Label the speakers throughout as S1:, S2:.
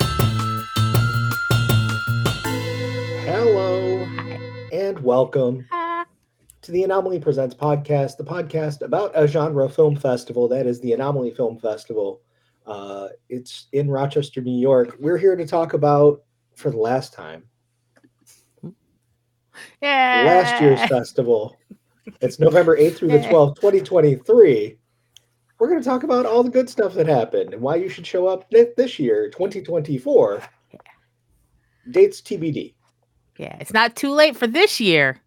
S1: welcome to the Anomaly Presents podcast, the podcast about a genre film festival that is the Anomaly Film Festival. Uh, it's in Rochester, New York. We're here to talk about, for the last time,
S2: Yeah.
S1: last year's festival. It's November 8th through the
S2: Yay.
S1: 12th, 2023. We're going to talk about all the good stuff that happened and why you should show up thi- this year, 2024. Dates TBD,
S2: Yeah, it's not too late for this year.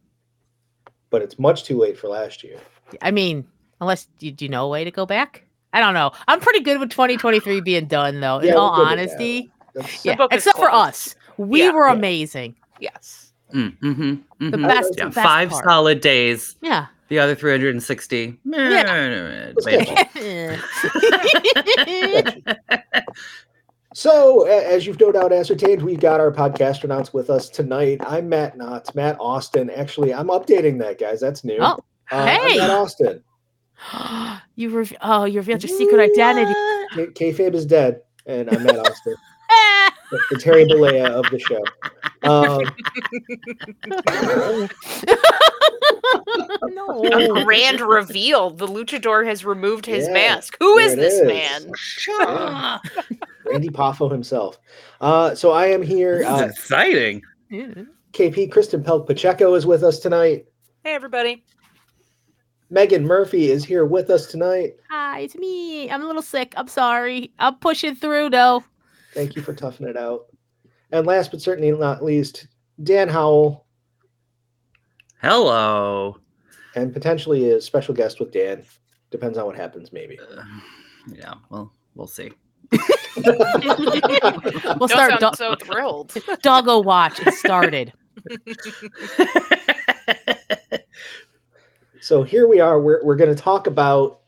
S1: but it's much too late for last year.
S2: I mean, unless you do you know a way to go back? I don't know. I'm pretty good with 2023 being done though. In
S1: Yeah,
S2: all
S1: we're good with that.
S2: honesty,
S1: That's-
S2: yeah,
S3: book is
S2: except for
S3: closed.
S2: us, we
S3: Yeah. Mm-hmm.
S2: were
S1: Yeah.
S2: amazing.
S3: Yes.
S4: Mm, mhm,
S2: The
S4: mhm.
S2: best,
S1: Yeah,
S2: best
S4: Five
S2: part.
S4: solid days.
S2: Yeah.
S4: The other 360. Yeah.
S1: So, a- as you've no doubt ascertained, we've got our podcastronauts with us tonight. I'm Matt Knotts, Matt Austin. Actually, I'm updating that, guys. That's new. Uh,
S2: Oh,
S1: I'm
S2: hey.
S1: Matt Austin.
S2: you re- oh, you revealed your secret identity.
S1: K- Kayfabe is dead, and I'm Matt Austin, the, the Terry Bollea of the show. Um,
S3: A
S2: no.
S3: grand reveal. The luchador has removed his
S1: Yeah,
S3: mask. Who
S1: there
S3: is
S1: it
S3: this
S1: is.
S3: man?
S1: Yeah. Randy Poffo himself. Uh, so I am here.
S4: This is
S1: Uh,
S4: exciting.
S1: KP Kristen Pelk Pacheco is with us tonight.
S3: Hey, everybody.
S1: Megan Murphy is here with us tonight.
S2: Hi, it's me. I'm a little sick. I'm sorry. I'm pushing through though.
S1: Thank you for toughing it out. And last but certainly not least, Dan Howell
S4: Hello.
S1: and potentially a special guest with Dan. Depends on what happens, maybe.
S4: Uh, yeah, well, we'll see.
S2: We'll
S3: Don't
S2: start
S3: sound
S2: do-
S3: so thrilled.
S2: Doggo Watch. It started.
S1: So here we are. We're, we're going to talk about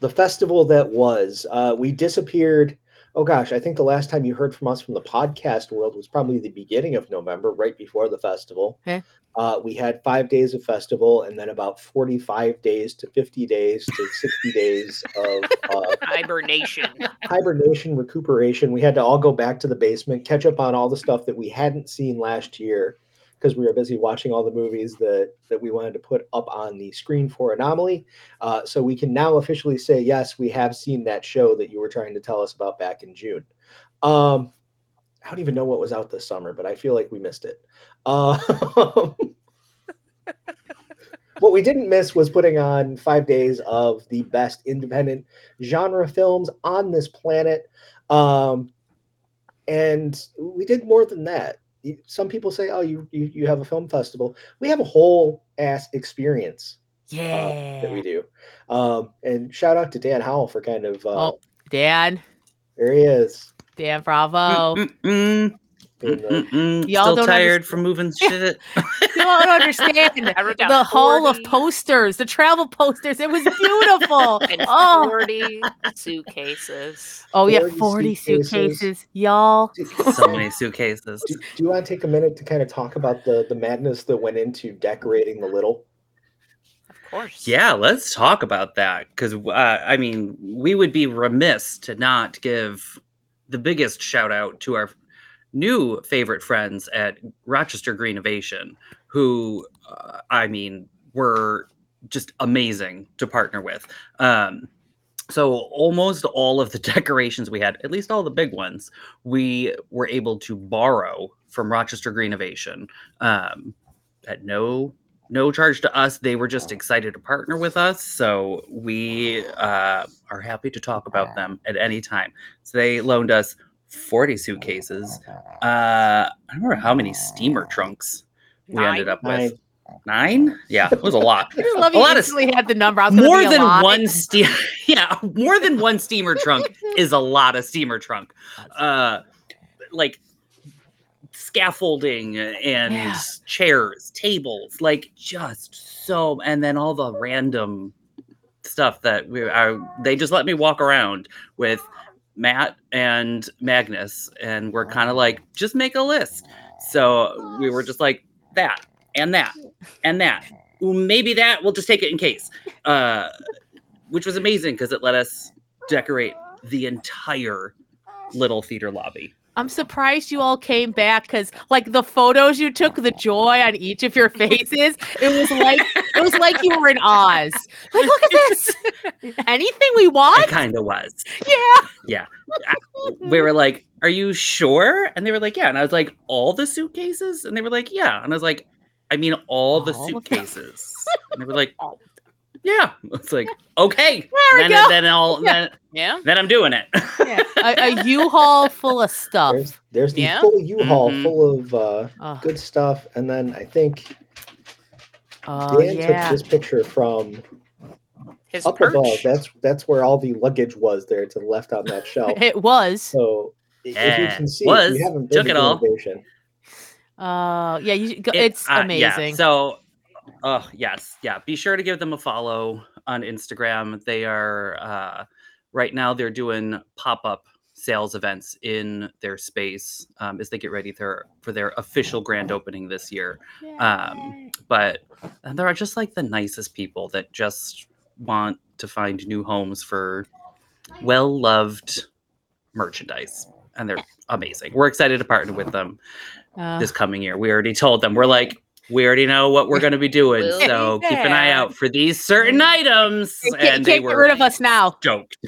S1: the festival that was. Uh, we disappeared. Oh gosh, I think the last time you heard from us from the podcast world was probably the beginning of November, right before the festival.
S2: Yeah.
S1: Uh, we had five days of festival and then about 45 days to 50 days to 60 days of uh,
S3: Hibernation.
S1: hibernation recuperation we had to all go back to the basement catch up on all the stuff that we hadn't seen last year because we were busy watching all the movies that that we wanted to put up on the screen for anomaly uh, so we can now officially say yes we have seen that show that you were trying to tell us about back in june um, i don't even know what was out this summer but i feel like we missed it uh, what we didn't miss was putting on five days of the best independent genre films on this planet. Um, and we did more than that. You- Some people say, "Oh, you, you you have a film festival." We have a whole ass experience uh,
S2: Yeah.
S1: that we do. Um, and shout out to Dan Howell for kind of uh,
S2: Oh. Dan,
S1: there he is. uh,
S2: Dan Bravo.
S4: Mm, mm,
S1: in
S4: mm,
S1: the-
S4: mm, mm.
S2: Oh. Y'all
S4: Still
S2: don't
S4: tired from moving shit.
S2: you don't understand
S3: I wrote down
S2: the whole of
S3: 40
S2: posters, the travel posters. It was beautiful.
S3: and
S2: oh,
S3: 40 suitcases.
S2: oh yeah,
S1: 40
S2: 40
S1: suitcases.
S2: suitcases, y'all.
S1: Do,
S4: so many suitcases.
S1: do, do you want to take a minute to kind of talk about the the madness that went into decorating the little?
S3: Of course.
S4: Yeah, let's talk about that because uh, I mean, we would be remiss to not give the biggest shout out to our new favorite friends at Rochester Greenovation, who uh, I mean were just amazing to partner with. Um, so almost all of the decorations we had, at least all the big ones, we were able to borrow from Rochester Greenovation um, at no no charge to us. They were just excited to partner with us, so we uh, are happy to talk about them at any time. So they loaned us forty suitcases. Uh, I don't remember how many steamer trunks we ended up with. Nine? Yeah, it was a lot
S2: I just love
S4: A
S2: you
S4: lot of-
S2: instantly had the number. I was gonna
S4: more
S2: be
S4: than
S2: alive.
S4: one steam yeah more than one steamer trunk is a lot of steamer trunk uh like scaffolding and
S2: Yeah.
S4: chairs tables like just so and then all the random stuff that we I, they just let me walk around with matt and magnus and we're kind of like just make a list so we were just like that and that and that Ooh, maybe that we'll just take it in case uh, which was amazing because it let us decorate the entire little theater lobby.
S2: I'm surprised you all came back because, like, the photos you took, the joy on each of your faces, it was like it was like you were in Oz. Like, look at this. Anything we
S4: I
S2: want?
S4: kind of was.
S2: Yeah.
S4: we were like, "Are you sure?" And they were like, "Yeah." And I was like, "All the suitcases?" And they were like, "Yeah." And I was like, "I mean, all the
S2: All of them.
S4: suitcases." and they were like, "Yeah." It's like, "Okay."
S2: There we
S4: Then,
S2: go.
S4: then I'll
S2: Yeah.
S4: then,
S3: Yeah.
S4: then I'm doing it.
S2: A, a U-Haul full of stuff.
S1: There's, there's the
S3: Yeah.
S1: full U-Haul
S2: Mm-hmm.
S4: Mhm.
S1: full of uh,
S2: Oh,
S1: good stuff, and then I think
S2: oh,
S1: Dan
S2: yeah.
S1: took this picture from
S3: His
S1: up
S3: perch.
S1: above. That's that's where all the luggage was there to the left on that shelf.
S2: It was.
S1: So i- if you
S4: Yeah,
S1: can see, it,
S4: was.
S1: you haven't
S4: Took
S1: been to
S4: it all.
S1: Innovation.
S2: Uh, yeah, you, go-
S4: It-
S2: it's
S4: uh, yeah.
S2: amazing.
S4: So, oh yes, yeah. Be sure to give them a follow on Instagram. They are uh, right now. They're doing pop up sales events in their space um, as they get ready their, for their official grand opening this year. um, but and there are just like the nicest people that just want to find new homes for well loved merchandise and they're amazing we're excited to partner with them
S2: Uh,
S4: this coming year we already told them we're like we already know what we're going to be doing
S3: Will
S4: so
S3: be
S4: keep an eye
S3: there."
S4: out for these certain items
S2: they Mm-hmm. can't,
S4: and they
S2: can't get rid
S4: were
S2: of us now.
S4: stoked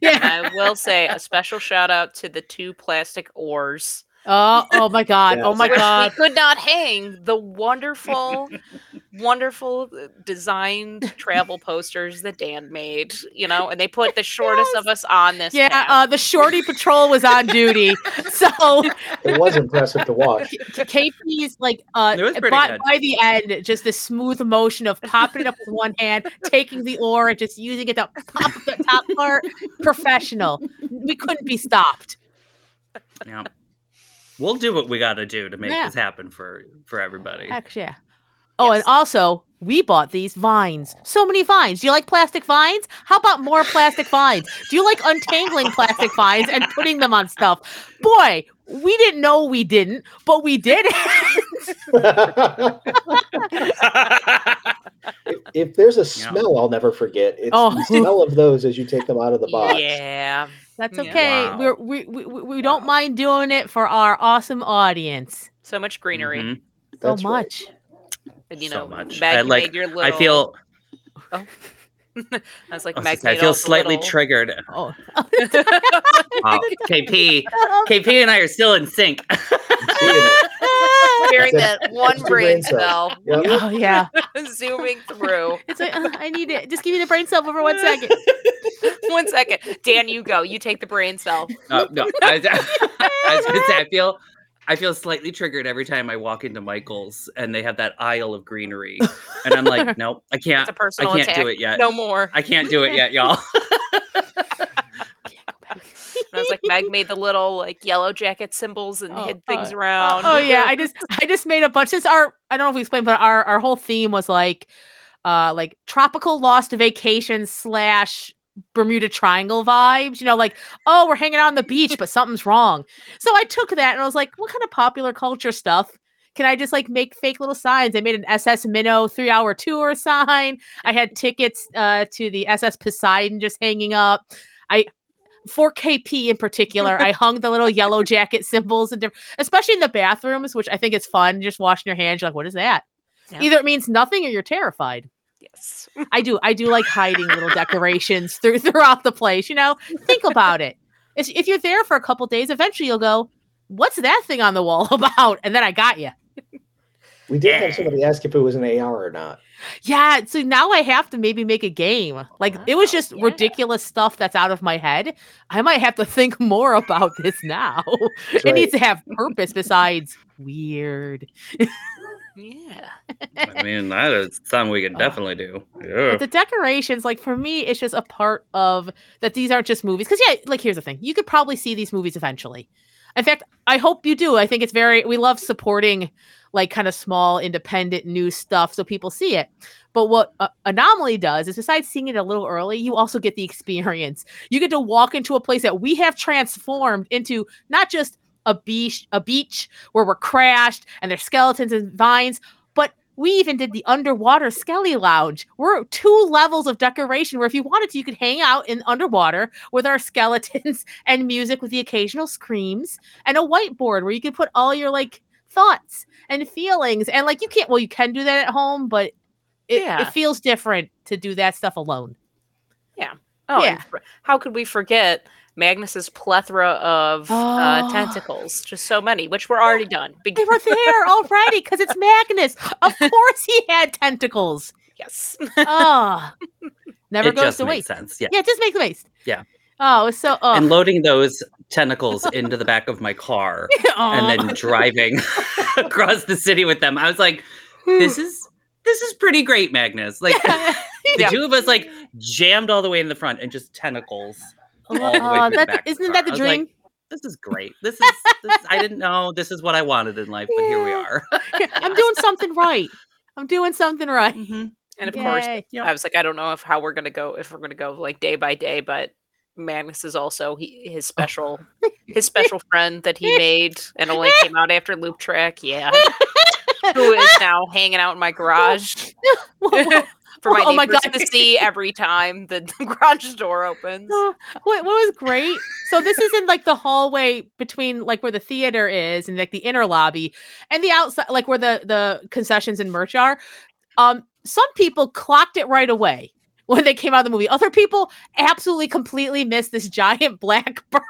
S2: Yeah.
S3: I will say a special shout out to the two plastic oars.
S2: Oh, oh my God. Oh
S1: Yes.
S2: my
S3: which
S2: God.
S3: we could not hang the wonderful, wonderful uh, designed travel posters that Dan made. You know, and they put the shortest of us on this.
S2: Yeah,
S3: path.
S2: uh, the shorty patrol was on duty. So
S1: It was impressive to watch.
S2: KP's like uh
S4: It was pretty
S2: by,
S4: good.
S2: by the end, just this smooth motion of popping it up with one hand, taking the oar, and just using it to pop up the top part. Professional. We couldn't be stopped.
S4: yeah we'll do what we got to do to make
S2: Yeah.
S4: this happen for for everybody
S2: Heck yeah. Oh, and
S3: Yes.
S2: also we bought these vines. So many vines. Do you like plastic vines? How about more plastic vines? Do you like untangling plastic vines and putting them on stuff? Boy, we didn't know we didn't, but we did.
S1: if, if there's a
S4: Yeah.
S1: smell I'll never forget, it's
S2: Oh.
S1: the smell of those as you take them out of the box.
S3: Yeah.
S2: That's
S3: Yeah.
S2: okay.
S4: Wow.
S2: We're, we we we we don't mind doing it for our awesome audience.
S3: So much greenery.
S4: Mhm.
S2: So
S1: That's right.
S2: much.
S3: And, you
S4: So
S3: know,
S4: much.
S3: Meg,
S4: I
S3: you
S4: like-
S3: made your little,
S4: i feel oh,
S3: I was like,
S4: I was
S3: Meg
S4: gonna say, I
S3: made
S4: feel
S3: us a
S4: slightly
S3: little-
S4: triggered. Ah,
S2: Oh,
S4: Wow. KP, KP, and I are still in sync.
S1: I'm seeing it.
S3: During
S1: That's
S3: that one
S1: the
S3: brain
S1: brain cell.
S3: cell
S1: Yep.
S2: oh yeah.
S3: zooming through.
S2: It's like uh, I need it. Just give me the brain cell for one second.
S3: One second. Dan, you go. You take the brain cell.
S4: No, no, I, I was gonna say I feel I feel slightly triggered every time I walk into Michael's and they have that aisle of greenery. And I'm like, nope, I
S3: It's
S4: can't
S3: a
S4: I
S3: personal
S4: can't
S3: attack.
S4: do it yet.
S3: No more.
S4: I can't do it yet, y'all.
S3: And I was like, Meg made the little like yellow jacket symbols and
S2: Oh,
S3: hid
S2: uh,
S3: things around.
S2: Oh yeah, I just I just made a bunch. Since our I don't know if we explained, but our our whole theme was like, uh, like tropical lost vacation slash Bermuda Triangle vibes. You know, like oh we're hanging out on the beach, but something's wrong. So I took that and I was like, what kind of popular culture stuff? Can I just like make fake little signs? I made an SS Minnow three hour tour sign. I had tickets uh, to the SS Poseidon just hanging up. I for KP in particular, I hung the little yellow jacket symbols and different especially in the bathrooms, which I think is fun. Just washing your hands, you're like, what is that?
S3: Yeah.
S2: Either it means nothing or you're terrified.
S3: yes.
S2: I do, I do like hiding little decorations through throughout the place. You know, think about it. It's- If you're there for a couple days, eventually you'll go, "What's that thing on the wall about?" And then I got you.
S1: We did
S4: Yeah.
S1: have somebody ask if it was an AR or not.
S2: Yeah. So now I have to maybe make a game. Like it was just
S3: yeah.
S2: ridiculous stuff that's out of my head. I might have to think more about this now.
S1: That's
S2: It
S1: right.
S2: needs to have purpose besides weird.
S3: Yeah.
S4: I mean, that is something we could definitely do. Yeah.
S2: But the decorations, like for me, it's just a part of that these aren't just movies. Because yeah, like here's the thing: you could probably see these movies eventually. In fact, I hope you do. I think it's very we love supporting like kind of small independent new stuff so people see it. But what uh, Anomaly does is besides seeing it a little early, you also get the experience. You get to walk into a place that we have transformed into not just a beach, a beach where we're crashed and there's skeletons and vines, but We even did the underwater Skelly Lounge. We're two levels of decoration where if you wanted to, you could hang out in underwater with our skeletons and music with the occasional screams and a whiteboard where you could put all your like thoughts and feelings. And like you can't well, you can do that at home, but it,
S3: Yeah.
S2: it feels different to do that stuff alone.
S3: Oh, and
S2: Yeah.
S3: fr- how could we forget Magnus's plethora of uh,
S2: Oh.
S3: tentacles? Just so many, which were already done. Big-
S2: They were there already because it's Magnus. Of course he had tentacles.
S3: yes.
S2: Oh, never
S4: it
S2: goes
S4: just
S2: to waste.
S4: makes sense. Yeah.
S2: Yeah, it just makes waste.
S4: Yeah.
S2: Oh, it's so. Oh,
S4: And loading those tentacles into the back of my car and then driving across the city with them. I was like, this is this is pretty great, Magnus. Like the
S3: Yeah.
S4: two of us like jammed all the way in the front and just tentacles. all the way
S2: Oh,
S4: through the
S2: that-
S4: back of the
S2: isn't
S4: car.
S2: that the
S4: I was like,
S2: dream?
S4: This is great. This is this, I didn't know this is what I wanted in life, but here we
S2: Yeah.
S4: are.
S2: I'm doing something right. I'm doing something right.
S4: Mm-hmm.
S3: And of course,
S2: Yay.
S3: I was like, I don't know if how we're gonna go if we're gonna go like day by day, but Magnus is also he,
S2: Oh.
S3: his special his special friend that he made and only came out after Loop Track, yeah. Who is now hanging out in my garage
S2: Whoa, whoa,
S3: for my
S2: Oh my
S3: neighbors
S2: God.
S3: to see every time the, the garage door opens.
S2: whoa. what, what was great? So this is in like the hallway between like where the theater is and like the inner lobby and the outside, like where the the concessions and merch are. Um, some people clocked it right away when they came out of the movie. Other people absolutely completely missed this giant black bird.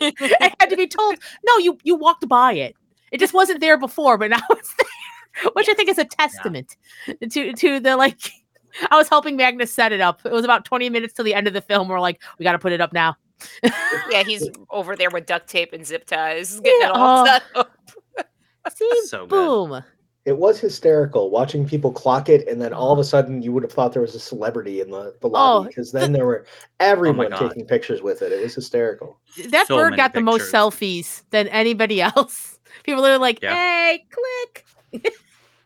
S2: I had to be told, no, you you walked by it. It just wasn't there before, but now it's there, which I think is a testament to to the like. I was helping Magnus set it up. It was about 20 minutes till the end of the film. We're like, we got to put it up now.
S3: Yeah, he's over there with duct tape and zip ties, getting it
S2: Yeah,
S3: all
S2: oh.
S3: set up.
S2: See,
S4: So good.
S2: boom.
S1: It was hysterical watching people clock it, and then all of a sudden you would have thought there was a celebrity in the, the lobby
S2: Oh,
S1: because then there were everyone
S4: Oh God.
S1: taking pictures with it. It was hysterical.
S2: That
S4: So
S2: bird
S4: many
S2: got the most
S4: pictures.
S2: selfies than anybody else. People are like,
S4: Yeah.
S2: hey, click. it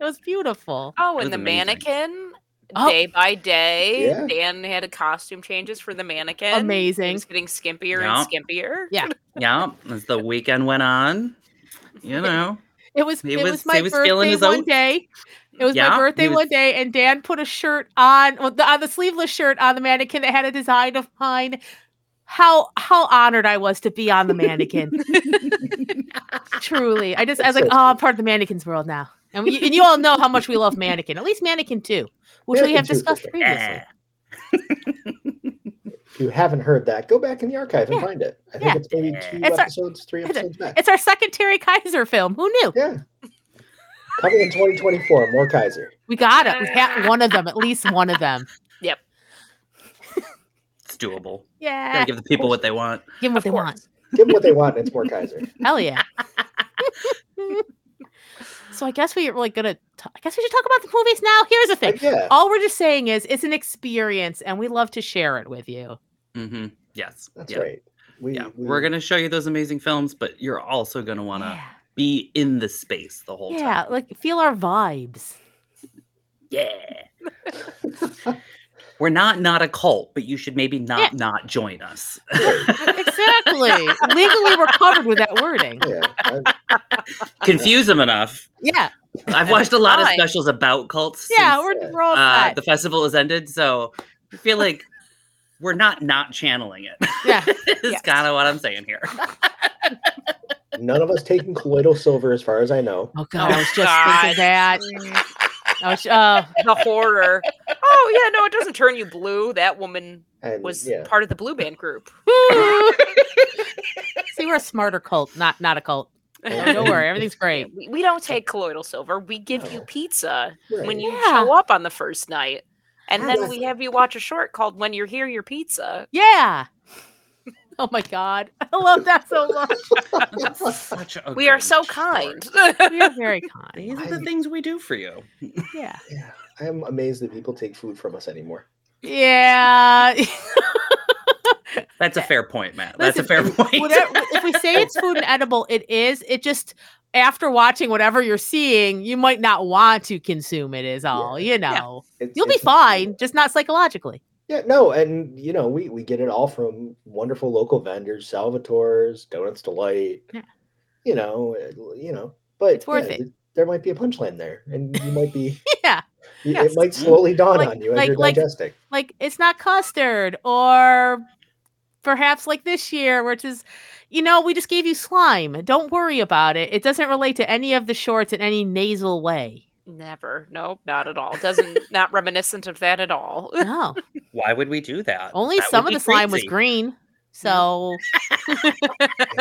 S2: was beautiful.
S3: Oh,
S4: That
S3: and the
S4: was amazing.
S3: mannequin.
S2: Oh.
S3: Day by day,
S1: Yeah.
S3: Dan had a costume changes for the mannequin. It
S2: Amazing.
S3: was getting skimpier
S4: Yeah.
S3: and skimpier.
S2: Yeah.
S4: Yeah. As the weekend went on, you know.
S2: It was
S4: He
S2: it
S4: was-
S2: was, my
S4: he was
S2: birthday
S4: feeling his
S2: one
S4: oats.
S2: day. It was
S4: Yeah,
S2: my
S4: he
S2: birthday
S4: was-
S2: one day, and Dan put a shirt on well, the, on the sleeveless shirt on the mannequin that had a design of mine. How how honored I was to be on the mannequin. Truly, I just I was like, oh, I'm part of the mannequin's world now, and, we, and you all know how much we love mannequin. At least mannequin two, which
S1: Mannequin
S2: we
S1: 2
S2: have
S1: for
S2: discussed
S1: sure.
S2: previously.
S4: Yeah.
S1: If you haven't heard that, go back in the archive and
S2: Yeah.
S1: find it. I think
S2: Yeah.
S1: it's maybe two
S2: It's our-
S1: episodes, three
S2: it's our-
S1: episodes back.
S2: It's our second Terry Kaiser film. Who knew?
S1: Yeah. Coming in 2024, more Kaiser.
S2: We got it. We got one of them, at least one of them.
S4: It's doable.
S2: Yeah,
S4: Gotta give the people what they want.
S2: give them what they
S3: course.
S2: want.
S1: Give them what they want, and it's more Kaiser.
S2: Hell yeah. so I guess we are like gonna. T- I guess we should talk about the movies now. Here's the
S1: But
S2: thing.
S1: yeah.
S2: All we're just saying is it's an experience, and we love to share it with you.
S4: hmm Yes.
S1: That's
S4: yeah.
S1: right. We,
S4: Yeah.
S1: we-
S4: We're gonna show you those amazing films, but you're also gonna wanna
S2: yeah,
S4: be in the space the whole
S2: yeah, like feel our vibes.
S4: time. Yeah. We're not not a cult, but you should maybe not
S2: Yeah.
S4: not join us.
S2: Exactly. Legally, we're covered with that wording.
S1: Yeah. I-
S4: Confuse them enough.
S2: Yeah,
S4: I've watched a lot of
S3: Fine.
S4: specials about cults.
S2: yeah,
S4: since,
S2: we're, we're all
S4: uh,
S2: set.
S4: the festival has ended, so I feel like we're not not channeling it.
S2: Yeah,
S4: It's
S3: yes.
S4: kind of what I'm saying here.
S1: none of us taking colloidal silver, as far as I know.
S2: Oh god, I was just
S3: God.
S2: thinking that.
S3: Mm.
S2: I was, uh,
S3: the horror. Oh yeah, no, it doesn't turn you blue. That woman
S1: And
S3: was
S1: yeah,
S3: part of the blue band group.
S2: see, we're a smarter cult, not not a cult.
S1: and-
S2: Don't worry, everything's great.
S3: We, we don't take colloidal silver. We give you
S1: No.
S3: pizza
S1: Oh. right.
S3: when you
S2: Yeah.
S3: show up on the first night. And then we
S1: Absolutely.
S3: have you watch a short called When You're Here Your Pizza.
S2: Yeah. Oh my god, I love that so much.
S4: Such
S1: Oh,
S4: a
S3: We are
S4: great
S3: so
S4: short.
S3: kind.
S2: We are very kind.
S4: These are the things we do for you.
S2: Yeah.
S1: Yeah, I am amazed that people take food from us anymore.
S2: Yeah.
S4: That's a fair point, Matt. That's a fair
S2: Eh, Listen, eh,
S4: point.
S2: whatever, if we say it's food and edible, it is. It just after watching whatever you're seeing, you might not want to consume it. Is all you know.
S1: It's-
S2: You'll be
S1: it's not-
S2: fine, just not psychologically.
S1: Yeah, no, and you know we we get it all from wonderful local vendors, Salvatore's, Donuts Delight.
S2: Yeah.
S1: You know, uh, you know, but
S2: It's worth
S1: yeah,
S2: it.
S1: there might be a punchline there, and you might be
S2: Yeah.
S1: you-
S2: Yes.
S1: It might slowly dawn
S2: Like-
S1: on you as
S2: like-
S1: you're
S2: like-
S1: digesting.
S2: like it's not custard or perhaps like this year where it says you know we just gave you slime don't worry about it it doesn't relate to any of the shorts in any nasal way
S3: Never. Nope, not at all. Doesn't not reminiscent of that at all.
S2: no
S4: Why would we do that?
S2: only
S4: That would
S2: some of
S4: be
S2: the slime was
S4: crazy.
S2: green so
S1: I'm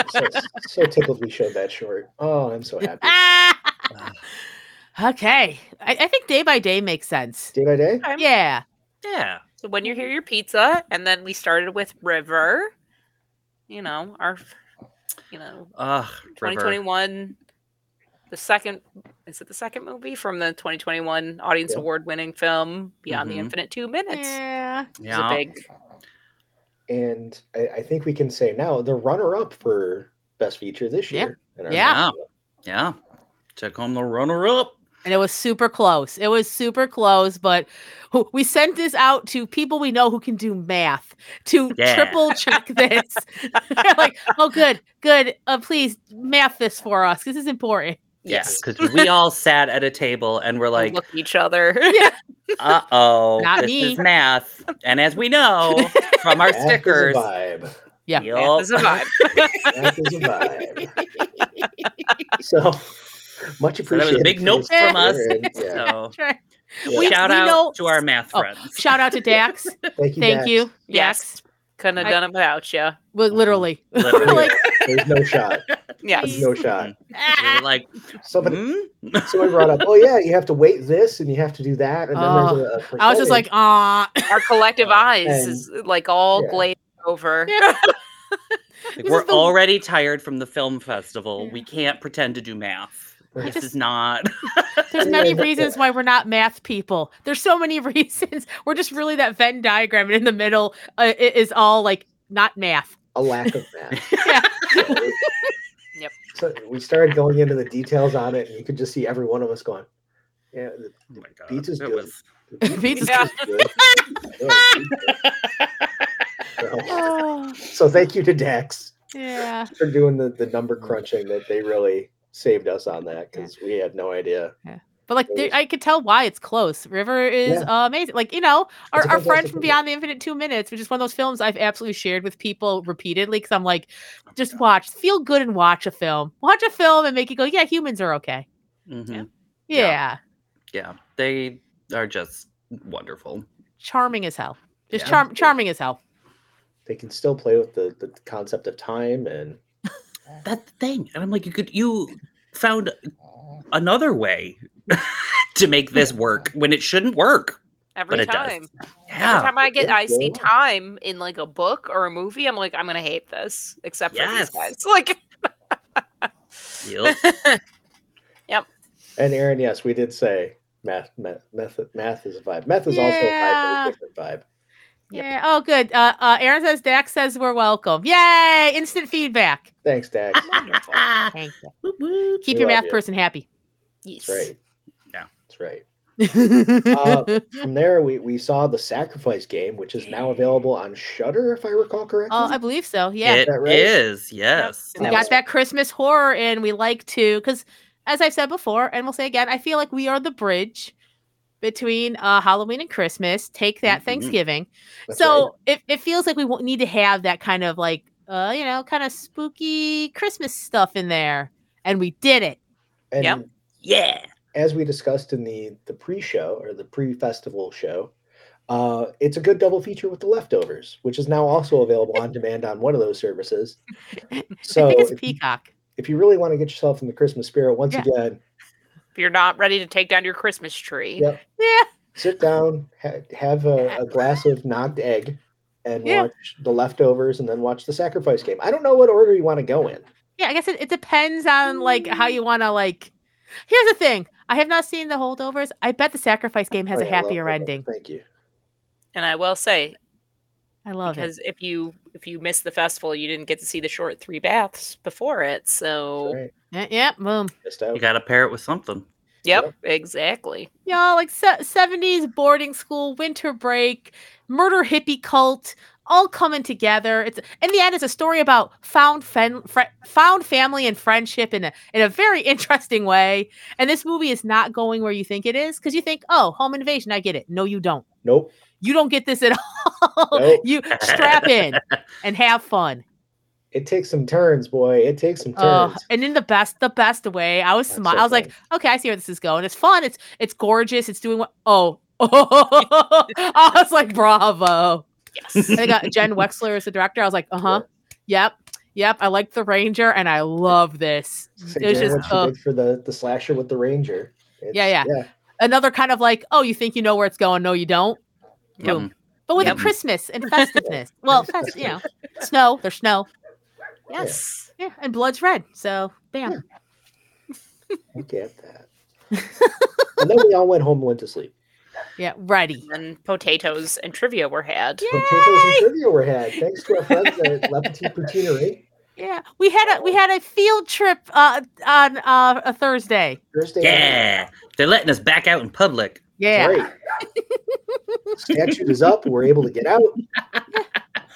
S1: so, so tickled we showed that short. Oh, I'm so happy.
S2: Ah! okay I, I think day by day makes sense
S1: Day by day.
S3: I'm-
S2: yeah
S4: Yeah.
S3: So when you hear your pizza, and then we started with River, you know, our f- you know,
S4: Ugh.
S3: twenty twenty
S4: River.
S3: one the second is it the second movie from the twenty twenty one audience
S1: Yeah.
S3: award winning film Beyond
S4: Mhm.
S3: the Infinite Two Minutes.
S2: yeah
S3: It was
S4: Yeah.
S3: a big
S1: And I, I think we can say now the runner-up for best feature this
S2: Yeah.
S1: year. in our
S2: Yeah.
S1: festival.
S4: yeah. Took home the runner up.
S2: and it was super close. It was super close, but who- we sent this out to people we know who can do math to
S4: Yeah.
S2: triple check this. They're like, oh, good, good. Uh, please math this for us. This is important.
S4: Yes. Because we all sat at a table and were like,
S3: like look at each other.
S4: uh oh,
S2: Not
S4: this
S2: me.
S4: is math. And as we know from our
S1: Math is a
S4: stickers,
S1: vibe.
S2: Yeah.
S3: Math is a
S4: yup.
S3: vibe.
S1: Math is a vibe. so much
S4: that was a
S1: appreciated.
S4: big
S1: for
S4: nope
S1: this
S2: from
S1: year,
S4: us.
S1: and, yeah,
S4: So
S2: That's right.
S1: yeah.
S2: We-
S4: shout
S2: we
S4: out
S2: know-
S4: to our math
S2: oh,
S4: friends.
S2: Shout out to Dax.
S1: thank you.
S2: Thank
S1: Dax.
S2: you,
S3: Yes.
S2: Dax.
S3: Couldn't have
S2: I-
S3: done it without you.
S2: Well, literally,
S4: Literally.
S2: We're like,
S1: There's no shot. There's
S3: Yes.
S2: Please.
S1: no shot.
S4: We were
S2: "Ah."
S4: like,
S1: Somebody
S4: hmm?
S1: someone brought up, oh yeah, you have to wait this and you have to do that. And then
S2: Oh,
S1: there's a, a
S2: I was just like,
S1: percentage.
S2: ah.
S3: Our collective
S4: Uh,
S3: eyes is like all
S1: yeah.
S3: glazed over.
S4: Like,
S2: This
S4: we're
S2: is the-
S4: already tired from the film festival.
S2: Yeah.
S4: We can't pretend to do math.
S1: I
S4: This
S2: just-
S4: is not.
S2: There's many reasons why we're not math people. There's so many reasons. We're just really that Venn diagram, and in the middle uh, it is all like not math.
S1: a lack of math.
S2: Yeah.
S3: Yep.
S1: So we started going into the details on it, and you could just see every one of us going, yeah, the-
S4: Oh my god.
S1: Beats is
S4: it
S1: good.
S4: was
S1: the beat
S2: Pizza's
S1: is good. So,
S2: Oh,
S1: so thank you to Dax
S2: yeah.
S1: for doing the, the number crunching that they really saved us on that because we had no idea.
S2: But like, there, I could tell why it's close. River is amazing. Like, you know,
S1: It's
S2: our,
S1: a
S2: our friend
S1: fantastic
S2: from
S1: movie.
S2: Beyond the Infinite Two Minutes, which is one of those films I've absolutely shared with people repeatedly because I'm like, just watch, feel good and watch a film. Watch a film and make you go, yeah, humans are okay.
S4: mhm.
S2: Yeah.
S4: Yeah. Yeah. They are just wonderful.
S2: Charming as hell. Just
S4: Yeah.
S2: charm, charming as hell.
S1: They can still play with the, the concept of time and
S4: That's the thing. And I'm like, you could you found another way to make this work when it shouldn't work.
S3: Every
S4: it does.
S3: time. Every
S4: Yeah.
S3: time I get
S1: Yeah,
S3: I see
S1: yeah.
S3: time in like a book or a movie, I'm like, I'm gonna hate this. Except for
S4: Yes.
S3: these guys. Like
S4: Yup.
S1: and Aaron. Yes, we did say math math math, math is a vibe. Math is also a vibe,
S2: Yeah.
S1: but a different vibe.
S3: Yep.
S2: Yeah. Oh, good. Uh, uh, Aaron says, Dax says we're welcome. Yay. Instant feedback.
S1: Thanks, Dax.
S3: wonderful.
S4: Ah,
S2: Thank you.
S4: whoop, whoop.
S2: Keep
S1: We
S2: your
S1: love
S2: math
S1: you.
S2: person happy.
S3: Yes.
S1: That's right.
S4: Yeah.
S1: that's right. Uh, From there, we, we saw the sacrifice game, which is now available on Shutter, if I recall correctly.
S2: Oh, I believe so. Yeah.
S4: It is,
S1: that right?
S4: yes.
S2: we
S1: That
S2: got
S1: was-
S2: that Christmas horror in. We like to, because as I've said before, and we'll say again, I feel like we are the bridge between uh, Halloween and Christmas. Take that
S4: Mhm.
S2: Thanksgiving.
S1: Mm-hmm. That's right.
S2: so it, it feels like we won't need to have that kind of like, uh, you know, kind of spooky Christmas stuff in there. And we did it.
S1: and
S3: yep.
S4: Yeah.
S1: as we discussed in the the pre-show or the pre-festival show, uh, it's a good double feature with the leftovers, which is now also available on demand on one of those services.
S2: I
S1: So
S2: think it's
S1: if, you-
S2: Peacock.
S1: if you really want to get yourself in the Christmas spirit, once
S2: Yeah.
S1: again,
S3: If you're not ready to take down your Christmas tree,
S1: Yep.
S2: Yeah.
S1: sit down, ha- have a, a glass of knocked egg, and
S2: Yeah.
S1: watch the leftovers, and then watch the sacrifice game. I don't know what order you want to go in.
S2: Yeah, I guess it, it depends on like how
S1: Mm.
S2: you want to like. Here's the thing: I have not seen the holdovers. I bet the sacrifice game has
S1: Oh,
S2: a
S1: yeah, I love
S2: happier
S1: that.
S2: ending.
S1: Thank you.
S3: and I will say,
S2: I love
S3: because if you if you miss the festival, you didn't get to see the short three baths before it. So
S1: Right.
S2: it. Eh, Yep, boom.
S1: Missed out.
S4: You gotta pair it with something.
S3: yep,
S1: Yep.
S3: exactly.
S2: Y'all like se- 70s boarding school winter break, murder hippie cult, all coming together. It's in the end, it's a story about found fen- fr- found family and friendship in a in a very interesting way. And this movie is not going where you think it is because you think, oh, home invasion, I get it. No, you don't.
S1: Nope.
S2: You don't get this at all.
S1: Nope.
S2: you strap in and have fun.
S1: It takes some turns, boy. It takes some
S2: Uh,
S1: turns.
S2: and in the best, the best way, I was
S1: That's
S2: smiling.
S1: so
S2: I was like,
S1: funny.
S2: okay, I see where this is going. It's fun. It's it's gorgeous. It's doing what? Oh, I was like, bravo.
S3: Yes.
S2: I think uh, Jen Wexler is the director. I was like, uh huh, yep, yep. I like the Ranger, and I love this.
S1: Say,
S2: There's
S1: Jen,
S2: just
S1: what she
S2: uh,
S1: did for the the slasher with the ranger. It's-
S2: yeah. another kind of like, oh, you think you know where it's going? No, you don't. Boom. But with
S4: Yep.
S2: a Christmas and festiveness. well, fest, you know, snow. There's snow.
S3: Yes.
S2: Yeah, and blood's red. So bam.
S1: I get that. and then we all went home and went to sleep.
S2: Yeah, ready.
S3: And then potatoes and trivia were had.
S2: Yeah.
S1: Potatoes and trivia were had thanks to our friends at La Petite Poutinerie.
S2: Yeah, we had a we had a field trip uh, on uh, a Thursday.
S1: Thursday. night.
S4: Yeah. They're letting us back out in public.
S2: Yeah,
S1: Great. Statute is up. We're able to get out.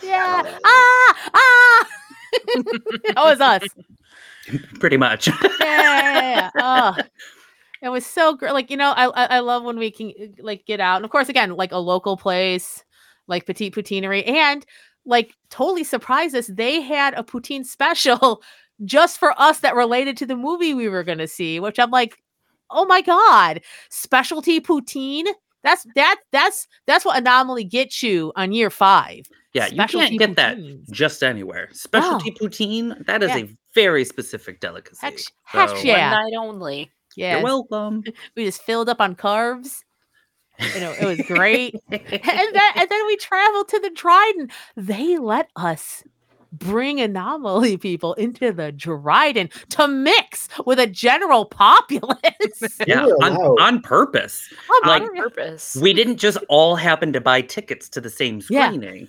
S2: yeah. Ah, ah. that was us.
S4: Pretty much.
S2: yeah. Oh, it was so great. Like you know, I, I I love when we can uh, like get out, and of course, again, like a local place, like Petite Poutineery, and like totally surprised us. They had a poutine special just for us that related to the movie we were gonna see, which I'm like, oh my god, specialty poutine. That's that that's that's what anomaly gets you on year five.
S4: Yeah, you can't
S2: Specialty
S4: get that
S2: poutines.
S4: just anywhere. Specialty poutine, that is
S2: Oh. Yeah.
S4: a very specific delicacy.
S2: Heck, sh- heck
S4: So,
S2: yeah.
S3: One night only.
S2: Yeah,
S4: You're welcome.
S2: we just filled up on carbs. you know it was great and then and then we traveled to the dryden they let us bring anomaly people into the dryden to mix with a general populace
S4: yeah,
S1: were
S4: on,
S1: allowed.
S4: on purpose.
S2: Oh,
S4: Like-
S3: on purpose.
S4: We didn't just all happen to buy tickets to the same
S2: Yeah.
S4: screening.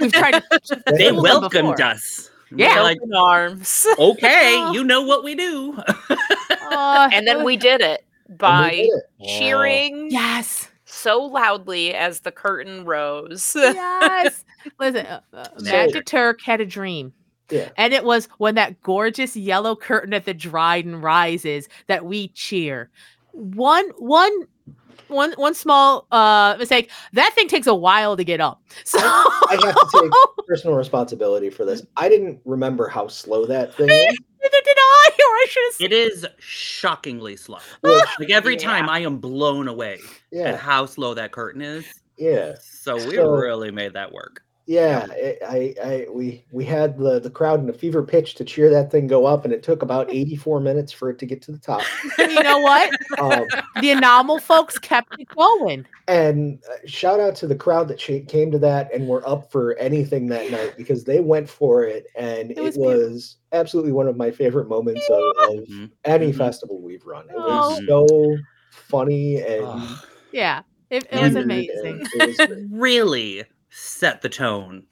S2: we've tried to
S4: They
S2: Told them
S4: welcomed
S2: before.
S4: us. And
S2: Yeah.
S4: we're
S3: Like,
S4: Like,
S3: open arms.
S4: okay, you know what we do.
S2: uh,
S3: and then we did it
S1: And we
S3: by
S1: did it.
S3: cheering
S2: yes
S3: so loudly as the curtain rose.
S2: yes listen uh, uh,
S4: Sure.
S2: magic turk had a dream
S1: Yeah.
S2: And it was when that gorgeous yellow curtain at the Dryden rises that we cheer. One, one, one, one small uh mistake. That thing takes a while to get up. So
S1: I have to take personal responsibility for this. I didn't remember how slow that thing was.
S2: neither did I, or I should
S4: Oh, It is shockingly slow.
S1: Which,
S4: Like every
S3: Yeah.
S4: time I am blown away at
S1: yeah,
S4: how slow that curtain is.
S1: yeah,
S4: So we
S1: So-
S4: really made that work.
S1: yeah. It, I, I, we, we had the the crowd in a fever pitch to cheer that thing go up, and it took about 84 minutes for it to get to the top.
S2: have. You know what?
S1: Um,
S2: The anomal folks kept it going.
S1: and uh, shout out to the crowd that cha- came to that and were up for anything that night because they went for it, and it
S2: was
S1: was,
S2: beautiful.
S1: absolutely one of my favorite moments of, of
S4: Mhm.
S1: any
S4: Mhm.
S1: festival we've run. It
S4: Oh.
S1: was so funny and.
S4: Ugh.
S2: Yeah, it, it was
S1: weird, and
S2: amazing.
S1: it was great.
S4: really set the tone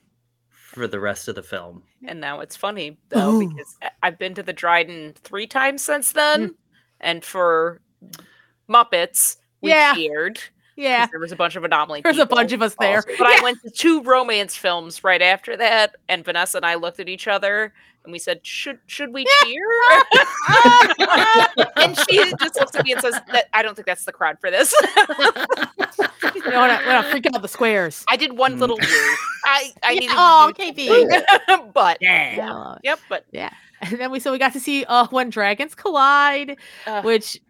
S4: for the rest of the film.
S3: And now it's funny though
S2: Ooh.
S3: because I- I've been to the Dryden three times since then,
S2: Mm.
S3: and for Muppets we
S2: Yeah.
S3: cheered. 'cause
S2: Yeah,
S3: there was a bunch of anomaly.
S2: there's a bunch
S3: people.
S2: of us there.
S1: Awesome.
S3: But I went to two romance films right after that, and Vanessa and I looked at each other and we said, "Should should we cheer?" and she just looks at me and says, that, "I don't think that's the crowd for this."
S2: You know, we're not, we're not freaking out the squares.
S3: I did one
S4: Mm.
S3: little woo. I I
S2: Yeah,
S3: needed
S2: oh,
S3: you to
S2: KB.
S3: do it, but
S4: Yeah.
S3: yep, but
S2: and then we so we got to see uh when dragons collide
S3: Ugh.
S2: which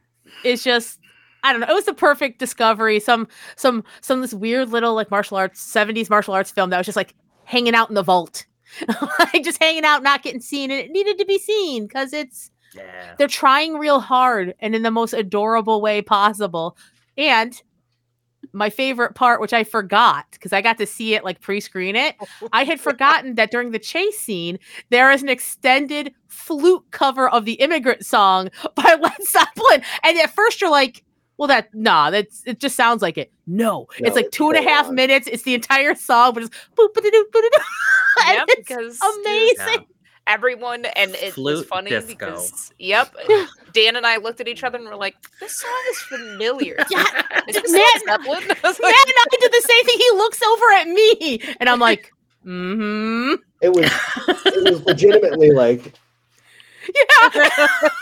S2: is just i don't know it was the perfect discovery some some some this weird little like martial arts 70s martial arts film that was just like hanging out in the vault like just hanging out not getting seen and it needed to be seen because it's
S4: Yeah.
S2: they're trying real hard and in the most adorable way possible and my favorite part which i forgot because i got to see it like pre-screen it I had forgotten that during the chase scene, there is an extended flute cover of the immigrant song by Led Zeppelin. And at first you're like, well, that nah, that's it just sounds like it. No,
S1: No,
S2: it's like
S1: it's
S2: two and a
S1: full
S2: half
S1: on.
S2: minutes. It's the entire song, but it's boop boop boop
S3: Yep,
S2: and it's
S3: because
S2: amazing.
S3: everyone and it was
S4: Flute
S3: funny
S4: disco.
S3: because yep, Dan and I looked at each other and were like, "This song is familiar."
S2: Yeah,
S3: Is this
S2: Matt-
S3: Led Zeppelin? I was
S2: Matt
S3: like,
S2: and I did the same thing. He looks over at me, and I'm like, Mm-hmm.
S1: It was it was legitimately like
S2: Yeah.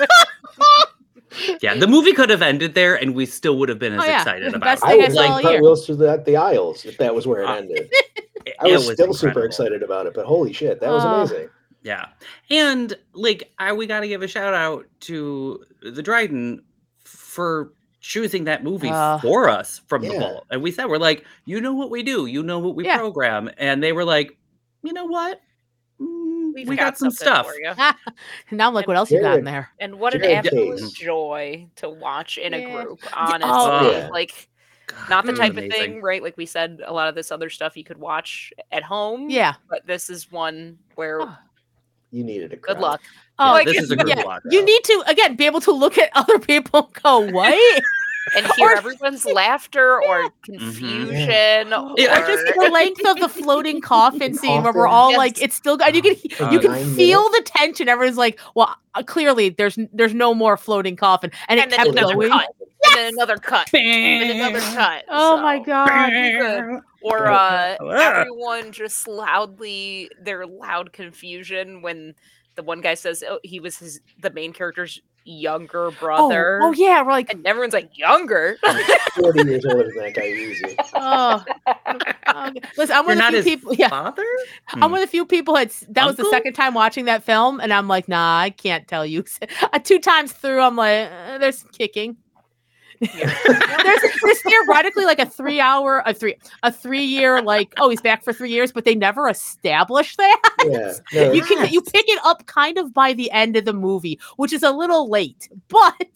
S4: Yeah, the movie could have ended there, and we still would have been as
S2: Oh, yeah.
S4: excited about
S2: Best
S4: it.
S1: I
S2: thing I
S1: was
S2: saw all
S1: like
S2: year.
S1: cartwheels through the, the aisles if that was where it
S4: Uh,
S1: ended.
S4: It-
S1: I
S4: it
S1: was, still super
S4: incredible.
S1: excited about it, but holy shit, that was
S2: Oh.
S1: amazing.
S4: Yeah, and like I, we got to give a shout out to the Dryden for choosing that movie
S2: Uh,
S4: for us from the
S1: yeah.
S4: vault. And we said we're like, you know what we do, you know what we
S2: Yeah.
S4: program, and they were like, you know what, Mm, we got, some
S3: something
S4: stuff.
S3: for you.
S2: now look what else you got in there.
S3: And what an
S1: Jared
S3: absolute
S1: Days.
S3: joy to watch in
S2: Yeah.
S3: a group, honestly.
S2: oh,
S4: yeah.
S3: Like,
S4: God,
S3: not the
S4: it was
S3: type of
S4: Mm, amazing.
S3: thing, right? Like we said, a lot of this other stuff you could watch at home.
S2: Yeah.
S3: But this is one where
S2: Oh.
S1: You needed a
S3: good
S1: crowd.
S3: luck.
S4: Yeah,
S2: Oh,
S3: like,
S4: this is a group
S2: yeah,
S4: watch.
S2: you need to again be able to look at other people and go, what?
S3: And hear
S2: Or-
S3: everyone's laughter or confusion
S4: Mm-hmm. Yeah.
S3: or
S2: Or just the length of the floating coffin scene where we're
S1: Coffin.
S2: all
S3: Yes.
S2: like, it's still, and you can he-
S4: God.
S2: you can
S1: Nine
S2: feel the tension. Everyone's like, well, uh, clearly there's n- there's no more floating coffin, and it
S3: And then
S2: kept
S3: another
S2: going.
S3: cut. And then another cut. And then another cut.
S2: Oh my
S3: so-
S2: god!
S3: Good. Or uh,
S4: Yeah.
S3: everyone just loudly their loud confusion when the one guy says oh, he was his the main character's younger
S2: Oh,
S3: brother.
S2: oh yeah, we're like,
S3: And everyone's like younger.
S1: Forty years older than that guy, easy.
S2: oh. okay. Um, Listen, I'm
S4: You're
S2: one of
S4: not
S2: the
S4: his
S2: few people. Yeah,
S4: father.
S2: I'm one of the few people. Had, s- that was the
S4: Hmm. Uncle?
S2: second time watching that film, and I'm like, nah, I can't tell you. Uh, Two times through, I'm like, uh, there's some kicking. there's there's theoretically like a three hour, a three, a three year, like, oh, he's back for three years, but they never establish that.
S1: Yeah. No,
S2: You can you pick it up kind of by the end of the movie, which is a little late, but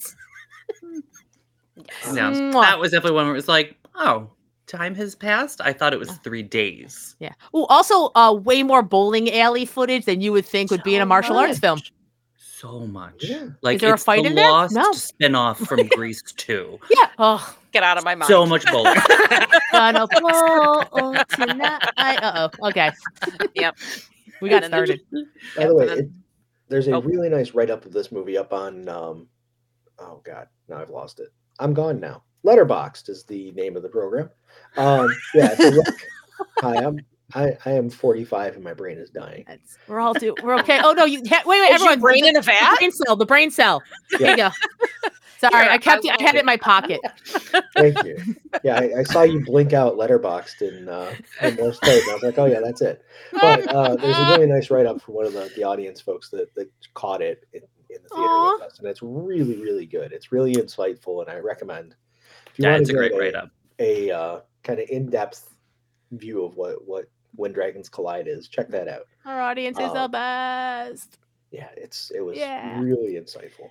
S4: No,
S2: Mwah.
S4: that was definitely one where it was like, oh, time has passed. I thought it
S2: Ah.
S4: was three days.
S2: yeah. Oh, also, uh, way more bowling alley footage than you would think would be in a
S4: So
S2: martial arts film.
S4: much. So much.
S1: Yeah.
S4: Like
S2: there a
S4: it's
S2: fight
S4: the
S2: in there?
S4: lost
S2: No.
S4: spin-off from Grease 2.
S2: Yeah. Oh.
S3: Get out of my mind.
S4: So much bowling.
S2: gonna bowl tonight. Uh oh. Okay.
S3: Yep.
S2: We got
S3: And then-
S2: started.
S1: By the way,
S3: and then-
S1: it, there's a
S3: oh.
S1: really nice write up of this movie up on. Um, oh God, now I've lost it. I'm gone now. Letterboxed is the name of the program. Um, yeah. if you look- hi, I'm I, I am 45 and my brain is dying.
S2: That's- We're all do. We're okay. Oh no! You ha- wait, wait,
S3: Is your
S2: everyone.
S3: brain in a
S2: the
S3: vat?
S2: brain cell. The brain cell. There you go. Sorry,
S3: Here,
S2: I kept
S3: I
S2: it. I had it
S3: will-
S2: in my pocket.
S1: Thank you. Yeah, I, I saw you blink out Letterboxed in uh, in Morse code. and I was like, oh yeah, that's it. But uh, there's a really nice write up from one of the, the audience folks that, that caught it in, in the theater
S2: Aw.
S1: with us, and it's really really good. It's really insightful, and I recommend. If
S4: yeah,
S1: wanna
S4: it's a
S1: get
S4: great write-up.
S1: a uh, kind of in-depth view of what what when dragons collide is check that out
S2: Our audience is the
S1: Um,
S2: best.
S1: yeah it's it was
S2: Yeah.
S1: really insightful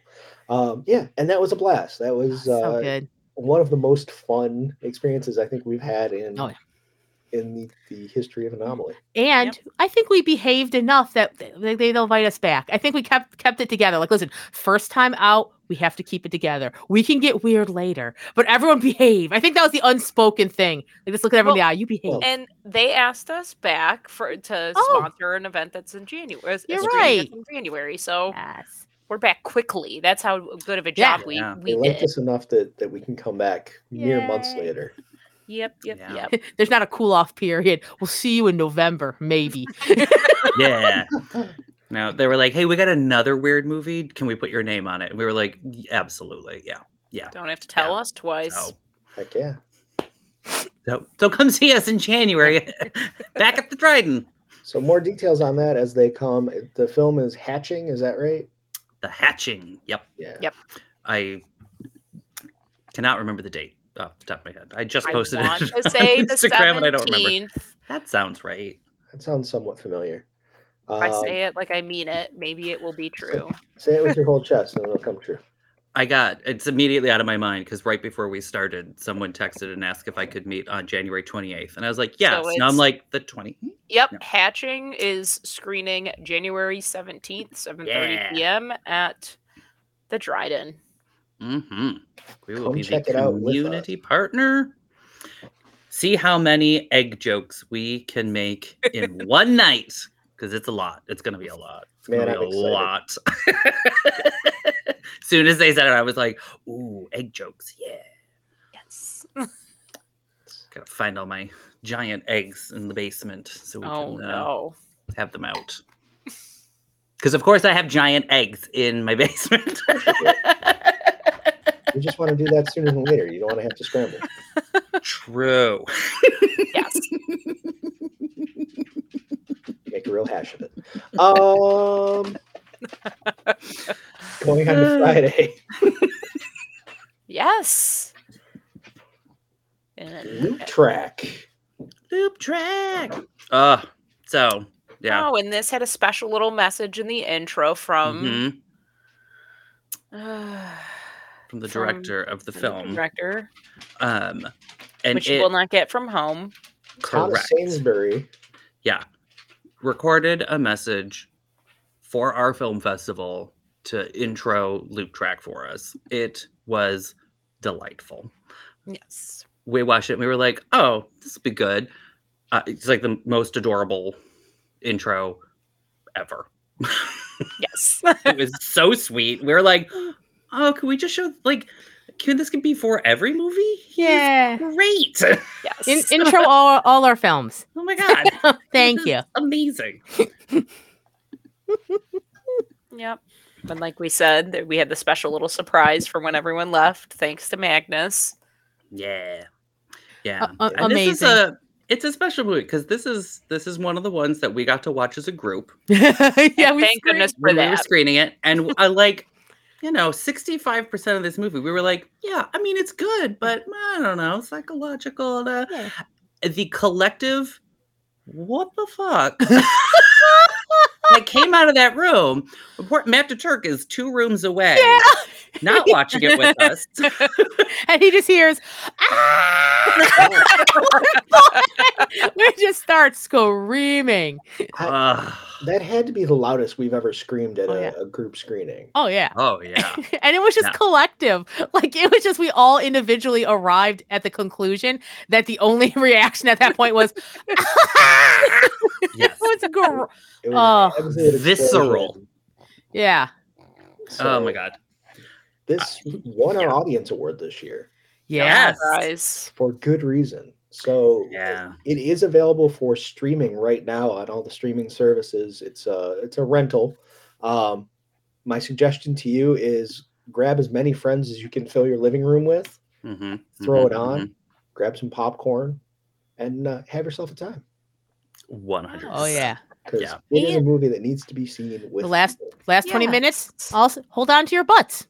S1: um yeah and that was a blast that was
S2: So
S1: uh,
S2: good.
S1: one of the most fun experiences i think we've had in
S2: Oh, yeah.
S1: in the, the history of anomaly
S2: And I think we behaved enough that th- they, they'll invite us back. I think we kept kept it together. Like, listen, first time out, we have to keep it together. We can get weird later, but everyone behave. I think that was the unspoken thing. Like, just look at everyone in the eye. You behave.
S1: well,
S3: and they asked us back for to
S2: Oh.
S3: sponsor an event that's in uh, January. it's-
S2: You're
S3: it's January-
S2: right.
S3: it's in January,
S4: Oh.
S3: so
S2: yes.
S3: we're back quickly. That's how good of a
S2: Yeah.
S3: job we
S4: Yeah.
S1: they
S3: we
S1: liked
S3: did.
S1: us enough that that we can come back mere months
S2: Yay.
S1: later
S3: Yep, yep,
S4: Yeah.
S3: yep.
S2: There's not a cool off period. We'll see you in November, maybe.
S4: Yeah. No, they were like, hey, we got another weird movie. Can we put your name on it? And we were like, "Y- absolutely. Yeah.
S3: Don't have to tell
S4: Yeah.
S3: us twice.
S4: So,
S1: heck yeah
S4: so, so come see us in January back at the Dryden.
S1: so more details on that as they come the film is hatching is that right
S4: The Hatching. Yep.
S1: yeah
S3: Yep.
S4: I cannot remember the date off the top of my head. I just
S3: I
S4: posted
S3: want
S4: it
S3: to say
S4: on
S3: the
S4: Instagram and I don't remember.
S3: seventeenth.
S4: That sounds right.
S1: that sounds somewhat familiar
S3: I
S1: Um,
S3: say it like I mean it. Maybe it will be true.
S1: Say it with your whole chest, and it'll come true.
S4: I got it's immediately out of my mind because right before we started, someone texted and asked if I could meet on January 28th. And I was like, yes. now
S3: it's-
S4: I'm like, the 20th?
S3: Yep,
S4: No.
S3: Hatching is screening January seventeenth, seven thirty
S4: Yeah.
S3: p.m. at the Dryden.
S4: Mm-hmm. We will
S1: Come
S4: be
S1: check
S4: the
S1: it out with us.
S4: community partner. See how many egg jokes we can make in one night because it's a lot. It's going to be a lot. It's going
S1: Man,
S4: to be
S1: I'm
S4: a
S1: excited.
S4: lot. soon as they said it, I was like, ooh, egg jokes. Yeah.
S3: Yes.
S4: Gotta find all my giant eggs in the basement so we
S3: Oh
S4: can uh,
S3: no.
S4: have them out. Because of course I have giant eggs in my basement.
S1: You just want to do that sooner than later. You don't want to have to scramble.
S4: True.
S3: Yes.
S1: Make a real hash of it. Um, going on to Friday.
S3: Yes. And-
S1: Loop track.
S4: Loop track. Uh so yeah.
S3: Oh, and this had a special little message in the intro from
S4: Mhm.
S3: uh,
S4: From the
S3: from-
S4: director of Mm-hmm. the
S3: the
S4: film.
S3: director,
S4: um and
S3: which
S4: it
S3: you will not get from home.
S1: Thomas
S4: correct
S1: Sainsbury.
S4: recorded a message for our film festival to intro loop track for us. It was delightful.
S3: Yes.
S4: We watched it and we were like, oh, this will be good. Uh, it's like the most adorable intro ever.
S3: Yes.
S4: it was so sweet. We were like, oh, can we just show like can this can be for every movie?
S2: Yeah.
S4: Great.
S3: yes.
S2: In- intro all, all our films.
S4: Oh my god.
S2: Thank
S4: This
S2: you.
S4: is Amazing.
S3: Yep. And like we said, that we had the special little surprise for when everyone left, thanks to Magnus.
S4: Yeah. Yeah.
S2: a-
S4: And this is
S2: amazing.
S4: a it's a special movie because this is this is one of the ones that we got to watch as a group
S2: yeah,
S3: And thank goodness for
S4: when we were
S3: that.
S4: screening it. And I like, you know, 65% of this movie, we were like, yeah, I mean it's good, but I don't know, psychological. and, uh,
S2: Yeah.
S4: The collective, what the fuck? I came out of that room. Poor- Matt Turk is two rooms away,
S2: Yeah.
S4: not watching it with us.
S2: And he just hears, ah! we just start screaming.
S4: Ugh.
S1: That had to be the loudest we've ever screamed at
S2: Oh,
S1: a,
S2: yeah.
S1: a group screening.
S2: Oh, yeah.
S4: oh yeah.
S2: and it was just
S4: Yeah.
S2: collective. Like it was just we all individually arrived at the conclusion that the only reaction at that point was "Oh, it
S4: Yes.
S2: was gr-
S1: It
S2: Oh.
S1: an absolute
S4: Visceral.
S1: explosion.
S2: yeah,
S4: oh
S1: So
S4: my god. Uh,
S1: This won our
S4: yeah.
S1: audience award this year
S2: yeah.
S3: Surprise.
S1: for good reason. So
S4: Yeah.
S1: it is available for streaming right now on all the streaming services. It's a it's a rental. Um, my suggestion to you is grab as many friends as you can fill your living room with.
S4: Mm-hmm.
S1: Throw it on. Grab some popcorn, and uh, have yourself a time.
S4: One hundred.
S2: Oh yeah.
S1: Because
S4: Yeah.
S1: it is a movie that needs to be seen with
S2: The last-
S1: people.
S2: Last twenty
S3: Yeah.
S2: minutes. Also, hold on to your butts.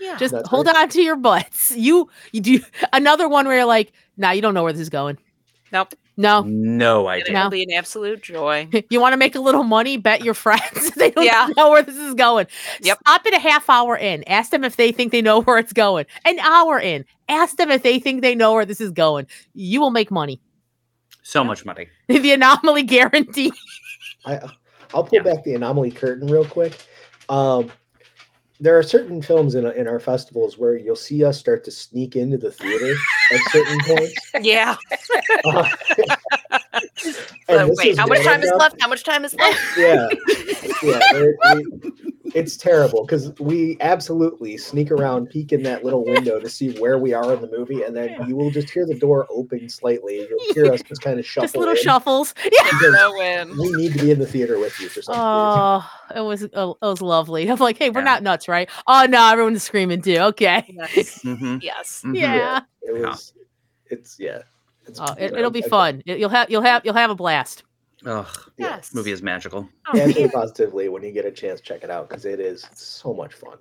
S3: Yeah.
S2: Just
S1: That's
S2: hold
S1: right.
S2: on to your butts. You you do another one where you're like, nah, you don't know where this is going.
S3: nope.
S2: No,
S4: No
S3: And
S4: idea.
S3: It'll be an absolute joy.
S2: you want to make a little money? Bet your friends they don't
S3: Yeah.
S2: know where this is going.
S3: Yep.
S2: Stop it a half hour in. Ask them if they think they know where it's going. An hour in. Ask them if they think they know where this is going. You will make money.
S4: So much money.
S2: The anomaly guarantee.
S1: I, I'll pull
S4: Yeah.
S1: back the anomaly curtain real quick. Um, there are certain films in, in our festivals where you'll see us start to sneak into the theater at certain points.
S3: Yeah.
S1: Uh,
S3: But
S1: this
S3: wait,
S1: is
S3: how much
S1: one
S3: time
S1: of
S3: is
S1: them.
S3: left? How much time is left?
S1: Yeah, yeah. there- we- it's terrible because we absolutely sneak around, peek in that little window to see where we are in the movie, and then you will just hear the door open slightly. You'll hear us just kind of shuffle.
S2: Just little
S1: in
S2: shuffles. Yeah.
S1: because
S3: no in.
S1: We need to be in the theater with you for something.
S2: Oh, it was oh, it was lovely. I'm like, hey, we're
S4: Yeah.
S2: not nuts, right? Oh no, everyone's screaming too. Okay.
S3: Yes.
S4: Mm-hmm.
S3: yes.
S2: Yeah.
S1: it
S4: Yeah.
S1: was it's yeah it's
S2: Oh, it,
S1: you know,
S2: it'll be
S1: again,
S2: fun. It- you'll have you'll have you'll have a blast.
S4: Ugh.
S1: yeah.
S3: Yes.
S4: Movie is magical.
S3: Oh,
S1: answer
S3: yeah.
S1: positively when you get a chance check it out because it is so much fun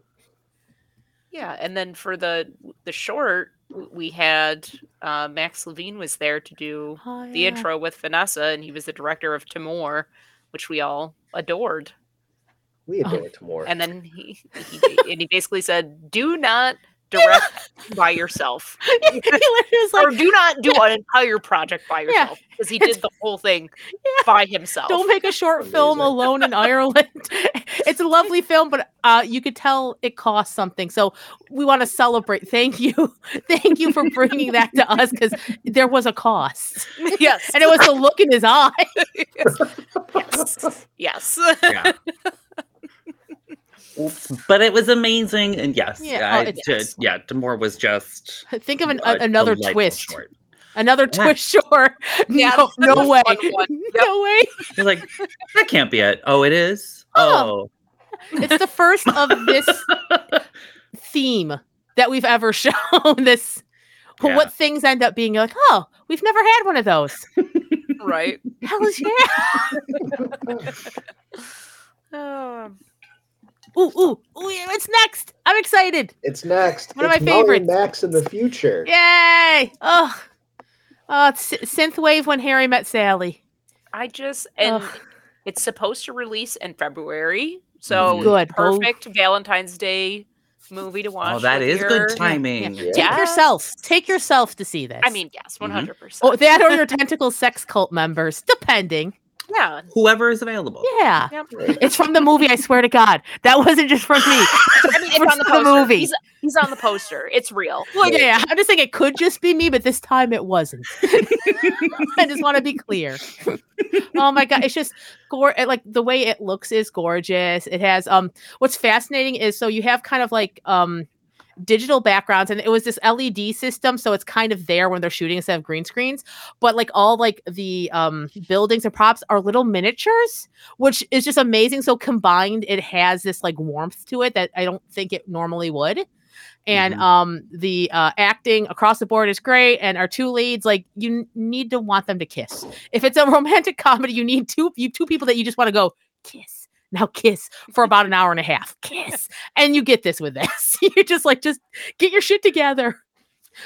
S3: Yeah, and then for the the short, w- we had uh, Max Levine was there to do
S2: Oh,
S3: the
S2: yeah.
S3: intro with Vanessa, and he was the director of Timor, which we all adored.
S1: we
S2: Oh,
S1: adore it more
S3: And then he, he ba- and he basically said, "Do not direct by yourself,
S2: he literally was
S3: or
S2: like,
S3: do not do an entire project by yourself," because he did the whole thing by himself.
S2: don't make a short film
S1: Amazing.
S2: alone in Ireland. it's a lovely film, but uh, you could tell it cost something. So we want to celebrate. Thank you, thank you for bringing that to us because there was a cost,
S3: yes,
S2: and it was the look in his eye.
S3: yes, yes.
S4: Yeah. but it was amazing, and yes,
S2: Yeah,
S4: yeah,
S2: oh,
S4: I,
S2: it's-
S4: to, yeah. Demore was just
S2: Think of an,
S4: a
S2: a- another
S4: delightful
S2: twist.
S4: short.
S2: Another
S4: Yeah.
S2: Twitch shore.
S3: Yeah,
S2: no,
S3: that's
S2: no
S3: a
S2: way.
S3: fun one.
S2: No way.
S4: You're like, that can't be it. Oh, it is.
S2: Oh.
S4: Oh,
S2: It's the first of this theme that we've ever shown. This
S4: Yeah.
S2: what things end up being like, oh, we've never had one of those.
S3: right.
S2: Hell yeah.
S3: Um,
S2: ooh, ooh, ooh, yeah, it's next. I'm excited.
S1: It's next.
S2: One of
S1: It's
S2: my
S1: Molly and
S2: favorites.
S1: Max in the future.
S2: Yay. Oh. Oh, it's S- Synthwave when Harry met Sally.
S3: I just and
S2: Ugh.
S3: it's supposed to release in February, so
S4: Mhm.
S2: Good. Bo.
S3: perfect Valentine's Day movie to watch.
S4: oh that
S3: with
S4: is
S3: your-
S4: good timing.
S2: Yeah.
S1: Yeah.
S2: Take yourself. Take yourself to see this.
S3: I mean, yes,
S4: Mhm.
S3: one hundred percent.
S2: oh, that or your tentacle sex cult members, depending.
S3: yeah,
S4: Whoever is available.
S2: Yeah.
S3: yeah.
S1: Right.
S2: It's from the movie, I swear to God. That wasn't just from me.
S3: I mean, it's
S2: For
S3: on the,
S2: the
S3: poster.
S2: movie.
S3: He's, he's on the poster. It's real.
S2: Well, yeah, yeah, I'm just saying it could just be me, but this time it wasn't. I just want to be clear. oh my god, it's just gore. it- Like the way it looks is gorgeous. It has um. What's fascinating is so you have kind of like um digital backgrounds and it was this led system so it's kind of there when they're shooting instead of green screens but like all like the um buildings and props are little miniatures which is just amazing so combined it has this like warmth to it that i don't think it normally would and
S4: Mhm.
S2: um the uh acting across the board is great and our two leads like you n- need to want them to kiss if it's a romantic comedy you need two you two people that you just want to go kiss now kiss for about an hour and a half kiss and you get this with this. You're just like, just get your shit together.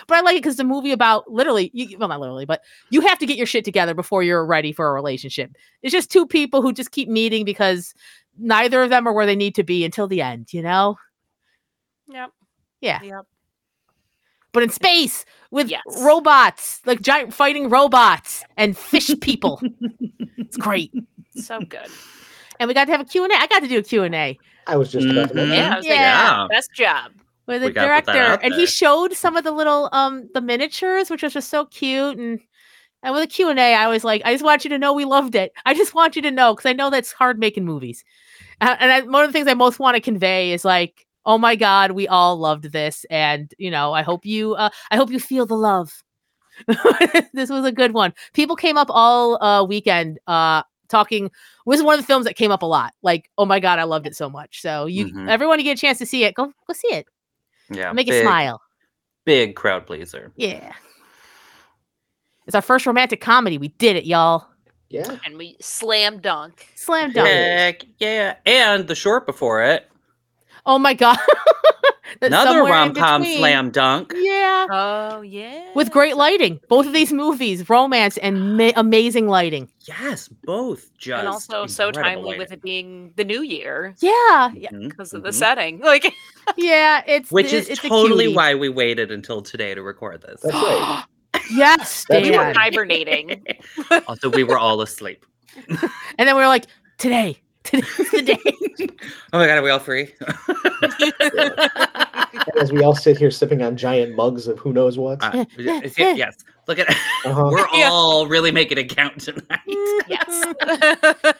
S2: But I like it because the movie about literally, you, well, not literally, but you have to get your shit together before you're ready for a relationship. It's just two people who just keep meeting because neither of them are where they need to be until the end, you know?
S3: Yep.
S2: Yeah.
S3: Yep.
S2: But in space with
S3: Yes.
S2: robots, like giant fighting robots and fish people. it's great.
S3: So good.
S2: And we got to have a Q&A. I got to do a Q&A.
S1: I was just about to
S4: Mhm.
S1: mention.
S3: Yeah. I was
S1: Um,
S3: like,
S4: Yeah.
S3: best job.
S2: with
S4: We
S2: the
S4: gotta put that
S2: director
S4: out
S2: and he
S4: there.
S2: showed some of the little um the miniatures which was just so cute and and with a q&a i was like i just want you to know we loved it i just want you to know because i know that's hard making movies A- and I, one of the things i most want to convey is like oh my god we all loved this and you know i hope you uh, i hope you feel the love this was a good one people came up all uh weekend uh talking was one of the films that came up a lot like oh my god i loved it so much so you
S4: Mhm.
S2: everyone you get a chance to see it go go see it
S4: Yeah,
S2: Make
S4: big,
S2: it smile.
S4: Big crowd pleaser.
S2: Yeah. It's our first romantic comedy. We did it, y'all.
S1: Yeah.
S3: And we slam dunk.
S2: Slam dunk.
S4: Heck yeah. And the short before it,
S2: Oh my god. That
S4: another
S2: somewhere in
S4: rom com
S2: between-
S4: slam dunk.
S2: Yeah.
S3: Oh yeah.
S2: With great lighting. Both of these movies, romance and ma- amazing lighting.
S4: Yes, both just.
S3: and also so
S4: incredible
S3: timely with
S4: lighting.
S3: it being the new year
S2: Yeah. Yeah.
S4: Mhm,
S3: because of the
S1: Mm-hmm.
S4: mhm.
S3: setting. Like
S2: yeah it's
S4: Which
S2: it-
S4: is
S2: it's a
S4: totally
S2: cutie.
S4: why we waited until today to record this.
S1: That's right.
S2: Yes,
S1: That's
S3: we were
S2: Dan.
S1: right.
S3: hibernating.
S4: also, we were all asleep.
S2: And then we were like, today. Today's the day.
S4: Oh my god, are we all free?
S1: And As we all sit here sipping on giant mugs of who knows what.
S4: Uh,
S2: yeah,
S4: yes,
S2: yeah. Oh.
S4: yes. Look at
S1: Uh-huh.
S4: we're
S3: Yeah.
S4: all really making a count tonight.
S3: yes.
S2: Oh, I,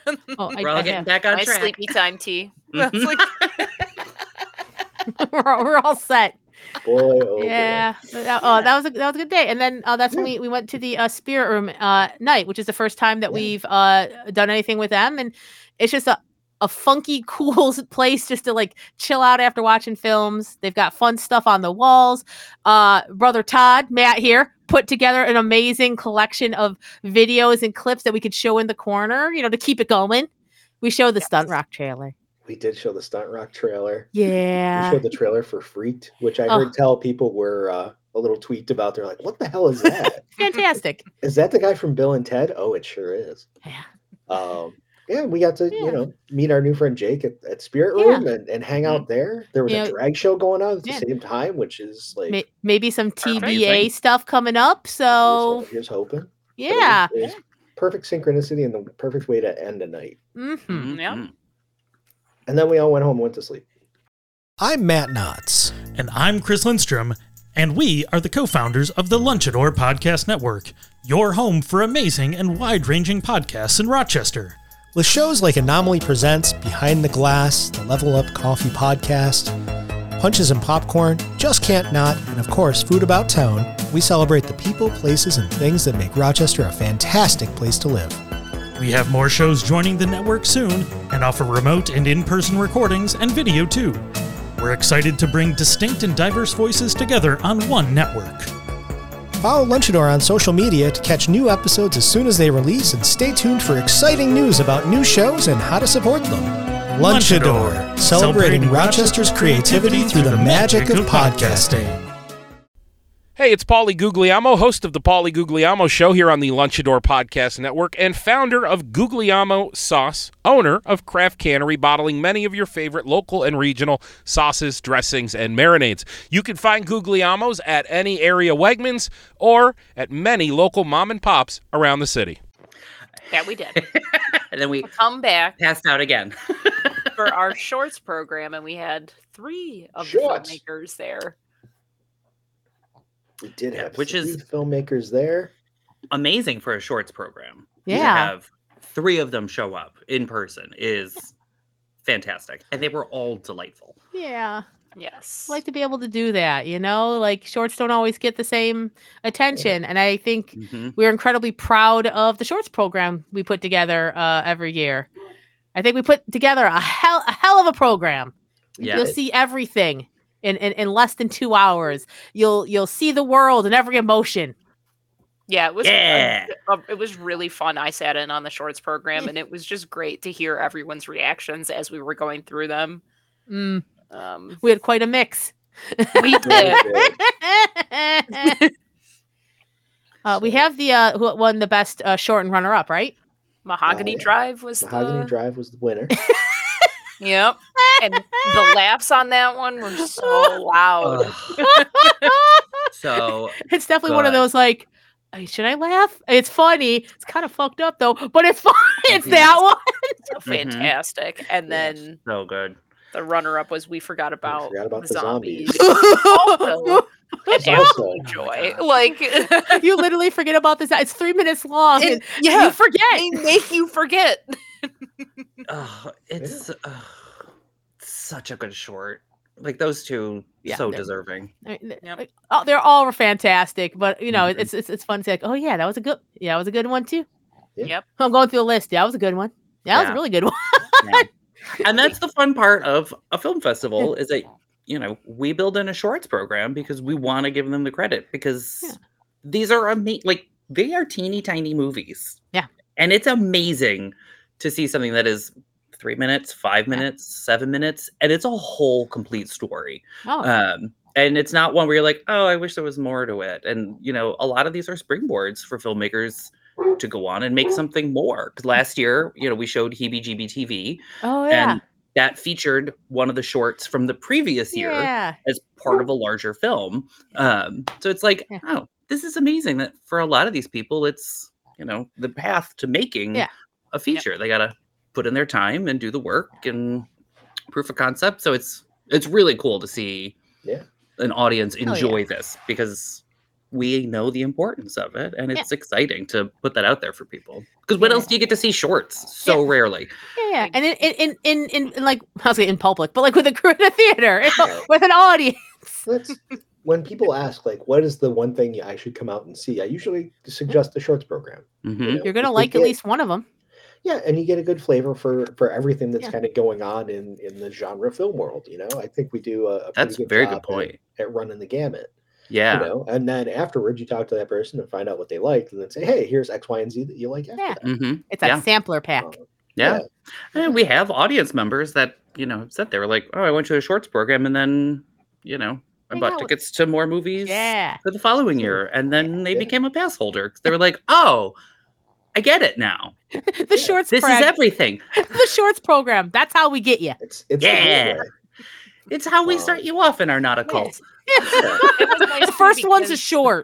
S4: We're all
S2: I
S4: getting
S2: have-
S4: back on
S3: My
S4: track.
S3: sleepy time tea.
S4: Mhm.
S1: Mm-hmm.
S2: we're, all- we're all set.
S1: Boy, oh boy.
S2: yeah. But that- Oh, that was a that was a good day. And then uh, that's when we, we went to the uh, spirit room uh, night, which is the first time that
S1: Yeah.
S2: we've uh, done anything with them, and it's just a a funky, cool s- place just to like chill out after watching films. They've got fun stuff on the walls. Uh, Brother Todd Matt here put together an amazing collection of videos and clips that we could show in the corner, you know, to keep it going. We showed the stunt rock trailer.
S1: We did show the stunt rock trailer. We
S2: Yeah.
S1: showed the trailer for Freaked, which I
S2: Oh.
S1: heard tell people were uh, a little tweaked about. They're like, "What the hell is that?
S2: Fantastic.
S1: is that the guy from Bill and Ted?" Oh, it sure is.
S2: Yeah.
S1: Um, yeah, we got to
S2: Yeah.
S1: you know meet our new friend Jake at, at Spirit
S2: Yeah. Mm-hmm.
S1: Room and, and hang out there. There was
S2: You
S1: a
S2: know-
S1: drag show going on at the
S2: Yeah.
S1: same time, which is like
S2: May- maybe some TBA
S4: amazing.
S2: stuff coming up. So
S1: here's, here's hoping. But it was-
S2: oh yeah,
S1: it was perfect synchronicity and the perfect way to end a night.
S2: hmm
S4: Mhm,
S3: Yeah.
S4: mhm.
S1: And then we all went home, and went to sleep.
S5: I'm Matt Knotts.
S6: And I'm Chris Lindstrom, and we are the co founders of the Lunchador Podcast Network, your home for amazing and wide ranging podcasts in Rochester.
S5: With shows like Anomaly Presents, Behind the Glass, the Level Up Coffee Podcast, Punches and Popcorn, Just Can't Not, and of course, Food About Town, we celebrate the people, places, and things that make Rochester a fantastic place to live.
S6: We have more shows joining the network soon and offer remote and in person recordings and video too. We're excited to bring distinct and diverse voices together on one network.
S5: Follow Lunchador on social media to catch new episodes as soon as they release and stay tuned for exciting news about new shows and how to support them. Lunchador, celebrating, Rochester's creativity through the magic of podcasting.
S7: Hey, it's Paulie Guglielmo, host of the Paulie Guglielmo Show here on the Lunchador Podcast Network and founder of Guglielmo Sauce, owner of Craft Cannery, bottling many of your favorite local and regional sauces, dressings, and marinades. You can find Guglielmo's at any area Wegmans or at many local mom and pops around the city.
S3: That we did.
S4: and then we
S3: Come back
S4: passed out again.
S3: for our shorts program, and we had three of
S1: Shorts.
S3: the filmmakers there.
S1: We did
S4: Yeah,
S1: have
S4: which
S1: some
S4: is-
S1: youth filmmakers there.
S4: Amazing for a shorts program. to
S2: Yeah.
S4: have three of them show up in person is fantastic. And they were all delightful.
S2: Yeah.
S3: Yes.
S2: I like to be able to do that, you know? Like shorts don't always get the same attention. And I think
S4: hmm
S2: we're incredibly proud of the shorts program we put together uh, every year. I think we put together a hell a hell of a program.
S4: Yeah.
S2: You'll see everything in, in, in less than two hours. You'll you'll see the world and every emotion.
S3: Yeah, it was.
S4: Yeah.
S3: uh, it was really fun. I sat in on the shorts program, and it was just great to hear everyone's reactions as we were going through them.
S2: Mm,
S3: Um,
S2: we had quite a mix.
S3: we did.
S1: Really good.
S2: uh, we have the uh, who won the best uh, short and runner up, right?
S3: Mahogany
S1: yeah.
S3: Drive was
S1: Mahogany
S3: the
S1: Drive was the winner.
S3: yep, and the laughs on that one were so
S2: Oh,
S3: loud.
S4: Ugh. so
S2: It's definitely one of
S4: God.
S2: those like, "Uh, should I laugh? It's funny. It's kind of fucked up though, but it's fun. It's
S4: Mhm.
S2: that one.
S3: So
S4: Mhm.
S3: fantastic. And
S1: Yes.
S3: then
S4: so good.
S3: the runner-up was we forgot about,
S1: forgot about
S3: the
S1: the zombies.
S3: zombies. Also, an
S1: Also-
S3: absolute joy. Like it,
S2: you literally forget about this. It's three minutes long. and
S3: yeah,
S2: You forget.
S3: they make you forget.
S4: Oh, it's ugh, such a good short. Like those two,
S2: Yeah,
S4: so
S2: they're-
S4: deserving.
S2: I mean, th-
S3: Yep.
S2: like, oh, they're all fantastic, but you know,
S4: Mhm.
S2: it's it's it's fun to like, oh yeah, that was a good, yeah, that was a good one too.
S1: Yeah.
S3: Yep.
S2: I'm going through the list. Yeah, that was a good one. Yeah, that was a
S4: Yeah.
S2: really good one.
S4: Yeah. and that's the fun part of a film festival is that you know we build in a shorts program because we want to give them the credit because
S2: Yeah.
S4: these are amazing like they are teeny tiny movies
S2: Yeah.
S4: and it's amazing to see something that is three minutes five minutes seven minutes and it's a whole complete story
S2: Oh,
S4: um and it's not one where you're like oh i wish there was more to it and you know a lot of these are springboards for filmmakers to go on and make something more 'Cause last year you know we showed heebie jeebie tv
S2: oh yeah.
S4: and that featured one of the shorts from the previous year
S2: Yeah.
S4: as part of a larger film. Um, so it's like,
S2: Yeah.
S4: oh, this is amazing that for a lot of these people, it's you know the path to making
S2: Yeah.
S4: a feature. They gotta put in their time and do the work and proof of concept. So it's it's really cool to see
S1: Yeah.
S4: an audience
S2: Oh, yeah.
S4: enjoy this because we know the importance of it and it's exciting to put that out there for people. Because what
S2: Yeah.
S4: else do you get to see shorts so rarely?
S2: Yeah, yeah. And in in, in in in like I was gonna say in public, but like with a crew in a theater, you know, with an audience.
S1: That's when people ask like, "What is the one thing I should come out and see?" I usually suggest the shorts program.
S4: Mhm.
S1: you know, because
S2: You're gonna
S1: they
S2: like at
S1: get-
S2: least one of them.
S1: yeah, and you get a good flavor for for everything that's
S2: Yeah.
S1: kind of going on in in the genre film world. You know, I think we do a, a pretty
S4: That's a very
S1: job
S4: good
S1: at-
S4: point.
S1: at, running the gamut.
S4: Yeah.
S1: You know, and then afterwards you talk to that person and find out what they liked, and then say, "Hey, here's X, Y, and Z that you like." After
S2: Yeah.
S1: that.
S4: hmm
S2: It's a
S4: Yeah.
S2: sampler pack.
S1: Um,
S4: Yeah.
S1: Yeah.
S4: And we have audience members that, you know, said they were like, oh, I went to a shorts program and then, you know, I
S2: Hang out
S4: bought
S2: with-
S4: tickets to more movies
S2: Yeah.
S4: for the following year. And then they
S1: Yeah.
S4: became a pass holder. 'cause They were like, oh, I get it now.
S2: The
S1: Yeah.
S2: shorts
S4: This
S2: prog-
S4: is everything.
S2: the shorts program. That's how we get you.
S1: It's it's the good
S4: Yeah.
S1: way.
S4: It's how we
S1: Wow.
S4: start you off in our nautical.
S3: Yes. It was nice
S2: the
S3: too
S2: first one's a
S3: because-
S2: short.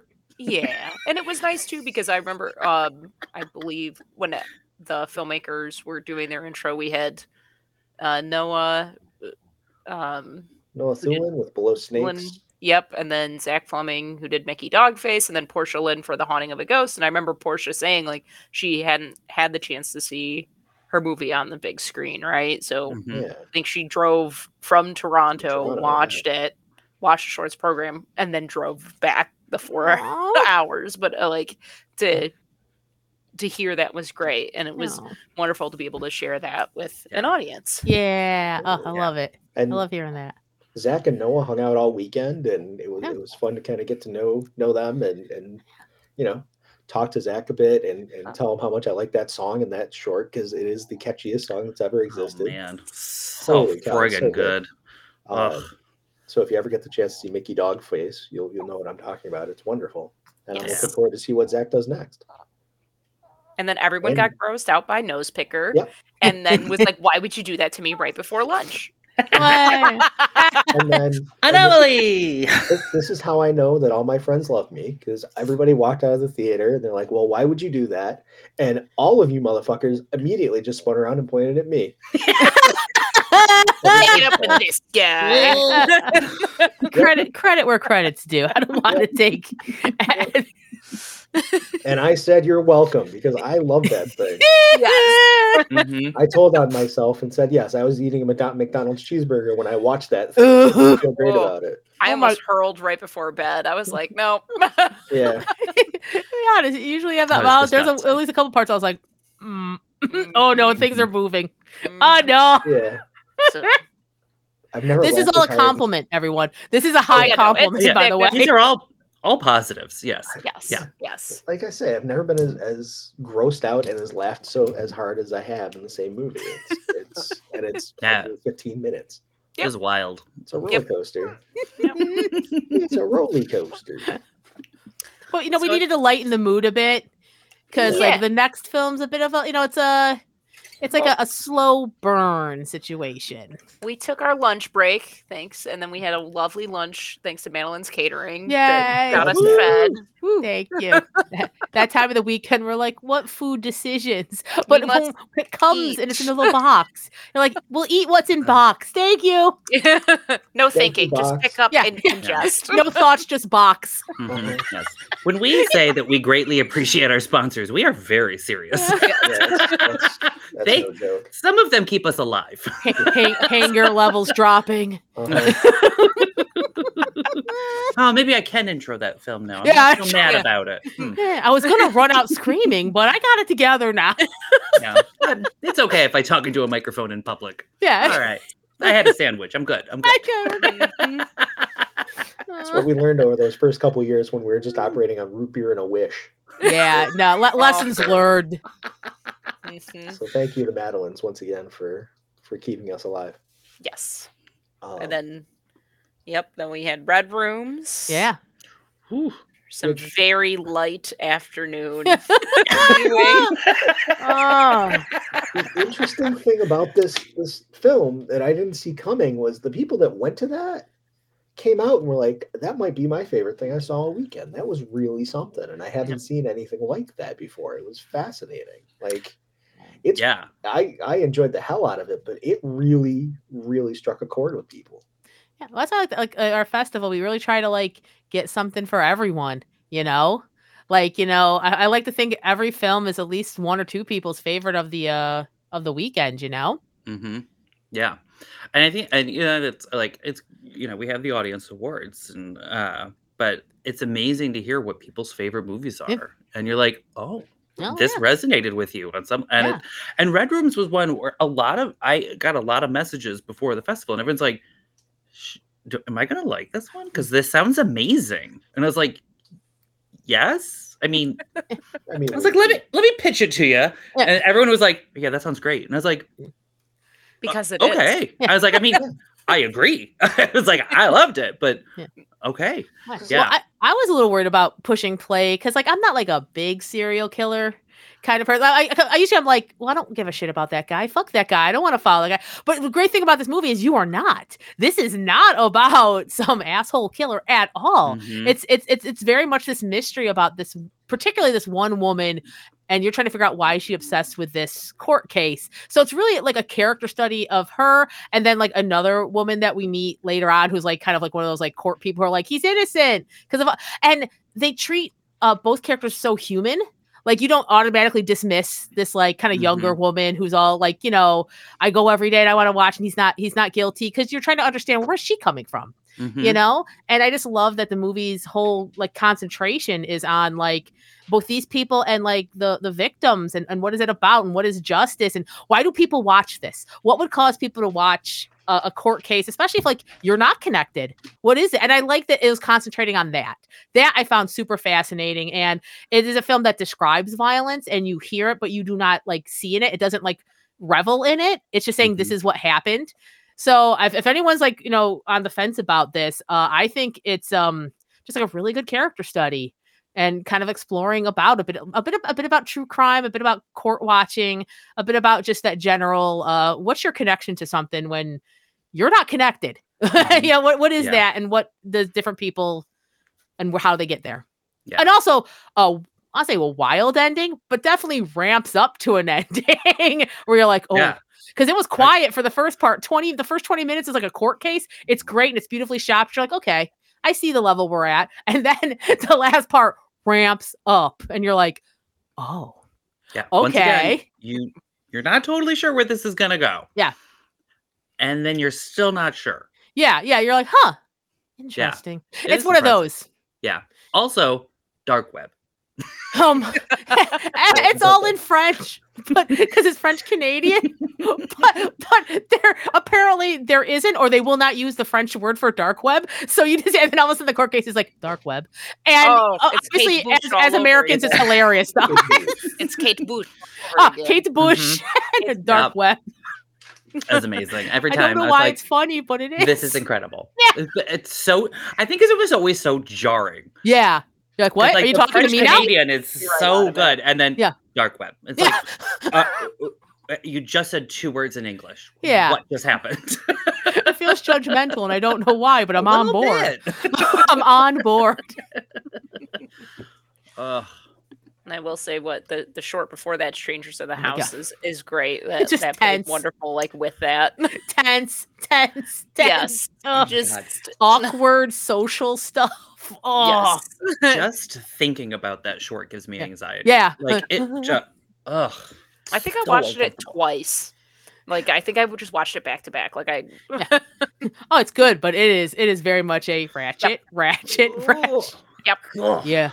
S3: Yeah, and it was nice too because I remember, um, I believe when it- the filmmakers were doing their intro, we had uh, Noah, uh, um,
S1: Noah
S3: We did-
S1: Thulin with Below
S3: Lynn-
S1: Snakes.
S3: yep, and then Zach Fleming who did Mickey Dogface, and then Portia Lynn for The Haunting of a Ghost. And I remember Portia saying like she hadn't had the chance to see her movie on the big screen, right? So
S4: Mhm.
S1: Yeah.
S3: I think she drove from Toronto,
S1: Mm. Toronto, yeah.
S3: watched it, watched the shorts program, and then drove back the four
S2: Aw.
S3: hours, but uh, like to to hear that was great, and it was
S2: No.
S3: wonderful to be able to share that with an audience.
S2: Yeah. Oh, I
S4: Yeah.
S2: love it. I
S1: And
S2: love hearing that.
S1: Zach and Noah hung out all weekend, and it was
S2: Yeah.
S1: it was fun to kind of get to know know them and and you know talk to Zach a bit and and tell him how much I like that song and that short because it is the catchiest song that's ever
S4: Oh,
S1: existed.
S4: man, so
S1: Holy cow,
S4: friggin'
S1: so good.
S4: good.
S1: Um,
S4: Ugh.
S1: so if you ever get the chance to see Mickey Dogface, you'll you'll know what I'm talking about. It's wonderful, and I'm
S3: Yes.
S1: looking forward to see what Zach does next.
S3: And then everyone got grossed out by nose picker,
S1: Yep.
S3: and then was like, "Why would you do that to me right before lunch?"
S1: And
S2: Way.
S1: then and this-
S4: Anomaly.
S1: this, this is how I know that all my friends love me because everybody walked out of the theater and they're like, "Well, why would you do that?" And all of you motherfuckers immediately just spun around and pointed at me.
S3: Make it up with this
S2: Oh
S3: guy.
S2: credit credit where credits due. I don't want to take.
S1: And I said, "You're welcome," because I love that thing.
S4: Mhm.
S1: I told on myself and said, "Yes, I was eating a McDo- McDonald's cheeseburger when I watched that." Thing. I
S2: Ooh.
S1: feel great
S3: Whoa.
S1: about it.
S3: I
S2: Oh my-
S3: almost hurled right before bed. I was like, "No."
S1: Yeah,
S2: to be honest, you usually have that.
S4: That
S2: Well,
S4: was
S2: there's a,
S4: disgusting.
S2: at least a couple parts I was like, mm, oh no, things are moving. Oh no.
S1: yeah.
S3: Mm-hmm. So-
S1: I've never.
S2: This is
S1: laughed
S2: all a
S1: as hard as-
S2: compliment, everyone. This is a high
S3: Oh, yeah, no, it's-
S2: compliment,
S4: yeah.
S2: by the way.
S4: These are all all positives. Yes.
S3: Yes.
S4: Yeah.
S3: Yes.
S1: Like I say, I've never been as, as grossed out and as laughed so as hard as I have in the same movie. It's, it's and it's
S4: Yeah.
S1: only 15 minutes.
S4: It was wild.
S1: It's a roller
S3: Yep.
S1: coaster.
S3: Yep.
S1: it's a roller coaster.
S2: But you know, we
S3: So-
S2: needed to lighten the mood a bit because
S3: Yeah.
S2: like the next film's a bit of a you know, it's a it's like a, a slow burn situation.
S3: We took our lunch break, thanks, and then we had a lovely lunch thanks to Madeline's catering.
S2: Yay.
S3: that Got us
S1: Woo.
S3: fed.
S2: Thank you. that, that time of the weekend, we're like, what food decisions? But when,
S3: must
S2: when it comes and it's in a little box. You're like, we'll eat what's in box. Thank you.
S3: no
S1: Thank you,
S3: thinking, just
S1: box.
S3: pick up
S2: Yeah.
S3: and ingest.
S2: No thoughts, just box.
S4: Mhm, yes. When we say that we greatly appreciate our sponsors, we are very serious.
S1: Yeah, that's, that's, that's
S4: They-
S1: no joke.
S4: Some of them keep us alive.
S2: Ha- ha- hanger levels dropping.
S1: Uh-huh.
S4: Oh, maybe I can intro that film now. I'm
S2: Yeah,
S4: not so
S2: actually,
S4: mad
S3: yeah.
S4: about it. Hmm,
S2: Yeah, I was gonna run out screaming, but I got it together now.
S4: no. But It's okay if I talk into a microphone in public.
S2: Yeah,
S4: All right. I had a sandwich. I'm good. I'm
S2: I
S4: good.
S2: got it.
S1: That's what we learned over those first couple years when we were just operating on root beer and a wish.
S2: Yeah, no,
S4: Oh,
S2: le- lessons learned.
S3: Mhm.
S1: So thank you to Madeline's once again for for keeping us alive.
S3: Yes.
S1: Um,
S3: And then, yep. Then we had red rooms.
S2: Yeah.
S4: Whew.
S3: Some
S1: Which-
S3: very light afternoon.
S2: oh,
S1: the interesting thing about this this film that I didn't see coming was the people that went to that came out and were like, "That might be my favorite thing I saw all weekend. That was really something, and I haven't seen anything like that before. It was fascinating. Like, it's
S4: Yeah.
S1: I I enjoyed the hell out of it, but it really really struck a chord with people.
S2: yeah. well, that's how like, like uh, our festival. We really try to like get something for everyone. You know, like you know, I, I like to think every film is at least one or two people's favorite of the uh of the weekend. You know.
S4: Mm-hmm. Yeah, and I think, and you know, it's like it's you know we have the audience awards, and uh, but it's amazing to hear what people's favorite movies are,
S2: Yeah.
S4: and you're like, oh,
S2: Oh,
S4: this
S2: yeah.
S4: resonated with you on some, and it, and Red Rooms was one where a lot of I got a lot of messages before the festival, and everyone's like, "Sh- do, am I gonna like this one? Because this sounds amazing, and I was like, yes. I mean,
S1: I mean,
S4: I was like, let me let me pitch it to you, and everyone was like, yeah, that sounds great, and I was like,
S3: because it is.
S4: okay. I was like, I mean, I agree. I was like, I loved it, but
S2: Yeah.
S4: okay.
S2: Right.
S4: Yeah.
S2: Well, I, I was a little worried about pushing play because, like, I'm not like a big serial killer kind of person. I, I, I usually I'm like, well, I don't give a shit about that guy. Fuck that guy. I don't want to follow that guy. But the great thing about this movie is you are not. This is not about some asshole killer at all.
S4: Mhm.
S2: It's it's it's it's very much this mystery about this, particularly this one woman, and you're trying to figure out why is she obsessed with this court case. So it's really like a character study of her, and then like another woman that we meet later on, who's like kind of like one of those like court people who are like he's innocent because of and they treat uh both characters so human. Like you don't automatically dismiss this like kind of younger woman who's all like, you know, I go every day and I want to watch and he's not he's not guilty because you're trying to understand where's she coming from,
S4: Mm-hmm.
S2: you know? And I just love that the movie's whole like concentration is on like both these people and like the the victims and, and what is it about and what is justice and why do people watch this? What would cause people to watch a, a court case, especially if like you're not connected? What is it? And I like that it was concentrating on that. That I found super fascinating. And it is a film that describes violence and you hear it, but you do not like see in it. It doesn't like revel in it. It's just saying this is what happened. So if, if anyone's like, you know, on the fence about this, uh, I think it's um just like a really good character study and kind of exploring about a bit a bit a bit about true crime, a bit about court watching, a bit about just that general uh what's your connection to something when you're not connected. yeah, what what is
S4: Yeah.
S2: that and what does different people and wh- how they get there.
S4: Yeah.
S2: And also uh I'll say a wild ending, but definitely ramps up to an ending where you're like, oh,
S4: Yeah.
S2: because it was quiet for the first part. 20, the first 20 minutes is like a court case. It's great and it's beautifully shot. but You're like, okay, I see the level we're at. And then the last part ramps up and you're like, oh,
S4: Yeah. Once again,
S2: Okay.
S4: you you're not totally sure where this is gonna go.
S2: Yeah.
S4: And then you're still not sure.
S2: yeah, yeah. You're like, huh, interesting.
S4: It
S2: it's
S4: is
S2: one of
S4: impressive.
S2: those.
S4: Also, dark web.
S2: Um, it's all in French, but because it's French Canadian. but but there apparently there isn't, or they will not use the French word for dark web. So you just and then all of a sudden the court case is like dark web, and
S3: Oh,
S2: uh,
S3: it's Kate
S2: obviously
S3: Bush
S2: as,
S3: all
S2: as
S3: over
S2: Americans it's
S3: again.
S2: hilarious. though.
S3: It's Kate Bush.
S2: Ah,
S3: Very good.
S2: Kate Bush and the dark
S4: Yep.
S2: web.
S4: That's amazing. Every
S2: I
S4: time
S2: don't
S4: I
S2: know
S4: was
S2: why
S4: like,
S2: it's funny, but it is.
S4: this is incredible. It's, it's so I think 'cause it was always so jarring. 'Cause,
S2: yeah. You're like, what
S4: like,
S2: are you
S4: the
S2: talking
S4: French
S2: to me now?
S4: Canadian is
S3: You're right out
S4: so
S3: of it.
S4: good. And then
S2: Yeah.
S4: dark web. It's
S2: Yeah.
S4: like uh, uh, you just said two words in English.
S2: Yeah.
S4: What just happened?
S2: It feels judgmental, and I don't know why, but I'm
S4: A
S2: on
S4: little
S2: board.
S4: bit.
S2: I'm on board.
S4: Ugh.
S3: And I will say what the, the short before that, Strangers of the
S2: my God.
S3: House, is, is great. That,
S2: just
S3: that played
S2: tense.
S3: wonderful, like with that.
S2: Tense, tense, Oh tense.
S3: yes.
S2: Ugh.
S3: Just
S2: awkward social stuff. Oh,
S3: yes.
S4: just thinking about that short gives me anxiety.
S2: Yeah.
S4: Like it just ugh.
S3: I think I
S4: so
S3: watched it
S4: uncomfortable.
S3: twice. Like I think I would just watched it back to back. Like I
S2: oh, it's good, but it is it is very much a ratchet, ratchet, ratchet.
S3: Yep.
S4: Ugh.
S2: Yeah.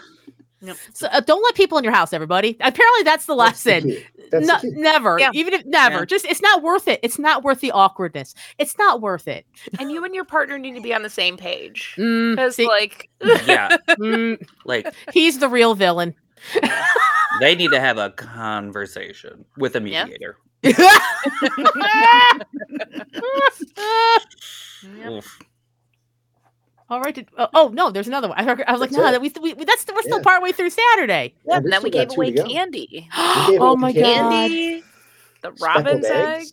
S3: Yep.
S2: So uh, don't let people in your house, everybody. Apparently, that's the
S1: That's the
S2: lesson.
S1: key. That's
S2: no,
S1: the key.
S2: never,
S3: Yeah.
S2: even if never,
S4: Yeah.
S2: just it's not worth it. It's not worth the awkwardness. It's not worth it.
S3: and you and your partner need to be on the same page.
S2: Mm,
S3: Because
S2: see,
S3: like
S4: yeah.
S2: mm,
S4: Like
S2: he's the real villain.
S4: they need to have a conversation with a
S3: Yeah.
S4: mediator.
S3: Yep.
S4: Oof.
S2: All right. Did, oh, oh, no, there's another one. I, I was like,
S1: That's
S2: no,
S1: it.
S2: that we, we we- that's we're still
S1: Yeah.
S2: partway through Saturday.
S1: Yeah,
S3: and then we
S1: still got
S3: gave
S1: two to
S3: away
S1: go.
S3: candy.
S1: gave
S2: oh
S1: away
S2: my
S1: the
S2: god!
S3: Candy. The
S1: Speckled
S3: robin's
S1: eggs.
S3: eggs.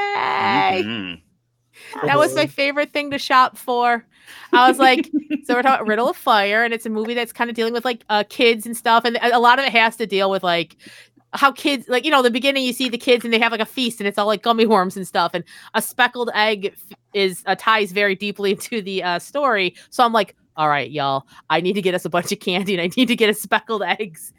S2: Yay!
S4: Mhm.
S2: That was my
S1: Mhm.
S2: favorite thing to shop for. I was like, so we're talking about Riddle of Fire, and it's a movie that's kind of dealing with like uh, kids and stuff, and a a lot of it has to deal with like how kids, like you know, the beginning you see the kids and they have like a feast, and it's all like gummy worms and stuff, and a speckled egg f- is uh, ties very deeply to the uh, story. So I'm like, all right, y'all, I need to get us a bunch of candy, and I need to get us speckled eggs.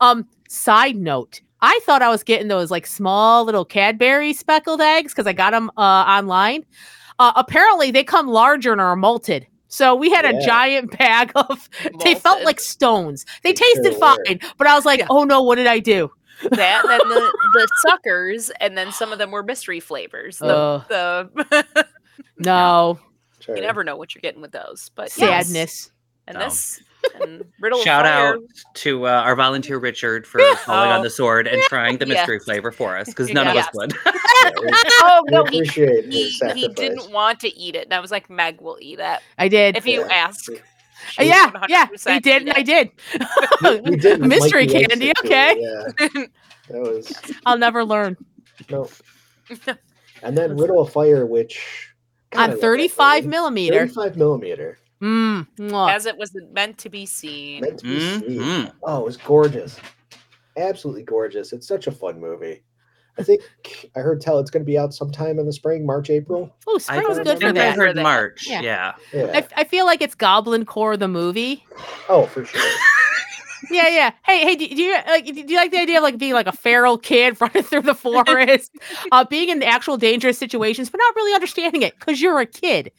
S2: Um, side note. I thought I was getting those like small little Cadbury speckled eggs because I got them uh, online. Uh, apparently, they come larger and are molted. So we had a
S1: Yeah.
S2: giant bag of. They felt
S3: Molted.
S2: like stones. They,
S1: They sure
S2: tasted
S1: were.
S2: fine, but I was like,
S3: Yeah.
S2: "Oh no, what did I do?"
S3: that and then the, the suckers and then some of them were mystery flavors. The,
S2: Ugh.
S3: the
S2: No
S1: Oh. Sure. Oh.
S3: you never know what you're getting with those. But yes.
S2: sadness.
S3: and
S4: No.
S3: this and riddle of
S4: Shout
S3: fire.
S4: out to uh, our volunteer Richard for calling on
S3: Oh.
S4: the sword and trying the
S3: Yeah.
S4: mystery flavor for us because none of us
S3: Yes.
S4: would.
S1: Yeah, we-
S3: Oh
S1: we
S3: no, he,
S1: appreciate
S3: he,
S1: his sacrifice.
S3: he didn't want to eat it, and I was like, Meg will eat it
S2: I did.
S3: if you
S1: Yeah.
S3: ask.
S2: Uh,
S1: She-
S2: yeah, yeah, he
S3: 100%
S2: did, and I did.
S1: we did like
S2: Mystery
S1: the
S2: candy,
S1: exit too,
S2: okay.
S1: Yeah. That was
S2: I'll never learn.
S1: no. And then Riddle of Fire, which God, I
S2: On
S1: love that Mm-hmm.
S2: 35
S1: movie.
S2: millimeter.
S1: 35 millimeter.
S2: Mm. mwah.
S3: As it was meant to be seen.
S1: Meant to be
S2: Mm-hmm.
S1: seen.
S4: Mhm.
S1: Oh, it was gorgeous. Absolutely gorgeous. It's such a fun movie. I think I heard tell it's going to be out sometime in the spring, March, April.
S2: Oh,
S4: I
S2: spring was
S1: don't
S2: good for
S4: think I
S2: that.
S4: heard
S3: that.
S4: March.
S2: Yeah.
S4: Yeah.
S1: Yeah.
S2: I, I feel like it's Goblin Core the movie.
S1: Oh, for sure.
S2: yeah, yeah. Hey, hey, do, do you like? Do you like the idea of like being like a feral kid running through the forest, uh, being in actual dangerous situations, but not really understanding it because you're a kid?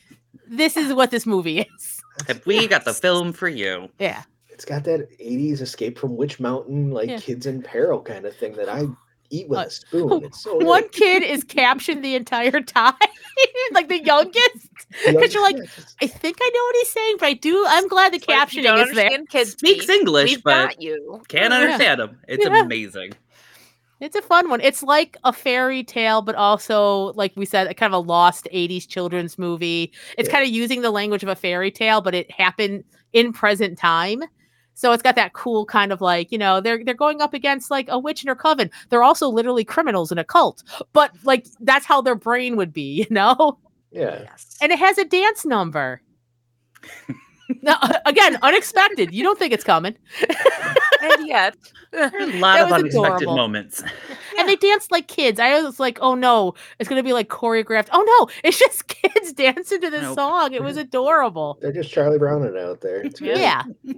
S2: This is what this movie is.
S4: Have we got the film for you?
S2: Yeah.
S1: It's got that '80s Escape from Witch Mountain, like
S2: Yeah.
S1: kids in peril kind of thing that I eat with
S2: Uh,
S1: a spoon. It's so
S2: One kid is captioned the entire time, like the youngest. because you're like, I think I know what he's saying, but I do. I'm glad the
S3: It's like, you
S2: captioning
S3: don't
S2: is there.
S3: understand Kids
S4: Speaks
S3: speak.
S4: English,
S3: We've
S4: but
S3: got you.
S4: can't
S2: Yeah.
S4: understand him. It's
S2: Yeah.
S4: amazing.
S2: It's a fun one. It's like a fairy tale, but also, like we said, a kind of a lost 80s children's movie. It's
S1: Yeah.
S2: kind of using the language of a fairy tale, but it happened in present time. So it's got that cool kind of like, you know, they're they're going up against like a witch and her coven. They're also literally criminals in a cult. But like that's how their brain would be, you know?
S1: yeah,
S2: And it has a dance number. now, again, unexpected. You don't think it's coming.
S3: and yet,
S4: There are a lot
S2: That
S4: of
S2: was
S4: unexpected
S2: adorable.
S4: moments.
S2: and they danced like kids. I was like, oh no, it's gonna be like choreographed. Oh no, it's just kids dancing to this
S4: Nope.
S2: song. It was adorable.
S1: they're just Charlie Browning out there. It's good.
S2: Yeah, yeah.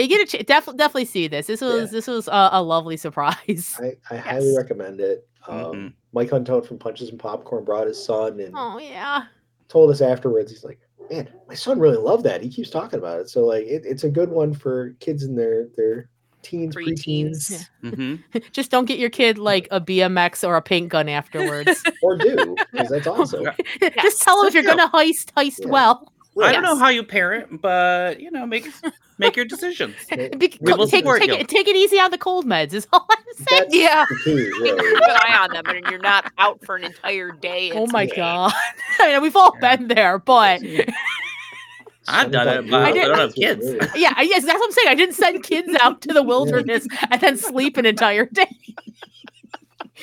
S2: You get a ch- definitely definitely see this. This was
S1: Yeah.
S2: this was a, a lovely surprise.
S1: I, I highly
S3: Yes.
S1: recommend it. Um,
S4: Mhm.
S1: Mike Huntone from Punches and Popcorn brought his son and
S2: Oh yeah,
S1: told us afterwards. He's like, "Man, my son really loved that. He keeps talking about it." So like, it, it's a good one for kids in their their teens, preteens,
S3: preteens.
S4: hmm
S2: just don't get your kid like a BMX or a paint gun afterwards.
S1: or do because that's awesome.
S4: Yeah.
S2: just tell them if you're
S4: Yeah.
S2: gonna heist, heist
S1: Yeah.
S2: well.
S4: I don't know
S3: Yes.
S4: how you parent, but you know, make make your decisions.
S1: Right.
S2: Be-
S4: We will
S2: take,
S4: support
S2: take
S4: you.
S2: it, take it easy on the cold meds. Is all I'm saying.
S1: That's
S3: yeah,
S1: the key, really.
S3: keep an eye on them, and you're not out for an entire day.
S2: Oh
S3: It's
S2: my
S1: Yeah.
S2: god! I mean, we've all
S4: Yeah.
S2: been there, but
S4: I've done it, but
S2: I
S4: I
S2: didn't-
S4: don't have kids.
S2: Yeah, I- yes, that's what I'm saying. I didn't send kids out to the wilderness and then sleep an entire day.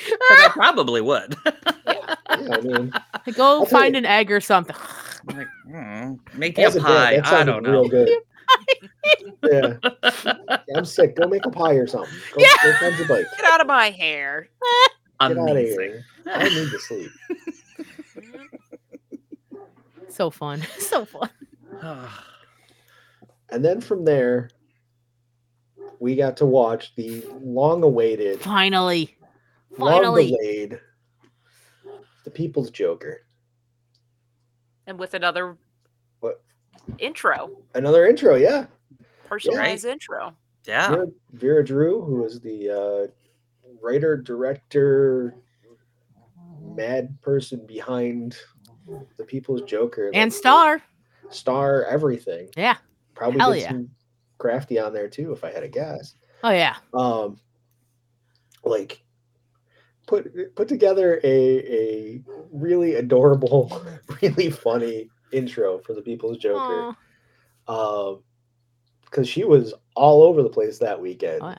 S4: 'Cause I probably would.
S1: Yeah, I mean,
S2: Go
S1: I'll tell
S2: find
S1: you-
S2: an egg or something.
S4: I'm like, mm, make you
S1: as
S4: a
S1: a dad,
S4: pie.
S1: that
S4: I
S1: sounded
S4: don't
S1: real
S4: know.
S1: good. yeah. Yeah, I'm sick. Go make a pie or something. Go, yeah. go find your bike.
S3: Get out of my hair.
S1: Get out of
S4: Amazing.
S1: here. I need to sleep.
S3: Mm-hmm.
S2: So fun. So fun.
S1: And then from there, we got to watch the long-awaited,
S2: Finally. Finally.
S1: long-delayed, The People's Joker.
S3: And with another
S1: What?
S3: intro,
S1: Another intro, yeah.
S3: personalized intro.
S2: Ah.
S4: yeah.
S1: Vera, Vera Drew, who was the uh, writer, director, mad person behind The People's Joker.
S2: And
S1: like,
S2: star.
S1: star everything.
S2: Yeah.
S1: Probably
S2: Hell
S1: did
S2: yeah.
S1: some crafty on there too, if I had a guess.
S2: Oh yeah.
S1: Um like put put together a a really adorable, really funny intro for the People's Joker.
S2: Aw.
S1: Um because she was all over the place that weekend.
S2: Oh, yeah.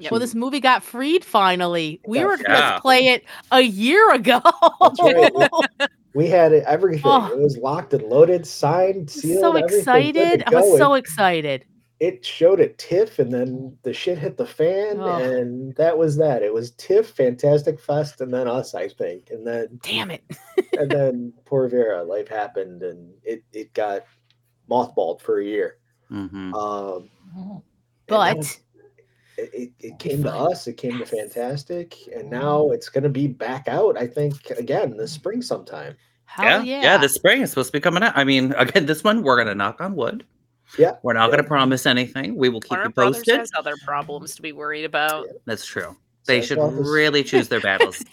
S3: Yep.
S2: Well, this movie got freed finally. We
S1: Yeah.
S2: were gonna
S4: Yeah.
S2: play it a year ago.
S1: That's right. We had it- everything.
S2: Oh.
S1: It was locked and loaded, signed, sealed.
S2: so
S1: everything good to
S2: excited. I
S1: go.
S2: was
S1: It
S2: so excited.
S1: it showed at TIFF and then the shit hit the fan
S2: Ugh.
S1: and that was that. It was TIFF, Fantastic Fest, and then us, I think. And then
S2: Damn it.
S1: and then poor Vera, life happened and it, it got mothballed for a year.
S3: Mm.
S4: hmm
S1: Um
S3: Oh.
S1: and now
S2: But
S1: it, it, it came to us, it came to Fantastic,
S3: Mm.
S1: and now it's gonna be back out, I think, again this spring sometime.
S2: hell Oh, yeah.
S4: yeah. This spring is supposed to be coming out. I mean, again, this one we're gonna knock on wood.
S1: Yeah,
S4: We're not
S1: yeah.
S4: gonna promise anything. We will keep
S3: Warner
S4: you
S3: Brothers
S4: posted.
S3: has other problems to be worried about.
S4: That's true. They
S1: So I
S4: should
S1: thought this-
S4: really choose their battles.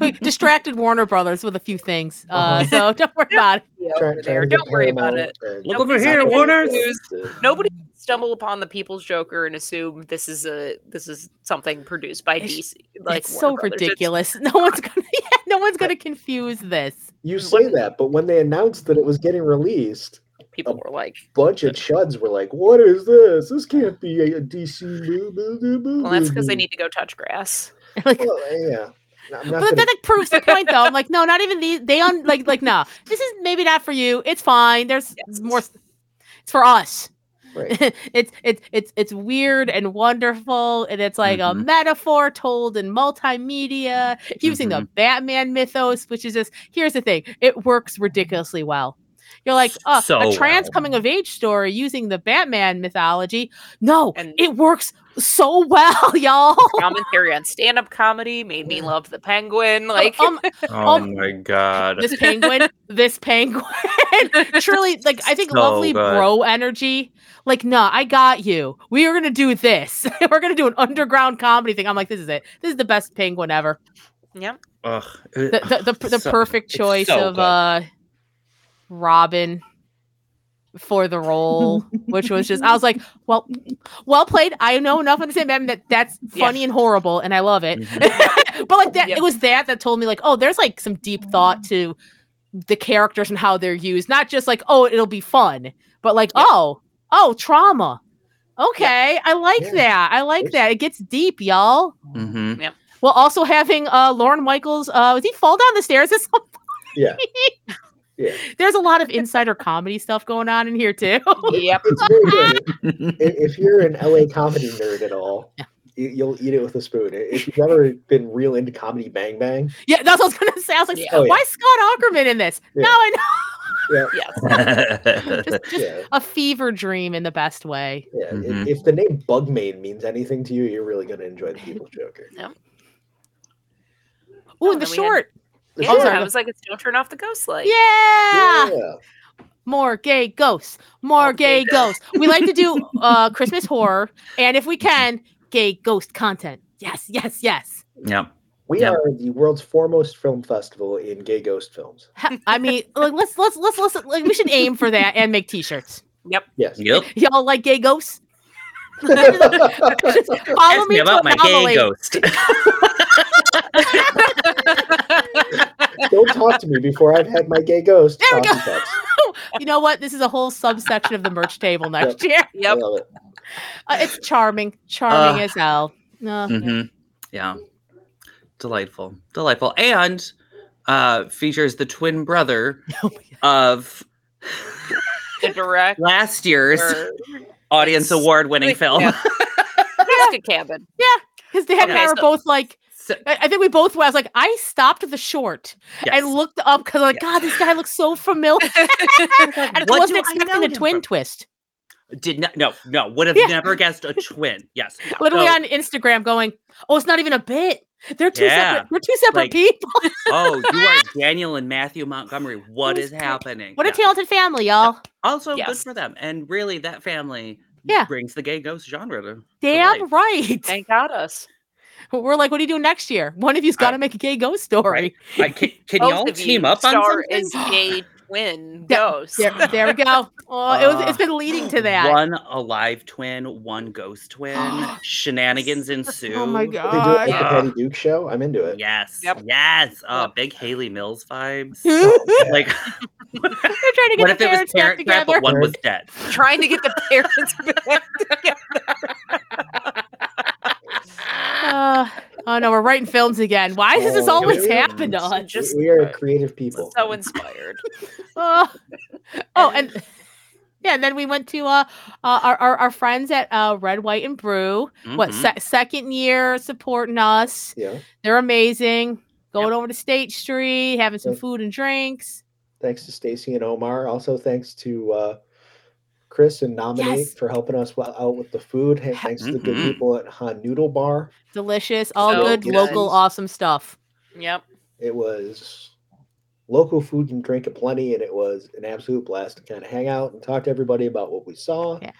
S2: We distracted Warner Brothers with a few things.
S1: Uh-huh.
S2: Uh, so don't worry about it.
S3: Yeah,
S1: try-
S3: over
S1: try
S3: there.
S1: to get
S3: Don't worry about
S1: Paramount
S3: it.
S1: and-
S4: Look over
S3: Nobody's
S4: here,
S3: gonna
S4: Warner.
S3: confused.
S1: to-
S3: Nobody can stumble upon the People's Joker and assume this is a this is something produced by
S2: It's-
S3: DC. Like
S2: it's
S3: Warner
S2: so
S3: Brothers. It's-
S2: ridiculous. No one's gonna yeah, no one's gonna confuse this.
S1: You say that, but when they announced that it was getting released,
S4: Oh.
S3: people were like,
S1: bunch of chuds were like, "What is this? This can't be a, a DC movie."
S3: "Well, that's
S4: Mm-hmm.
S3: because they need to go touch grass."
S2: Like,
S1: Well, yeah, No, I'm not
S2: but
S1: gonna-
S2: that like, proves the point though. I'm like, no, not even these they on like like nah. This is maybe not for you. It's fine. There's
S3: Yes.
S2: more s- it's for us.
S1: right.
S2: it's it's it's it's weird and wonderful and it's like a
S4: Mhm.
S2: metaphor told in multimedia
S4: Mm-hmm.
S2: using the Batman mythos, which is just here's the thing, it works ridiculously well. You're like, uh,
S4: So
S2: a trans
S4: well.
S2: coming of age story using the Batman mythology. No,
S3: And-
S2: it works so well, y'all.
S3: Commentary on stand up comedy made me love the penguin. Like,
S2: um,
S4: Oh
S2: Um,
S4: my god.
S2: this penguin, this penguin. Truly, like I think
S4: So
S2: lovely
S4: good.
S2: bro energy. Like, nah, I got you. We are gonna do this. We're gonna do an underground comedy thing. I'm like, this is it. This is the best penguin ever.
S4: Ugh.
S2: The the, the, the
S4: So-
S2: perfect
S4: it's
S2: choice
S4: so
S2: of
S4: good.
S2: uh Robin for the role, which was just I was like, well, well played. I know enough to understand Batman that that's
S3: Yeah.
S2: funny and horrible, and I love it.
S4: Mhm.
S2: but like that,
S3: Yep.
S2: it was that that told me like, oh, there's like some deep thought to the characters and how they're used, not just like, oh, it'll be fun, but like, oh, oh, trauma. Okay, I like
S1: Yeah.
S2: that. I like
S1: There's-
S2: that. It gets deep, y'all.
S4: Mhm.
S2: While also having uh Lauren Michaels, uh, did he fall down the stairs? This
S1: Yeah. Yeah.
S2: There's a lot of insider comedy stuff going on in here too.
S3: yep.
S1: It's very good. I- if you're an LA comedy nerd at all, you, you'll eat it with a spoon. I- If you've ever been real into comedy Bang Bang,
S2: yeah, that's what I was gonna say. I was like,
S3: Yeah.
S1: Oh, yeah.
S2: why is Scott Ackerman in this?
S1: Yeah.
S2: No, I
S3: Yes.
S2: know. Just, just
S1: yeah,
S2: a fever dream in the best way.
S1: yeah. i-
S4: Mhm.
S1: If the name Bugmain means anything to you, you're really gonna enjoy the People Joker.
S2: Ooh,
S3: Oh,
S2: and the
S3: then we had-
S2: short.
S1: The
S3: Yeah,
S2: Oh,
S1: short-
S2: sorry,
S3: I was like, it's don't turn off the ghost light.
S2: Yeah!
S1: yeah.
S2: more gay ghosts, more
S3: All
S2: gay
S3: gay
S2: ghosts. We like to do uh Christmas horror, and if we can, gay ghost content. Yes, yes, yes.
S4: Yep.
S1: We
S4: Yeah.
S1: are the world's foremost film festival in gay ghost films.
S2: Ha- I mean, like, let's let's let's let's like, we should aim for that and make T-shirts.
S1: Yes.
S4: Yep.
S2: Y'all like gay ghosts?
S1: That's
S2: Just follow
S4: Ask
S2: me
S4: me
S2: to
S4: about my gay
S2: anomaly.
S4: ghost.
S1: Don't talk to me before I've had my gay ghost.
S2: There we
S1: coffee cups.
S2: You know what? This is a whole subsection of the merch table next year.
S1: I
S3: Yep.
S1: love it.
S2: Uh, it's charming, charming
S4: Uh,
S2: as hell. No,
S4: Mhm. Yeah. Delightful. Delightful. And uh features the twin brother
S3: Oh
S4: of
S3: The direct.
S4: last year's
S3: or-
S4: audience
S3: It's-
S4: award winning
S3: like,
S4: film.
S3: yeah. Nebraska cabin.
S2: his dad and I
S3: Okay,
S2: were
S3: so-
S2: both like,
S4: So-
S2: I I think we both were. I was like, I stopped the short
S4: yes.
S2: and looked up because like,
S4: Yes.
S2: God, this guy looks so familiar. and I
S4: "What
S2: wasn't
S4: do I
S2: expecting
S4: know
S2: a
S4: him
S2: twin
S4: from?"
S2: twist.
S4: did not no no would have
S2: Yeah.
S4: never guessed a twin. Yes.
S2: Literally
S4: So-
S2: on Instagram going, Oh, it's not even a bit. They're two
S4: Yeah.
S2: separate, we're two separate
S4: Like,
S2: people.
S4: oh, you are Daniel and Matthew Montgomery. What
S2: Who's
S4: is
S2: that?
S4: happening?
S2: What a
S4: Yeah.
S2: talented family, y'all.
S4: Also good
S3: Yes.
S4: for them. And really that family
S2: Yeah.
S4: brings the gay ghost genre to
S2: Damn right.
S3: Thank God us.
S2: We're like, what do you do next year? One of you's got to
S4: I-
S2: make a gay ghost story.
S4: Like, can, can
S3: Both
S4: y'all
S3: of you
S4: team up on
S3: star
S4: something?
S3: is gay twin
S2: Yeah,
S3: ghost.
S2: There, there we go. Oh, it was,
S4: Uh,
S2: it's been leading to that.
S4: One alive twin, one ghost twin. Shenanigans ensue.
S2: oh my
S1: They do it
S2: god.
S1: like the
S4: Ah.
S1: Patty Duke show. I'm into it.
S4: Yes.
S3: Yep.
S4: Yes. Oh,
S3: Yep.
S4: big Haley Mills vibes.
S2: They're
S4: like,
S2: trying to get
S4: what
S2: the
S4: if it was
S2: parents back
S4: parent trap,
S2: together.
S4: but one was dead?
S3: Trying to get the parents back together.
S2: Uh, oh no, we're writing films again. Why does this
S1: Oh,
S2: always
S1: yeah.
S2: happen to us?
S3: Just
S1: we are creative people.
S3: so inspired.
S2: Oh, oh, and yeah, and then we went to uh, uh our, our our friends at uh Red White and Brew. What
S4: Mhm.
S2: se- second year supporting us?
S1: yeah.
S2: They're amazing. Going over to State Street, having some
S1: Yep.
S2: food and drinks.
S1: Thanks to Stacy and Omar. Also, thanks to uh, Chris and Nominate
S2: Yes.
S1: for helping us wa- out with the food. Hey,
S2: Ha-
S1: thanks to the good
S3: Mm-hmm.
S4: Mhm.
S1: people at Han Noodle Bar.
S2: Delicious, all
S3: So
S2: good,
S1: good.
S2: local, awesome stuff.
S3: Yep.
S1: It was local food and drink aplenty, and it was an absolute blast to kind of hang out and talk to everybody about what we saw.
S2: Yeah.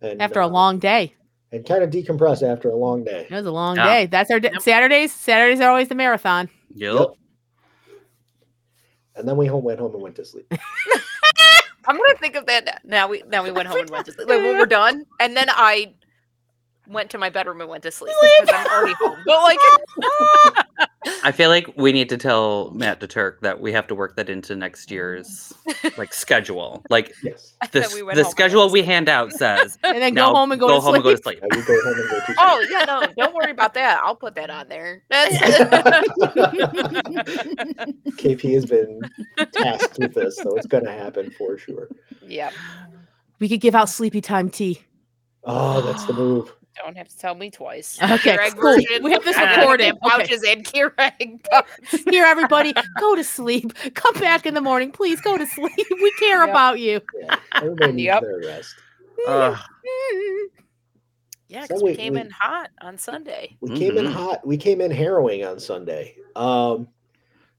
S1: And,
S2: After a
S1: uh,
S2: long day,
S1: and kind of decompress after a long day.
S2: it was a long
S4: Yeah.
S2: day. That's our day.
S3: Yep.
S2: Saturdays. Saturdays are always the marathon.
S4: Yep.
S1: Yep. And then we home went home and went to sleep.
S3: I'm gonna think of that now. now. We now we went home and went to sleep. Like when we're done, and then I went to my bedroom and went to sleep because I'm already home. But like,
S4: I feel like we need to tell Matt DeTurk that we have to work that into next year's like schedule. Like
S1: Yes.
S4: the,
S3: that
S4: s-
S3: we went
S4: the
S3: home and
S4: schedule
S3: went to
S4: we hand out says
S2: And then
S4: now
S2: go home and go, to
S4: home
S2: sleep.
S4: and go to sleep.
S1: I would go home and go to sleep.
S3: oh yeah, no, don't worry about that. I'll put that on there. That's
S1: KP has been tasked with this, so it's going to happen for sure.
S3: yeah.
S2: We could give out sleepy time tea.
S1: Oh, that's the move.
S3: Don't have to tell me twice.
S2: Okay,
S3: Keurig
S2: cool.
S3: version.
S2: We have this
S3: I got
S2: recorded.
S3: goddamn
S2: Okay.
S3: Pouches and Keurig. pouch.
S2: Here, everybody, go to sleep. Come back in the morning, please. Go to sleep. We care
S3: Yep.
S2: about you.
S1: Yeah, everybody needs
S3: Yep.
S1: their rest.
S4: Ugh.
S3: Yeah,
S1: So
S3: because
S1: we-
S3: we came
S1: we-
S3: in hot on Sunday.
S1: We came in
S4: Mhm.
S1: hot. We came in harrowing on Sunday. Um,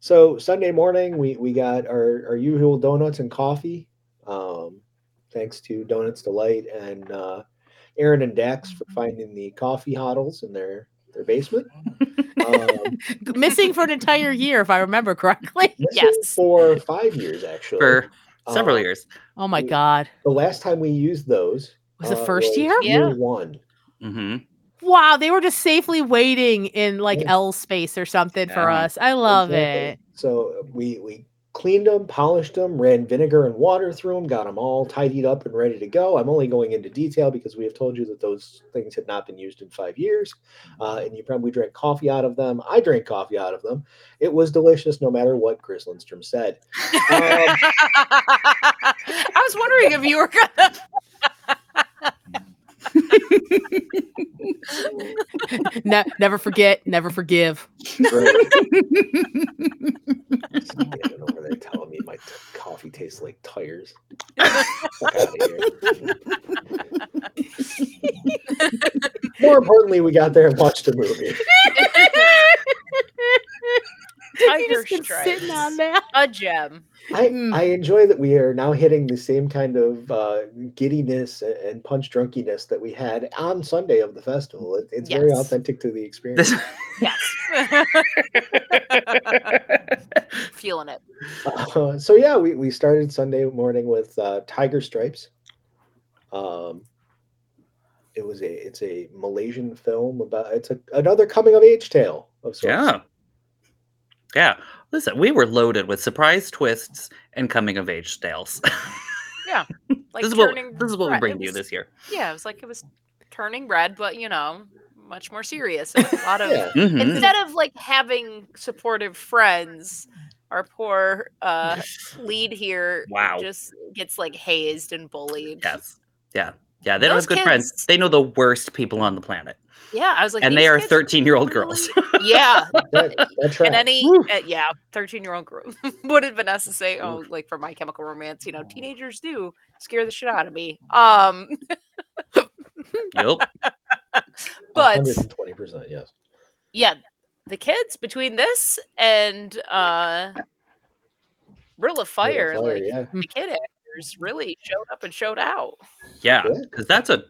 S1: so Sunday morning, we we got our our usual donuts and coffee. Um, thanks to Donuts Delight and uh, Aaron and Dax
S2: Mm-hmm.
S1: for finding the coffee hoddles in their their basement. Um,
S2: Missing for an entire year, if I remember correctly.
S1: this was
S3: Yes.
S1: for five years actually.
S4: for several
S1: Um,
S4: years.
S2: Oh my god,
S1: The last time we used those
S2: was the
S1: uh,
S2: first
S1: was
S2: year?
S3: Yeah.
S1: One.
S4: hmm
S2: Wow, they were just safely waiting in like
S1: Yeah.
S2: L space or something for
S4: Yeah.
S2: us. I love
S1: Exactly.
S2: it.
S1: So we we cleaned them, polished them, ran vinegar and water through them, got them all tidied up and ready to go. I'm only going into detail because we have told you that those things had not been used in five years, uh, and you probably drank coffee out of them. I drank coffee out of them. It was delicious, no matter what Chris Lindstrom said. Um,
S3: I was wondering if you were gonna.
S2: Ne- never forget, never forgive.
S1: right. Standing over there telling me my t- coffee tastes like tires. Fuck outta here. More importantly, we got there and watched a movie.
S2: You've
S3: Tiger
S2: just been
S3: Stripes.
S2: sitting on that.
S3: A gem.
S1: I,
S2: Mm.
S1: I enjoy that we are now hitting the same kind of uh, giddiness a- and punch drunkenness that we had on Sunday of the festival. It, it's very
S3: Yes.
S1: authentic to the experience.
S4: This
S3: Yes. Feeling it.
S1: Uh, so yeah, we, we started Sunday morning with uh, Tiger Stripes. Um, it was a it's a Malaysian film about it's a, another coming of age tale of sorts.
S4: yeah. Yeah. Listen, we were loaded with surprise twists and coming of age tales.
S3: Like
S4: this is what
S3: turning
S4: this is what we
S3: red.
S4: bring
S3: It
S4: to you
S3: was-
S4: this year.
S3: Yeah, it was like it was turning red, but you know, much more serious. It was a lot of
S1: Yeah.
S4: Mhm.
S3: instead of like having supportive friends our poor uh lead here
S4: Wow.
S3: just gets like hazed and bullied
S4: Yes. Yeah. Yeah. They don't
S3: Those
S4: have good friends.
S3: kids-
S4: They know the worst people on the planet.
S3: yeah i was like
S4: and they
S3: "These
S4: are
S3: kids
S4: 13 year old
S3: really-
S4: girls.
S3: yeah
S1: that, that
S3: and
S1: tracks.
S3: any uh, yeah 13 year old girl what did vanessa say oh like for my chemical romance you know teenagers do scare the shit out of me um
S4: yep.
S3: but
S1: 120% yes.
S3: yeah the kids between this and uh Rilla Fire,
S1: Fire,
S3: like
S1: yeah.
S3: the kid actors really showed up and showed out.
S4: Yeah.
S1: Yeah.
S4: Because that's a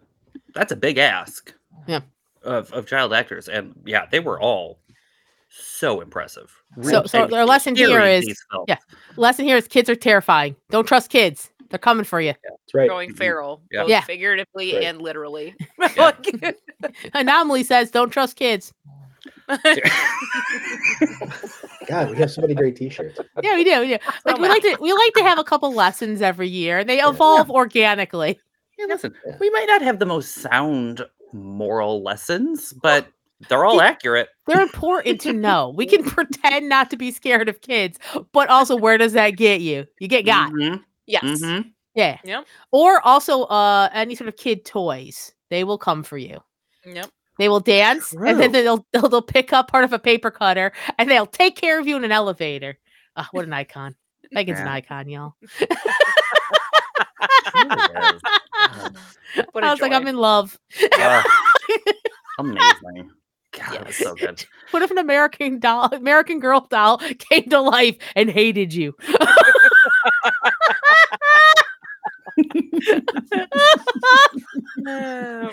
S4: that's a big ask.
S2: Yeah.
S4: Of of child actors. And yeah, they were all so impressive.
S2: So- so
S4: and
S2: our lesson here
S4: scary in
S2: is-
S4: these films.
S2: yeah. Lesson here is kids are terrifying. Don't trust kids. They're coming for you.
S1: That's right.
S3: going
S4: Mhm.
S3: feral,
S4: Yeah.
S3: both
S2: Yeah.
S3: figuratively
S1: Right.
S3: and literally.
S4: Yeah.
S3: Like,
S2: Anomaly says, "Don't trust kids."
S1: God, we have so many great t-shirts.
S2: Yeah, we do. We do. Like we like to we like to have a couple lessons every year, and they evolve organically.
S4: Yeah, listen,
S1: Yeah.
S4: we might not have the most sound moral lessons, but they're all accurate.
S2: They're important to know. We can pretend not to be scared of kids, but also where does that get you? You get got.
S4: Mhm,
S3: yes.
S4: mhm.
S2: Yeah.
S3: Yep.
S2: Or also uh any sort of kid toys. They will come for you.
S3: Yep.
S2: They will dance and then
S4: True.
S2: they'll, they'll they'll pick up part of a paper cutter and they'll take care of you in an elevator. Ah, what an icon. Megan's an
S4: Yeah.
S2: icon, y'all.
S4: There it is. Oh,
S3: What a
S2: I was like,
S3: joy.
S2: I'm in love.
S4: ah, Oh, mm-hmm. amazing. God, it was so good.
S2: What if an American doll, American girl doll came to life and hated you?
S3: Um,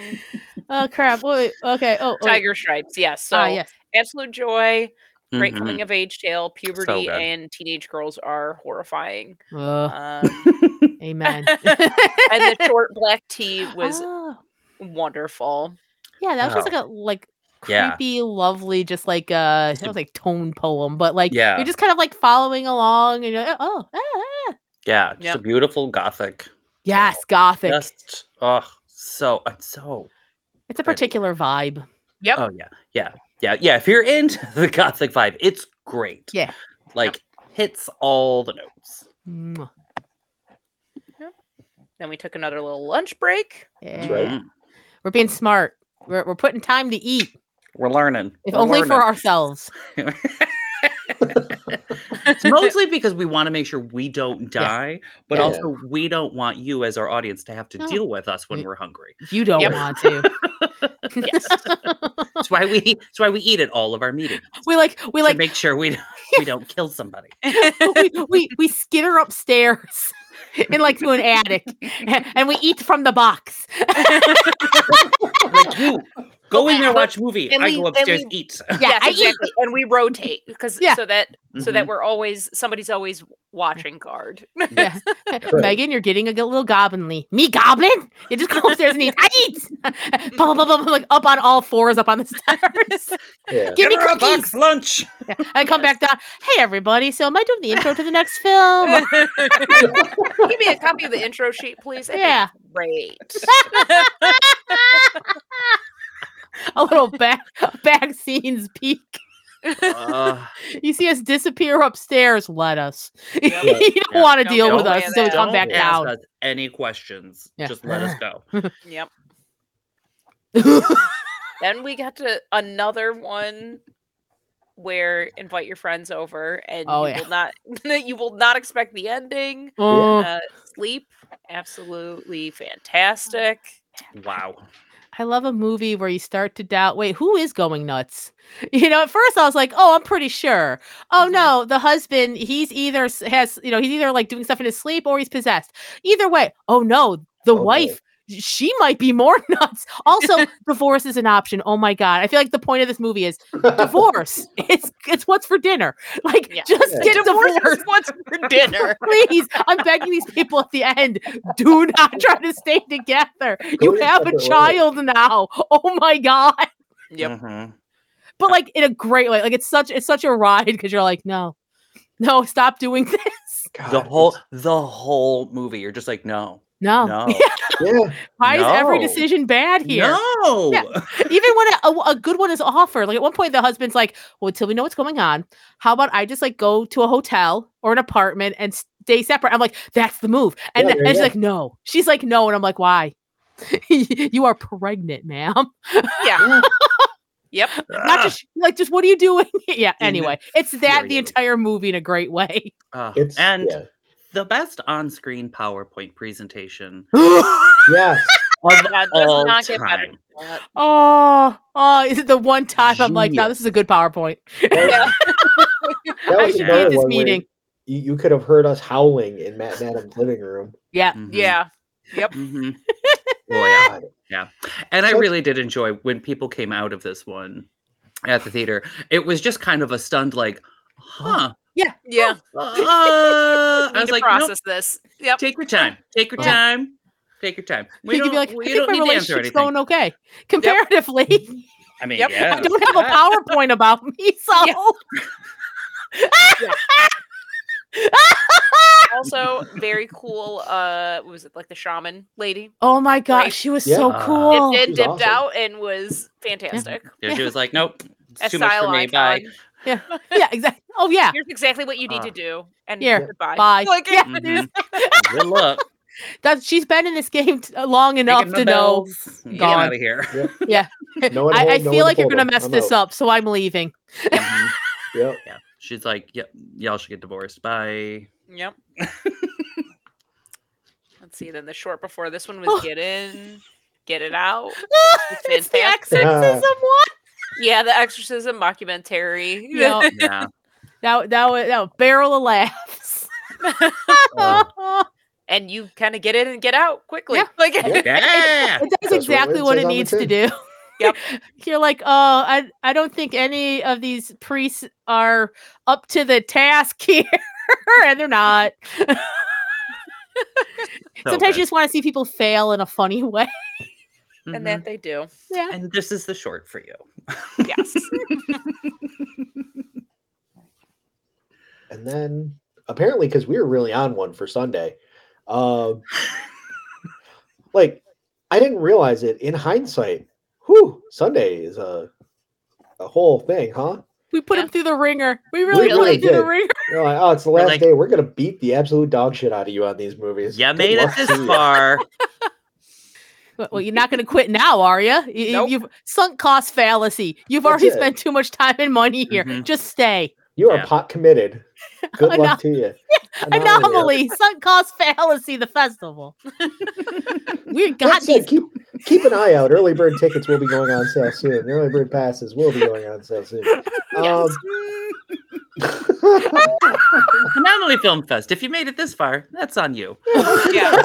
S2: Oh crap. Wait, okay. Oh, oh,
S3: Tiger Stripes, yes. So
S2: ah, yes.
S3: absolute joy, great
S4: Mhm.
S3: coming of age tale. Puberty
S4: good.
S3: and teenage girls are horrifying.
S2: Ugh.
S3: Um,
S2: Amen.
S3: and the short black tee was
S2: Oh,
S3: wonderful.
S2: yeah, that was just like a like
S4: Yeah.
S2: creepy, lovely, just like uh, it was like tone poem, but like
S4: Yeah.
S2: you're just kind of like following along, and you're like, oh, ah, ah."
S4: Yeah, just a
S3: Yep.
S4: beautiful gothic.
S2: yes, gothic.
S4: Just oh, so uh, so.
S2: It's a
S4: pretty.
S2: particular vibe.
S3: Yep.
S4: Oh yeah, yeah, yeah, yeah. If you're into the gothic vibe, it's great.
S2: Yeah.
S4: like hits all the notes.
S2: Mwah.
S3: Then we took another little lunch break.
S2: Yeah.
S1: right.
S4: Mhm.
S2: We're being smart. We're, we're putting time to eat,
S4: We're learning.
S2: if
S4: We're
S2: only for
S4: learning.
S2: ourselves.
S4: It's mostly because we want to make sure we don't die, but
S1: Yeah.
S4: also we don't want you as our audience to have to
S2: No.
S4: deal with us when
S2: Y-
S4: we're hungry.
S2: You don't
S3: Yep.
S2: want to.
S4: That's why we that's why we eat at all of our meetings.
S2: We like we
S4: to
S2: like
S4: make sure we don't- we don't kill somebody.
S2: we, we we skitter upstairs and like to an attic and we eat from the box.
S4: Like you
S2: Oh
S4: go in there,
S3: But-
S4: watch movie.
S3: and
S4: I
S3: we-
S4: go
S3: and
S4: upstairs,
S3: we-
S4: eat.
S2: Yeah,
S3: yes,
S2: I eat.
S3: exactly. And we rotate because
S2: Yeah.
S3: so that so
S4: Mm-hmm.
S3: that we're always somebody's always watching guard.
S2: Yeah. Megan, you're getting a g- little goblinly. Me goblin? You just come upstairs and eat. I eat. blah, blah, blah, blah, like up on all fours, up on the stairs.
S1: Yeah.
S2: Give me
S4: her a
S2: cookies.
S4: box lunch.
S2: And come back down. Hey everybody! So am I doing the intro to the next film?
S3: Give me a copy of the intro sheet, please. I think
S2: Yeah.
S3: it's Great.
S2: a little back back scenes peek.
S4: Uh,
S2: You see us disappear upstairs. Let us. you don't
S4: Yeah.
S2: want to
S3: Don't
S2: deal
S3: go
S2: with
S3: away
S2: us, so we
S3: there.
S2: come back
S4: don't ask
S2: down.
S4: us any questions?
S2: Yeah.
S4: Just let us go.
S3: Yep. Then we got to another one where invite your friends over and
S2: Oh,
S3: you
S2: yeah.
S3: will not you will not expect the ending.
S2: Oh,
S3: Uh, sleep, absolutely fantastic.
S4: Wow.
S2: I love a movie where you start to doubt. Wait, who is going nuts? You know, at first I was like, "Oh, I'm pretty sure." Oh
S3: Mhm.
S2: no, the husband, he's either s- has, you know, he's either like doing stuff in his sleep or he's possessed. Either way, oh no, the
S1: no.
S2: wife, she might be more nuts. Also, divorce is an option. Oh my god, I feel like the point of this movie is divorce. it's it's what's for dinner. Like
S3: Yeah.
S2: just
S1: Yeah.
S2: get divorced.
S3: Divorce is what's for dinner.
S2: Please, I'm begging these people at the end. Do not try to stay together. You
S1: Go your
S2: have a
S1: separate ways.
S2: child now. Oh my god!
S3: Yep.
S4: Mhm.
S2: But like in a great way. Like it's such it's such a ride because you're like, no, no, stop doing this.
S4: The
S1: God,
S4: whole the whole movie. You're just like no,
S2: No,
S4: no,
S1: yeah,
S2: why is every
S4: no.
S2: decision bad here?
S4: no.
S2: Even when a, a, a good one is offered, like at one point the husband's like, "Well, until we know what's going on, how about I just like go to a hotel or an apartment and stay separate?" I'm like, "That's the move," and,
S1: Yeah,
S2: th-
S1: there
S2: and
S1: you
S2: she's
S1: go.
S2: like, "No," she's like, "No," and I'm like, "Why?" you are pregnant, ma'am.
S3: Yeah. yep.
S2: Not just like just what are you doing? yeah.
S4: In-
S2: Anyway, it's that the
S4: Period.
S2: entire movie in a great way.
S4: Ah,
S1: it's
S4: and
S1: yeah.
S4: the best on-screen PowerPoint presentation
S1: Yes.
S4: of
S3: God, does
S4: all
S3: not get better.
S4: time.
S3: than
S2: Oh, oh, is it the one time I'm like, no, this is a good PowerPoint.
S1: That, that
S2: I
S1: was
S2: should be
S1: another
S2: at this
S1: one where
S2: meeting.
S1: You, you could have heard us howling in Matt and Adam's living room.
S2: Yeah.
S3: that.
S4: Mhm,
S3: Yeah.
S4: mhm. Boy, yeah.
S1: God.
S4: And I
S1: So-
S4: really did enjoy when people came out of this one at the theater. It was just kind of a stunned, like,
S2: Oh.
S4: huh.
S3: Yeah.
S4: uh, I
S3: Need
S4: was
S3: to
S4: like, nope,
S3: process this. Yep.
S4: take your time. Take your
S2: Yeah.
S4: time. Take your time. We
S2: you could
S4: don't,
S2: be like, I
S4: we
S2: think
S4: don't
S2: my
S4: need to answer
S2: relationship's
S4: anything.
S2: going okay. Comparatively,
S4: I mean,
S3: Yep. I
S4: yeah.
S2: I don't have a PowerPoint about me, so
S3: Yeah. Also, very cool. Uh, what was it like the shaman lady?
S2: oh my god,
S3: Right.
S2: she was
S1: Yeah.
S2: so
S4: Uh,
S2: cool.
S3: it
S1: she's
S3: did dipped
S1: awesome.
S3: out and was fantastic.
S4: Yeah, she was like, nope,
S3: A
S4: it's too much for
S3: style
S4: me. Bye.
S3: icon.
S2: yeah, exactly. Oh yeah,
S3: Here's exactly what you need
S4: Uh,
S3: to do. And
S2: here,
S3: goodbye.
S2: bye.
S3: Like,
S2: Yeah.
S4: Mhm. Good luck.
S2: That she's been in this game t- uh, long enough
S4: Taking the
S2: to know.
S4: bells. Get
S2: Gone.
S4: out of here.
S1: No one
S2: I, I
S1: home, no
S2: feel
S1: one
S2: like you're
S1: told
S2: gonna
S1: him.
S2: mess
S1: I'm
S2: this
S1: out.
S2: up, so I'm leaving.
S4: Mhm.
S1: Mm-hmm. Yep.
S4: Yeah. She's like, yep, y'all should get divorced. Bye.
S3: Yep. Let's see. Then the short before this one was
S2: Oh.
S3: get in, get it out.
S2: it's the
S3: fantastic.
S1: Uh,
S2: exorcism one.
S3: Yeah, the exorcism mockumentary.
S2: You know,
S4: Yeah.
S2: that that was that was barrel of laughs.
S3: And you kind of get in and get out quickly.
S2: Yeah.
S3: Like
S1: Yeah.
S4: yeah.
S1: That's
S2: It does
S1: what it
S2: exactly what
S1: says
S2: it
S1: on the
S2: needs to
S1: tin.
S2: do.
S3: Yep.
S2: You're like, oh, I I don't think any of these priests are up to the task here, and they're not.
S4: So
S2: Sometimes
S4: good.
S2: you just want to see people fail in a funny way.
S3: and
S4: Mhm.
S3: that they do.
S2: Yeah.
S4: and this is the short for you.
S3: Yes.
S1: And then apparently, because we were really on one for Sunday, um, like I didn't realize it in hindsight. Whew, Sunday is a a whole thing, huh?
S2: We put
S3: Yeah.
S2: them through the ringer. We really, put
S1: really
S2: them through the
S1: did.
S2: ringer.
S1: You're like, oh, it's the
S4: We're
S1: last
S4: like-
S1: day. We're gonna beat the absolute dog shit out of you on these movies.
S4: You
S1: Good
S4: made it
S1: luck
S4: this
S1: to you.
S4: far.
S2: Well, well, you're not going to quit now, are you? you
S3: Nope.
S2: You've sunk cost fallacy. You've
S1: That's
S2: already
S1: it. Mm-hmm.
S2: spent too much time and money here.
S4: Mhm.
S2: Just stay.
S1: You are
S4: Yeah.
S1: pot committed. Good luck to you.
S2: Anomaly, sunk cost fallacy, the festival. we got
S1: That's it.
S2: these.
S1: Keep keep an eye out. Early bird tickets will be going on sale soon. Early bird passes will be going on sale soon. Um,
S4: Anomaly Film Fest. If you made it this far, that's on you.
S3: Yeah.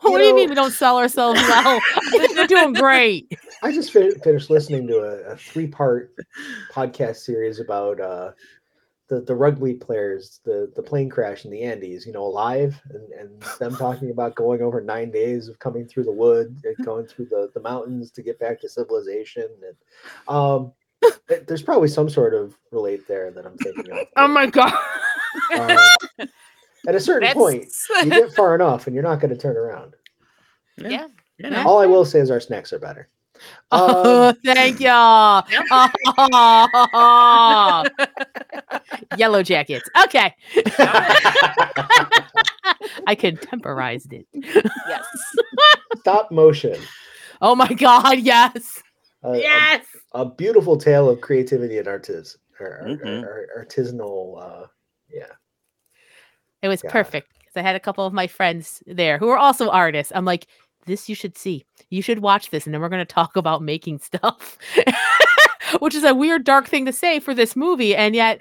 S2: what do you
S1: know-
S2: mean we don't sell ourselves well? I think we're doing great.
S1: I just fin- finished listening to a, a three part podcast series about uh, the the rugby players, the the plane crash in the Andes. You know, alive and, and them talking about going over nine days of coming through the wood and going through the the mountains to get back to civilization. And um, th- there's probably some sort of relate there that I'm thinking of.
S2: Oh my god.
S1: Um, at a certain point,
S3: That's
S1: you get far enough, and you're not going to turn around.
S3: Yeah.
S4: You know.
S1: All I will say is our snacks are better.
S2: Oh,
S1: Um,
S2: thank y'all. Oh. Yellow jackets. Okay. I contemporized it.
S3: yes.
S1: stop motion.
S2: Oh my god, yes.
S1: Uh,
S2: um,
S1: a,
S2: Yes.
S1: a beautiful tale of creativity and artis- or, or-
S4: Mhm.
S1: or- or artisanal. Uh, yeah.
S2: It was
S1: God.
S2: perfect because I had a couple of my friends there who were also artists. I'm like, this you should see. You should watch this, and then we're going to talk about making stuff, which is a weird, dark thing to say for this movie. And yet,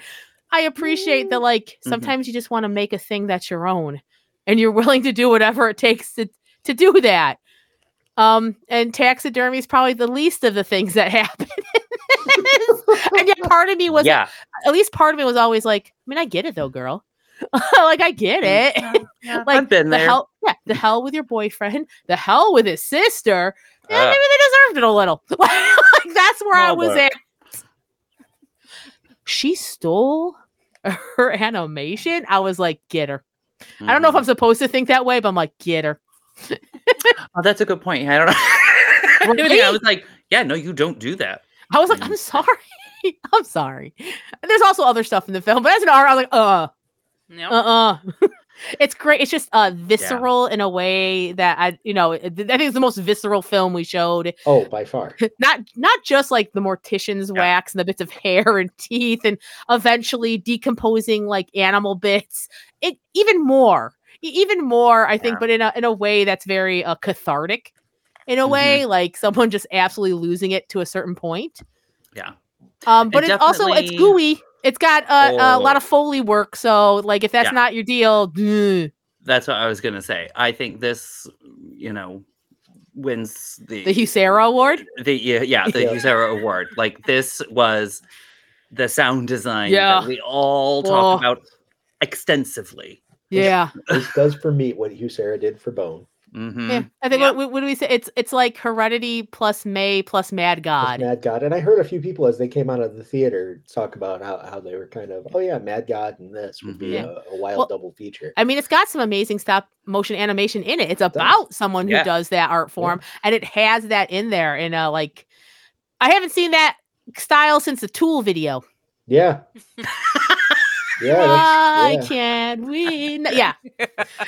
S2: I appreciate that, like,
S4: Mhm.
S2: sometimes you just want to make a thing that's your own and you're willing to do whatever it takes to, to do that. Um, and taxidermy is probably the least of the things that happen. and yet, part of me was
S4: yeah.
S2: at least part of me was always like, I mean, I get it though, girl. like I get it. like
S4: I've been
S2: the
S4: there.
S2: hell, yeah, the hell with your boyfriend, the hell with his sister. Yeah,
S4: Ah. Oh,
S2: maybe they deserved it a little. like that's where I was
S4: Well, look.
S2: at. She stole her animation. I was like, get her. I
S4: Mm-hmm.
S2: don't know if I'm supposed to think that way, but I'm like, get her.
S4: Oh, that's a good point. I don't know. I, knew that. I
S2: Right?
S4: was like, yeah, no, you don't do that.
S2: I
S4: Mm.
S2: was like, I'm sorry. I'm sorry. There's also other stuff in the film, but as an R, I was like, uh,
S3: No.
S2: uh-uh it's great it's just uh visceral in a way that i you know it- i think it's the most visceral film we showed
S1: Oh, by far.
S2: not not just like the mortician's
S4: Yeah.
S2: wax and the bits of hair and teeth and eventually decomposing like animal bits it even more e- even more i think
S4: Yeah.
S2: but in a in a way that's very uh, cathartic in a
S4: Mhm.
S2: way like someone just absolutely losing it to a certain point
S4: Yeah.
S2: um, but it's also it's
S4: definitely-
S2: gooey. It's got uh, a
S4: Oh.
S2: lot of foley work, so like if that's
S4: Yeah.
S2: not your deal, mm,
S4: That's what I was gonna say. I think this, you know, wins the
S2: the Husera Award.
S4: the yeah, yeah the
S1: Yeah.
S4: Husera Award. Like this was the sound design
S2: Yeah.
S4: that we all
S2: Whoa.
S4: talk about extensively.
S2: Yeah,
S1: this does for meat what Husera did for bone.
S4: Mm-hmm.
S2: yeah. I think
S3: Yeah.
S2: what, what, what do we say? It's it's like Heredity plus May plus Mad
S1: with
S2: God.
S1: Mad God. And I heard a few people as they came out of the theater talk about how, how they were kind of, oh, yeah, Mad God and this would be
S2: Mhm.
S1: a, a wild
S2: Well-
S1: double feature.
S2: I mean, it's got some amazing stop motion animation in it. It's about someone who
S4: Yeah.
S2: does that art form, and it has that in there. And uh, like, I haven't seen that style since the Tool video.
S1: Yeah. yeah.
S2: Why
S1: that's- yeah.
S2: can't we? n- Yeah,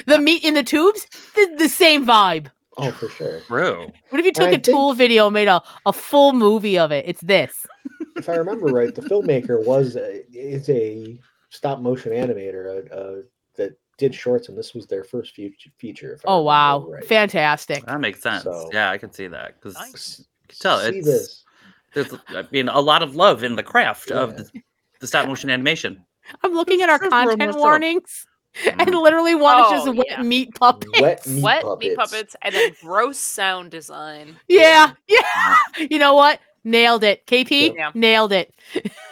S2: the meat in the tubes, the, the same vibe.
S1: Oh, for sure.
S4: True.
S2: What if you
S1: And
S2: took
S1: I
S2: a tool video and made a, a full movie of it? It's this.
S1: if I remember right, the filmmaker was a, is a stop motion animator uh, uh, that did shorts, and this was their first fea- feature. if I
S2: Oh
S1: remember
S2: wow.
S1: right.
S2: Fantastic.
S4: That makes sense.
S1: So-
S4: Yeah, I can see that because
S1: S-
S4: tell
S1: see
S4: it's
S1: this.
S4: there's I mean a lot of love in the craft of
S1: Yeah.
S4: the, the stop motion animation.
S2: I'm looking at our
S4: This is real
S2: content
S4: messed up.
S2: warnings and
S4: Mhm.
S2: literally one is
S3: Oh,
S2: just wet
S3: yeah.
S2: meat puppets.
S1: Wet meat
S3: Wet
S1: puppets.
S3: meat puppets and then gross sound design.
S2: Yeah. Yeah. you know what? Nailed it. KP
S3: Yeah.
S2: nailed it.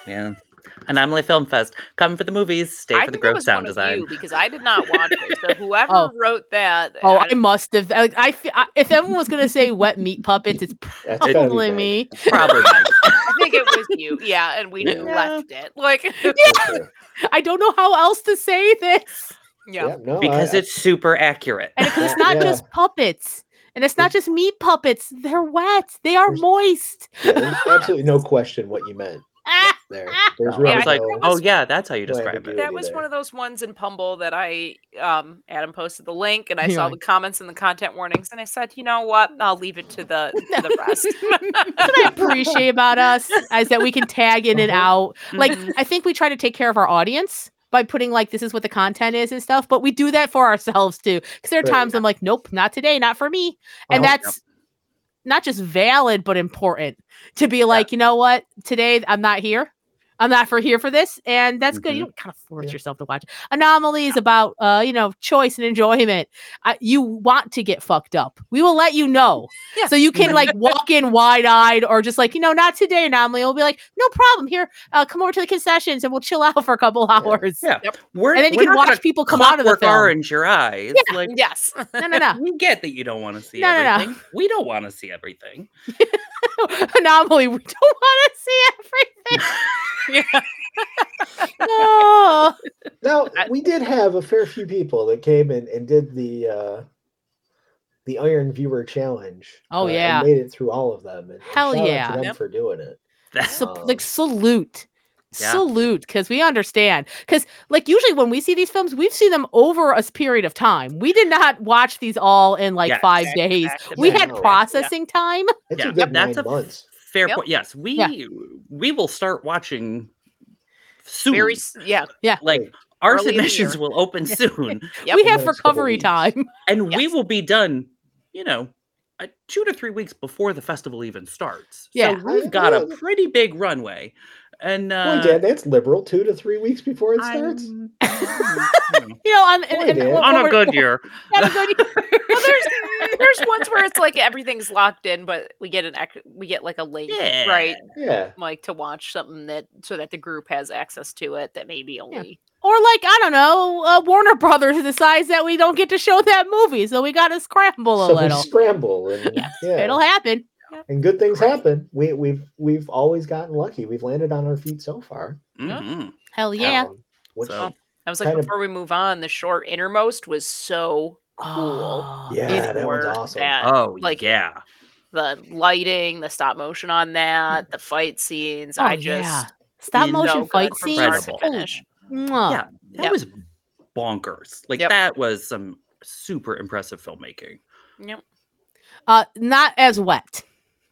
S4: Yeah. Anomaly Film Fest. Come for the movies, stay
S3: I
S4: for the
S3: think that
S4: gross
S3: was
S4: sound
S3: one of
S4: design.
S3: you because I did not watch it. So whoever
S2: Oh.
S3: wrote that,
S2: Oh,
S3: I
S2: I must have. I, I, fe- I- if everyone was gonna say wet meat puppets, it's
S1: That's gotta be
S2: probably
S1: Mike.
S2: me.
S4: Probably.
S3: I think it was you. Yeah, and we
S1: Yeah.
S3: left it. Like,
S1: For sure.
S2: I don't know how else to say this,
S1: Yeah.
S3: yeah,
S1: no,
S4: because
S1: I,
S4: it's super accurate.
S2: and because it's not
S1: Yeah.
S2: just puppets, and it's not just meat puppets. They're wet. They are
S1: There's-
S2: moist.
S1: yeah, there's absolutely no question what you meant. there. There's
S4: I
S1: really
S4: was like,
S1: no-
S4: oh yeah, that's how you
S1: Glad to
S4: describe
S1: do
S4: it.
S1: it.
S3: That was
S1: either.
S3: one of those ones in Pumble that I um Adam posted the link and I
S2: You're
S3: saw
S2: like-
S3: the comments and the content warnings and I said, you know what? I'll leave it to the to the rest.
S2: That's what I appreciate about us is that we can tag in
S1: Uh-huh.
S2: and out. Like
S3: Mm-hmm.
S2: I think we try to take care of our audience by putting like this is what the content is and stuff, but we do that for ourselves too. Because there are
S1: Right.
S2: times I'm like, nope, not today, not for me, and
S4: Uh-huh. Yep.
S2: that's not just valid but important to be like, you know what, today I'm not here. I'm not for here for this, and that's good. You
S4: Mm-hmm.
S2: don't kind of force
S1: Yeah.
S2: yourself to watch. Anomaly is about, uh, you know, choice and enjoyment. I, you want to get fucked up. We will let you know.
S3: Yeah.
S2: So you can like walk in wide eyed or just like, you know, not today, anomaly. We'll be like, no problem. Here, uh, come over to the concessions and we'll chill out for a couple hours.
S4: Yeah. We're,
S2: And then you
S4: we're
S2: can
S4: not
S2: watch
S4: gonna
S2: people come out of the
S4: clockwork
S2: film.
S4: orange your eyes. Like
S3: yes.
S2: No, no, no.
S4: we get that you don't want to see
S2: No, no, no.
S4: everything. We don't want to see everything.
S2: anomaly, we don't want to see everything.
S3: Yeah.
S2: No.
S1: Now
S3: I-
S1: we did have a fair few people that came and, and did the uh the Iron Viewer Challenge.
S2: Oh,
S1: uh, and
S2: yeah.
S1: made it through all of them. And, and
S2: Hell
S1: shout out to
S2: yeah.
S1: them
S3: Yep.
S1: for doing it.
S4: That's
S2: Sup- like
S1: Um,
S2: salute.
S4: Yeah.
S2: Salute, because we understand. Because like usually when we see these films, we've seen them over a s- period of time. We did not watch these all in like
S4: Yeah,
S2: five
S3: back to
S2: days.
S3: back to
S2: We
S1: back
S2: had
S1: to back, yeah.
S2: processing time.
S1: It's
S4: Yeah.
S1: a good
S4: That's
S1: nine
S4: a-
S1: months.
S4: fair
S3: Yep.
S4: point. Yes, we we will start watching soon.
S3: Very s- yeah.
S4: like our
S3: early in the
S4: submissions
S3: year.
S4: will open soon,
S3: Yep.
S2: We
S1: In the
S2: have
S1: next couple
S2: recovery
S1: weeks.
S2: time.
S4: and we
S3: Yes.
S4: will be done. You know, uh, two to three weeks before the festival even starts.
S2: Yeah.
S4: so we've got a
S1: Yeah.
S4: pretty big runway, and
S1: Boy,
S4: uh,
S1: Dad, that's liberal. Two to three weeks before it starts.
S4: I'm- I don't know.
S2: You know, on, and,
S1: Boy,
S2: and,
S1: Dan.
S2: what- what
S4: Hmm, on a
S2: we're-
S4: good year.
S2: on a good year.
S3: Well, there's there's ones where it's like everything's locked in, but we get an ac- we get like a link,
S4: Yeah.
S3: right?
S1: Yeah.
S3: Like to watch something that so that the group has access to it that maybe only
S2: Or like I don't know, uh, Warner Brothers decides that we don't get to show that movie, so we got to scramble a
S1: So we
S2: little.
S1: scramble and yeah.
S2: It'll happen.
S1: and good things happen. We we've we've always gotten lucky. We've landed on our feet so far.
S4: Mhm.
S2: Hell yeah!
S1: Um, which-
S4: So-
S3: I was like,
S1: Kind of-
S3: before we move on, the short innermost was so cool.
S2: Oh,
S1: Yeah,
S3: It
S1: that one's
S3: worked,
S1: awesome.
S3: that-
S4: Oh, like
S3: like-
S4: yeah,
S3: the lighting, the stop motion on that, the fight scenes.
S2: Oh,
S3: I just
S2: yeah. Stop
S4: you
S2: motion
S3: know,
S2: fight
S3: good from
S2: scenes.
S3: start to
S4: Incredible.
S2: Oh,
S3: finish.
S2: mwah.
S4: Yeah. that
S3: Yep.
S4: was bonkers. Like
S3: Yep.
S4: that was some super impressive filmmaking.
S3: Yep.
S2: Uh, not as wet.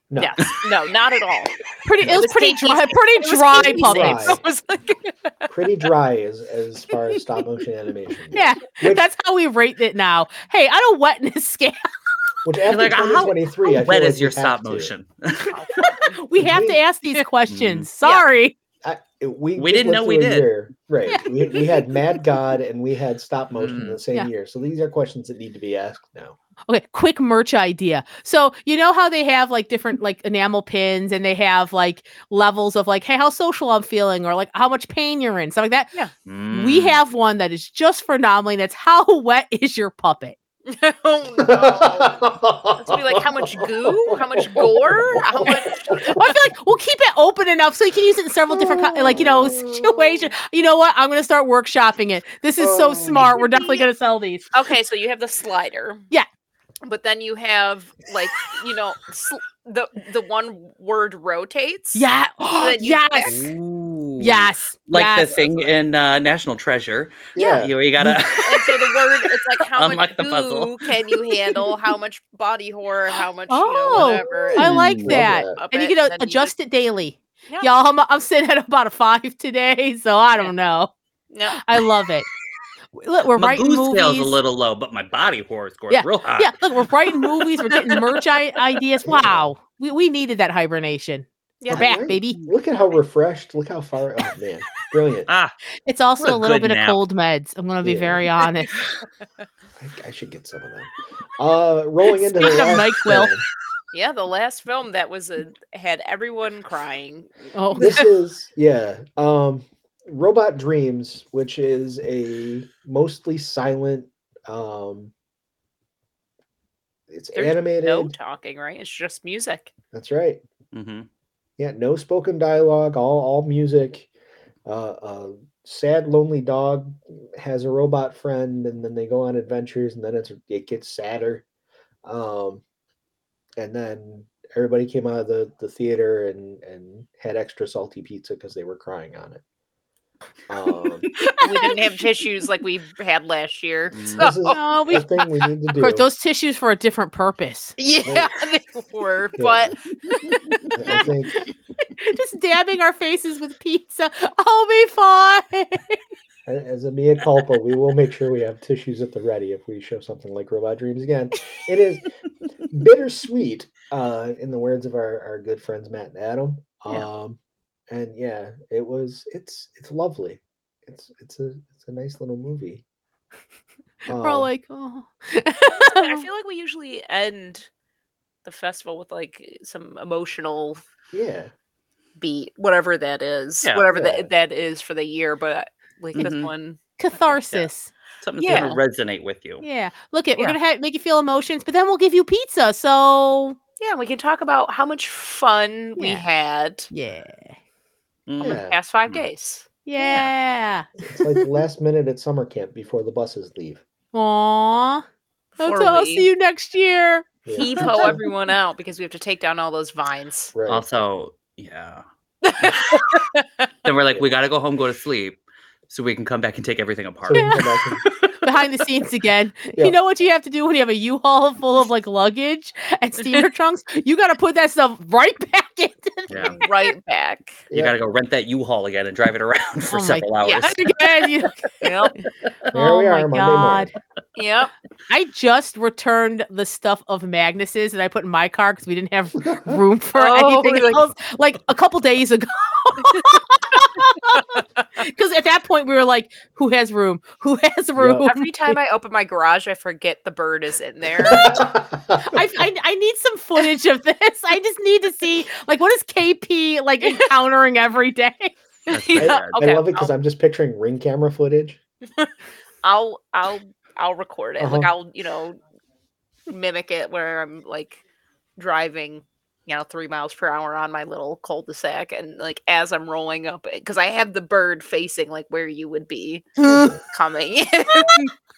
S1: No.
S3: Yes. No, not at all.
S2: Pretty. It
S3: It
S2: was
S3: was
S2: pretty
S3: tasty.
S2: dry. Pretty
S3: It was
S2: dry
S3: tasty.
S2: puppets.
S1: Dry.
S3: It was like-
S1: Pretty dry as as far as stop motion animation. goes.
S2: Yeah,
S1: Which-
S2: that's how we rate it now. Hey, on a wetness scale,
S1: Which after
S4: like, how-
S1: 2023, I feel
S4: Wet
S1: like
S4: is your
S1: we
S4: stop
S1: have to.
S4: motion.
S2: we have to
S1: We-
S2: ask these questions. Sorry.
S1: I, we
S4: We
S1: just
S4: didn't
S1: went
S4: know we
S1: through a
S4: did.
S1: year- right. we, we had Mad God and we had stop motion
S4: Mm.
S1: in the same
S2: Yeah.
S1: year. So these are questions that need to be asked now.
S2: Okay, quick merch idea. So you know how they have like different like enamel pins, and they have like levels of like, hey, how social I'm feeling, or like how much pain you're in, stuff like that. We
S4: Mm.
S2: have one that is just for anomaly. and That's how wet is your puppet?
S3: oh, no.
S1: Let's
S3: It's gonna be like how much goo, how much gore, how much.
S2: Well, I feel like we'll keep it open enough so you can use it in several different, co- like you
S1: Oh.
S2: know, situation. You know what? I'm gonna start workshopping it. This is so
S1: Oh.
S2: smart. We're definitely gonna sell these.
S3: Okay, so you have the slider.
S2: Yeah.
S3: But then you have like you know sl- the the one word rotates.
S2: Yeah.
S3: then you
S2: yes.
S4: Ooh.
S2: Yes.
S4: Like
S2: yes.
S4: the thing in uh, National Treasure.
S1: Yeah.
S4: You, you gotta.
S3: And so the word it's like how much
S4: Unlock the puzzle.
S3: goo can you handle? How much body horror? How much you
S2: Oh,
S3: know whatever?
S2: I
S3: and
S2: like
S1: Love
S2: that.
S3: up
S2: And
S3: it,
S2: you can uh,
S3: then just-
S2: adjust it daily.
S3: Yeah.
S2: Y'all, I'm, I'm sitting at about a five today, so I don't know.
S3: No.
S2: I love it. Look, we're
S4: my
S2: writing
S4: goose
S2: movies.
S4: scale's a little low, but my body horror score's real high.
S2: Yeah, look, we're writing movies. We're getting merch I- ideas.
S1: Yeah.
S2: Wow, we, we needed that hibernation.
S3: Yeah.
S2: We're back,
S1: Right?
S2: baby.
S1: Look at how refreshed. Look how far. Oh man, brilliant! I,
S3: Uh,
S4: Ah,
S2: It's also
S4: What a
S2: a little
S4: good
S2: bit
S4: nap.
S2: of cold meds. I'm gonna be
S1: Yeah.
S2: very honest.
S1: I should get some of them. Uh, rolling into the
S2: Speaking of
S1: last
S2: NyQuil.
S1: film,
S3: Yeah, the last film that was a had everyone crying.
S2: Oh,
S1: This is yeah. Um, Robot Dreams, which is a mostly silent. Um, it's
S3: There's
S1: animated.
S3: No talking, right? It's just music.
S1: That's right.
S4: mhm.
S1: Yeah, no spoken dialogue, all all music. Uh, a sad, lonely dog has a robot friend, and then they go on adventures, and then it's it gets sadder. Um, and then everybody came out of the, the theater and, and had extra salty pizza because they were crying on it. Um,
S3: We didn't have tissues like we had last year.
S4: Mm.
S1: This is-
S2: No, we
S1: a thing we need to
S2: Oh, of course,
S1: do.
S2: those tissues for a different purpose.
S3: Yeah, they were.
S1: Yeah.
S3: But
S1: I think
S2: Just dabbing our faces with pizza. I'll be fine.
S1: a- as a mea culpa, we will make sure we have tissues at the ready if we show something like Robot Dreams again. It is bittersweet, uh, in the words of our, our good friends Matt and Adam.
S2: Yeah.
S1: Um, and yeah, it was it's it's lovely. It's it's a it's a nice little movie.
S2: We're all
S1: Um,
S2: like, oh.
S3: I feel like we usually end the festival with like some emotional
S1: yeah,
S3: beat, whatever that is,
S4: Yeah.
S3: whatever
S1: Yeah.
S3: that that is for the year. But like
S4: Mhm.
S3: this one,
S2: catharsis.
S4: Something's
S3: Yeah.
S4: gonna resonate with you.
S2: Yeah. Look at we're
S3: Yeah.
S2: gonna ha- make you feel emotions, but then we'll give you pizza. So
S3: yeah, we can talk about how much fun we
S2: Yeah.
S3: had
S2: yeah,
S4: Mm.
S2: "Oh
S3: over
S1: Yeah.
S3: the past five
S4: Mm.
S3: days.
S2: yeah.
S1: it's like the last minute at summer camp before the buses leave.
S2: Aw.
S3: before
S2: Until I'll
S3: we
S2: see you next year.
S1: Yeah.
S3: Heave ho everyone out because we have to take down all those vines.
S1: Right.
S4: Also, yeah. then we're like, we gotta go home, go to sleep, so we can come back and take everything
S1: So
S4: apart.
S1: we can come back and-
S2: Behind the scenes again.
S1: Yeah.
S2: You know what you have to do when you have a U-Haul full of like luggage and steamer trunks? You gotta put that stuff right back into
S4: Yeah.
S3: Right back.
S4: You gotta go rent that U-Haul again and drive it around for
S2: Oh my-
S4: several hours.
S3: yeah.
S2: the again. You-
S3: Yep.
S1: There
S2: oh
S1: we
S2: my
S1: are, Monday
S2: god.
S1: morning.
S3: Yep.
S2: I just returned the stuff of Magnus's that I put in my car because we didn't have room for
S3: Oh,
S2: anything
S3: like-
S2: else like a couple days ago. Because at that point we were like, who has room? Who has room?
S3: Every time I open my garage, I forget the bird is in there.
S2: I, I, I need some footage of this. I just need to see like what is KP like encountering every day.
S4: That's
S3: Yeah,
S4: bad.
S1: I
S3: okay,
S1: love it because
S3: I'll-
S1: I'm just picturing ring camera footage.
S3: I'll I'll I'll record it. Like
S1: Uh-huh.
S3: I'll you know mimic it where I'm like driving you know three miles per hour on my little cul-de-sac and like as I'm rolling up because I have the bird facing like where you would be coming.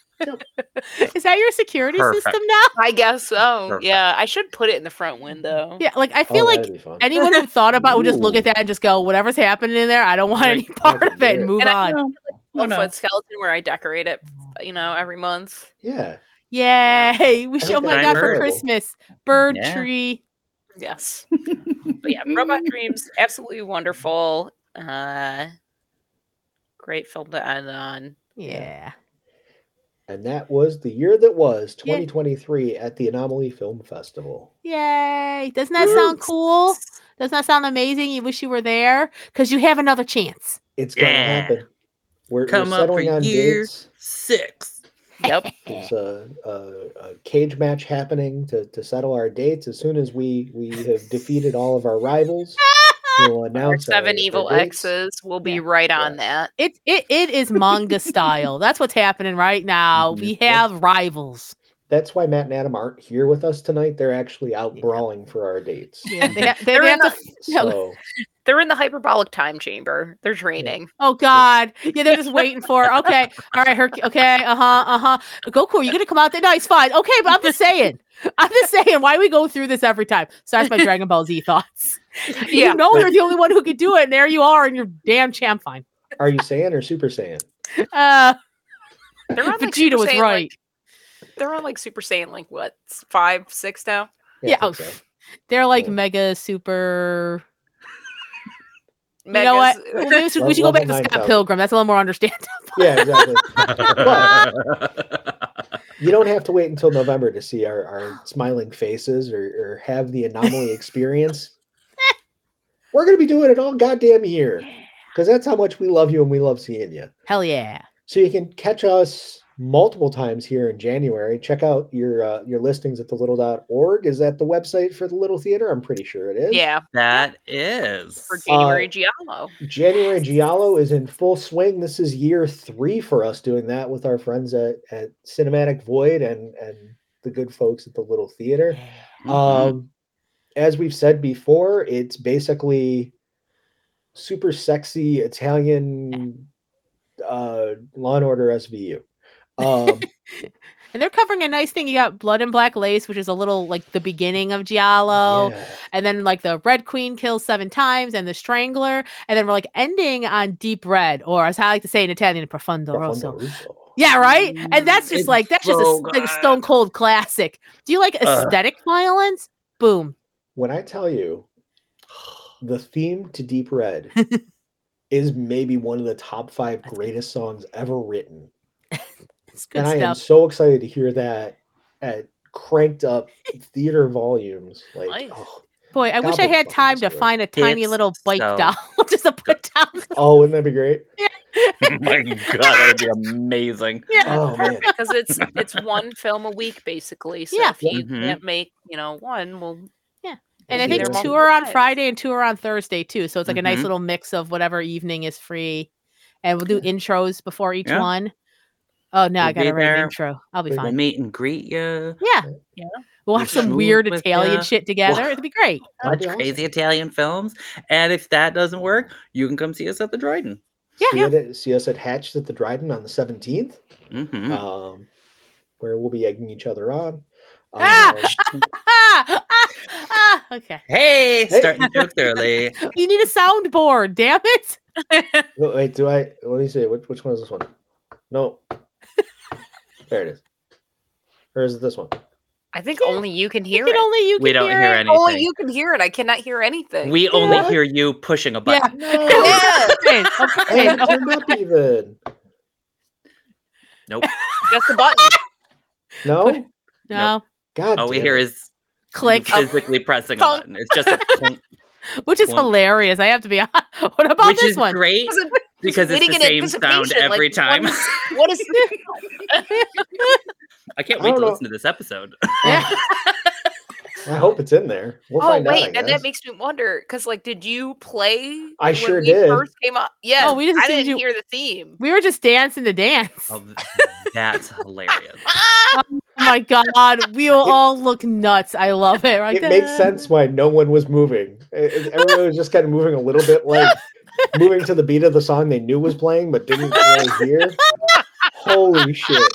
S2: Is that your security system
S4: Perfect.
S2: now?
S3: I guess so.
S4: Perfect.
S3: Yeah, I should put it in the front window.
S2: Yeah, like I feel
S1: oh,
S2: like
S1: that'd be fun.
S2: anyone who thought about it would just look
S1: Ooh.
S2: at that and just go, whatever's happening in there, I don't want
S4: Yeah,
S2: any part
S1: that'd
S2: of
S1: be
S2: it and
S1: it.
S2: move
S3: And I
S2: on.
S4: Oh,
S3: One
S4: no.
S3: foot skeleton where I decorate it, you know, every month.
S1: yeah,
S2: Yay! We
S1: I
S2: should,
S1: think
S2: oh my
S4: that'd
S2: god,
S4: be
S2: for
S1: adorable.
S2: Christmas, bird
S4: Yeah.
S2: tree.
S3: Yes. but yeah, Robot Dreams, absolutely wonderful. Uh great film to end on.
S2: Yeah.
S1: and that was the year that was
S2: Yeah.
S1: 2023 at the Anomaly Film Festival.
S2: Yay! Doesn't that sound
S3: Woo.
S2: cool? Doesn't that sound amazing? You wish you were there because you have another chance.
S1: It's gonna
S4: Yeah.
S1: happen. We're, we're
S4: Come up for
S1: settling on
S4: year
S1: dates.
S4: six.
S3: Yep.
S1: There's a, a, a cage match happening to, to settle our dates. As soon as we we have defeated all of our rivals, we'll
S3: Our
S1: announce
S3: seven
S1: our
S3: evil
S1: dates.
S3: exes will be
S2: Yeah.
S3: right on that.
S2: It it it is manga style. That's what's happening right now.
S4: Mhm.
S2: We have rivals.
S1: That's why Matt and Adam aren't here with us tonight. They're actually out brawling for our dates.
S2: Yeah, they, ha- they,
S3: They're
S2: they
S3: in
S2: have to. Yeah, like-
S1: So
S3: They're in the hyperbolic time chamber. They're training.
S2: Oh God! Yeah, they're just waiting for. Okay, all right, her. Okay, uh huh, uh huh. Goku, are you gonna come out there? No, it's fine. Okay, but I'm just saying. I'm just saying. Why we go through this every time? So that's my Dragon Ball Z thoughts.
S3: Yeah.
S2: You know you're the only one who could do it, and there you are, and you're damn champ fine.
S1: are you Saiyan or Super Saiyan?
S2: Uh,
S3: They're on, like,
S2: Vegeta
S3: Super
S2: was
S3: Saiyan, like-
S2: right.
S3: they're on like Super Saiyan like what s- five, six now?
S2: Yeah,
S1: I
S2: oh,
S1: think so.
S2: They're like
S1: Yeah.
S2: mega super.
S3: Megas.
S2: You know what? Well, maybe we should, we
S1: Level-
S2: should go back to
S1: level
S2: Scott
S1: 9,000.
S2: Pilgrim. That's a little more understandable.
S1: yeah, exactly.
S4: But-
S1: You don't have to wait until November to see our, our smiling faces or, or have the anomaly experience. We're going to be doing it all goddamn year because that's how much we love you and we love seeing you.
S2: Hell yeah!
S1: So you can catch us multiple times here in January. Check out your uh, your listings at thelittle.org. Is that the website for the Little Theater? I'm pretty sure it is.
S3: Yeah,
S4: that is.
S3: for January
S2: Uh,
S3: Giallo.
S1: January Giallo is in full swing. This is year three for us doing that with our friends at, at Cinematic Void and and the good folks at the Little Theater.
S4: Mhm.
S1: Um, as we've said before, it's basically super sexy Italian uh, Law and Order SVU. Um,
S2: And they're covering a nice thing. You got Blood and Black Lace, which is a little like the beginning of Giallo.
S1: Yeah.
S2: And then like the Red Queen kills seven times and the Strangler. And then we're like ending on Deep Red, or as I like to say in Italian, Profondo, Rosso.
S1: Profondo Rosso.
S2: Yeah, right? And that's just
S4: It's
S2: like, that's just a,
S4: so
S2: s- like a
S4: good.
S2: stone cold classic. Do you like
S4: Uh.
S2: aesthetic violence? Boom.
S1: When I tell you the theme to Deep Red is maybe one of the top five greatest songs ever written.
S2: It's good
S1: and I am
S2: stuff.
S1: so excited to hear that at cranked up theater volumes. Like
S3: Nice.
S1: oh,
S2: Boy, I wish I
S1: Goblin
S2: had
S1: Song
S2: time
S1: is
S2: to
S1: good.
S2: find a tiny
S4: It's
S2: little bike
S4: so
S2: doll just to put down.
S1: oh, wouldn't that be great?
S4: Oh my god, that would be amazing.
S2: Yeah.
S1: Oh man.
S3: because it's it's one film a week basically. So
S2: Yeah.
S3: if you
S4: Mhm.
S3: can't make you know one, well,
S2: And I
S1: Maybe
S2: think
S1: there
S2: two
S3: won't be
S2: are on
S3: five.
S2: Friday and two are on Thursday too. So it's like a nice
S4: Mhm.
S2: little mix of whatever evening is free. And we'll do intros before each
S4: Yeah.
S2: one. Oh no, I
S4: We'll
S2: got
S4: be
S2: to write an
S4: there.
S2: intro. I'll be
S1: We'll
S4: We'll
S2: fine.
S4: meet and greet you.
S2: Yeah.
S3: Yeah.
S2: We'll
S4: We'll
S2: watch some
S4: shoot
S2: weird
S4: with
S2: Italian
S4: ya.
S2: shit together.
S4: Well-
S2: It'd be great.
S1: That'd
S4: Watch
S1: be awesome.
S4: crazy Italian films. And if that doesn't work, you can come see us at the Dryden.
S2: Yeah.
S1: See, it at- see us at Hatched at the Dryden on the 17th,
S4: hmm
S1: um, where we'll be egging each other on.
S2: Ah!
S1: Um,
S2: Ah, ah, ah. Okay.
S4: Hey,
S1: Hey.
S4: starting jokes early.
S2: You need a soundboard. Damn it.
S1: Wait, wait, do I? Let me see. Which, which one is this one? No. There it is. Or is it this one?
S3: I think
S2: Yeah.
S3: only you can
S2: You
S3: hear
S2: can
S3: it.
S2: only you can
S4: We don't hear
S2: it.
S4: anything.
S3: Only you can hear it. I cannot hear anything.
S4: we only
S1: Yeah.
S4: hear you pushing a
S2: Yeah.
S4: button.
S1: No. Hey,
S2: Okay, okay,
S1: it turned up even.
S3: just the button.
S1: No.
S2: No.
S1: God.
S4: All Oh, we
S1: damn
S4: hear
S1: it.
S4: is you
S2: Click.
S4: physically pressing a
S3: Thunk.
S4: button. It's just a thunk,
S2: Which is
S4: Well-
S2: hilarious. I have to be honest. What about
S4: which
S2: this
S4: is
S2: one?
S4: great
S3: Because it-
S4: because it's
S3: waiting
S4: the
S3: in
S4: same sound
S3: anticipation,
S4: every
S3: like,
S4: time.
S3: What is, what is
S4: I can't
S1: I
S4: wait
S1: don't
S4: to
S1: know.
S4: listen to this episode.
S2: Yeah.
S1: I hope it's in there. We'll
S3: Oh
S1: find out.
S3: wait,
S1: I
S3: and
S1: guess.
S3: that makes me wonder because, like, did you play?
S1: I
S3: when
S1: sure
S3: we
S1: did.
S3: First came up, yeah.
S2: we didn't
S3: I
S2: see
S3: Oh, didn't
S2: you-
S3: hear the theme.
S2: We were just dancing to dance.
S4: Oh, that's hilarious.
S3: Ah!
S2: Oh my god, we will all look nuts. I love it. Like,
S1: it makes
S2: "Da-da-da."
S1: sense why no one was moving. It- it- Everyone was just kind of moving a little bit, like moving to the beat of the song they knew was playing but didn't really hear. Holy shit!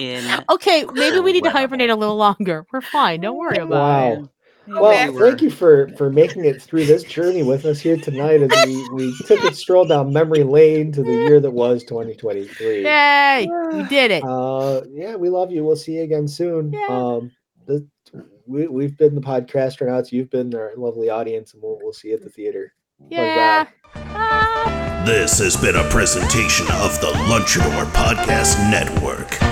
S4: In
S2: Okay, maybe we need to
S4: Incredible.
S2: hibernate a little longer. We're fine. Don't worry about it.
S1: Wow.
S3: Go
S1: Well,
S3: back.
S4: we
S1: thank
S4: were-
S1: you for for making it through this journey with us here tonight as we we took a stroll down memory lane to the year that was 2023.
S2: Yay, we did it.
S1: Uh, yeah, we love you. We'll see you again soon.
S2: Yeah.
S1: Um, the, we we've been the podcastronauts. You've been our lovely audience, and we'll we'll see you at the theater.
S2: Yeah. Ah.
S8: This has been a presentation of the Lunchador Podcast Network.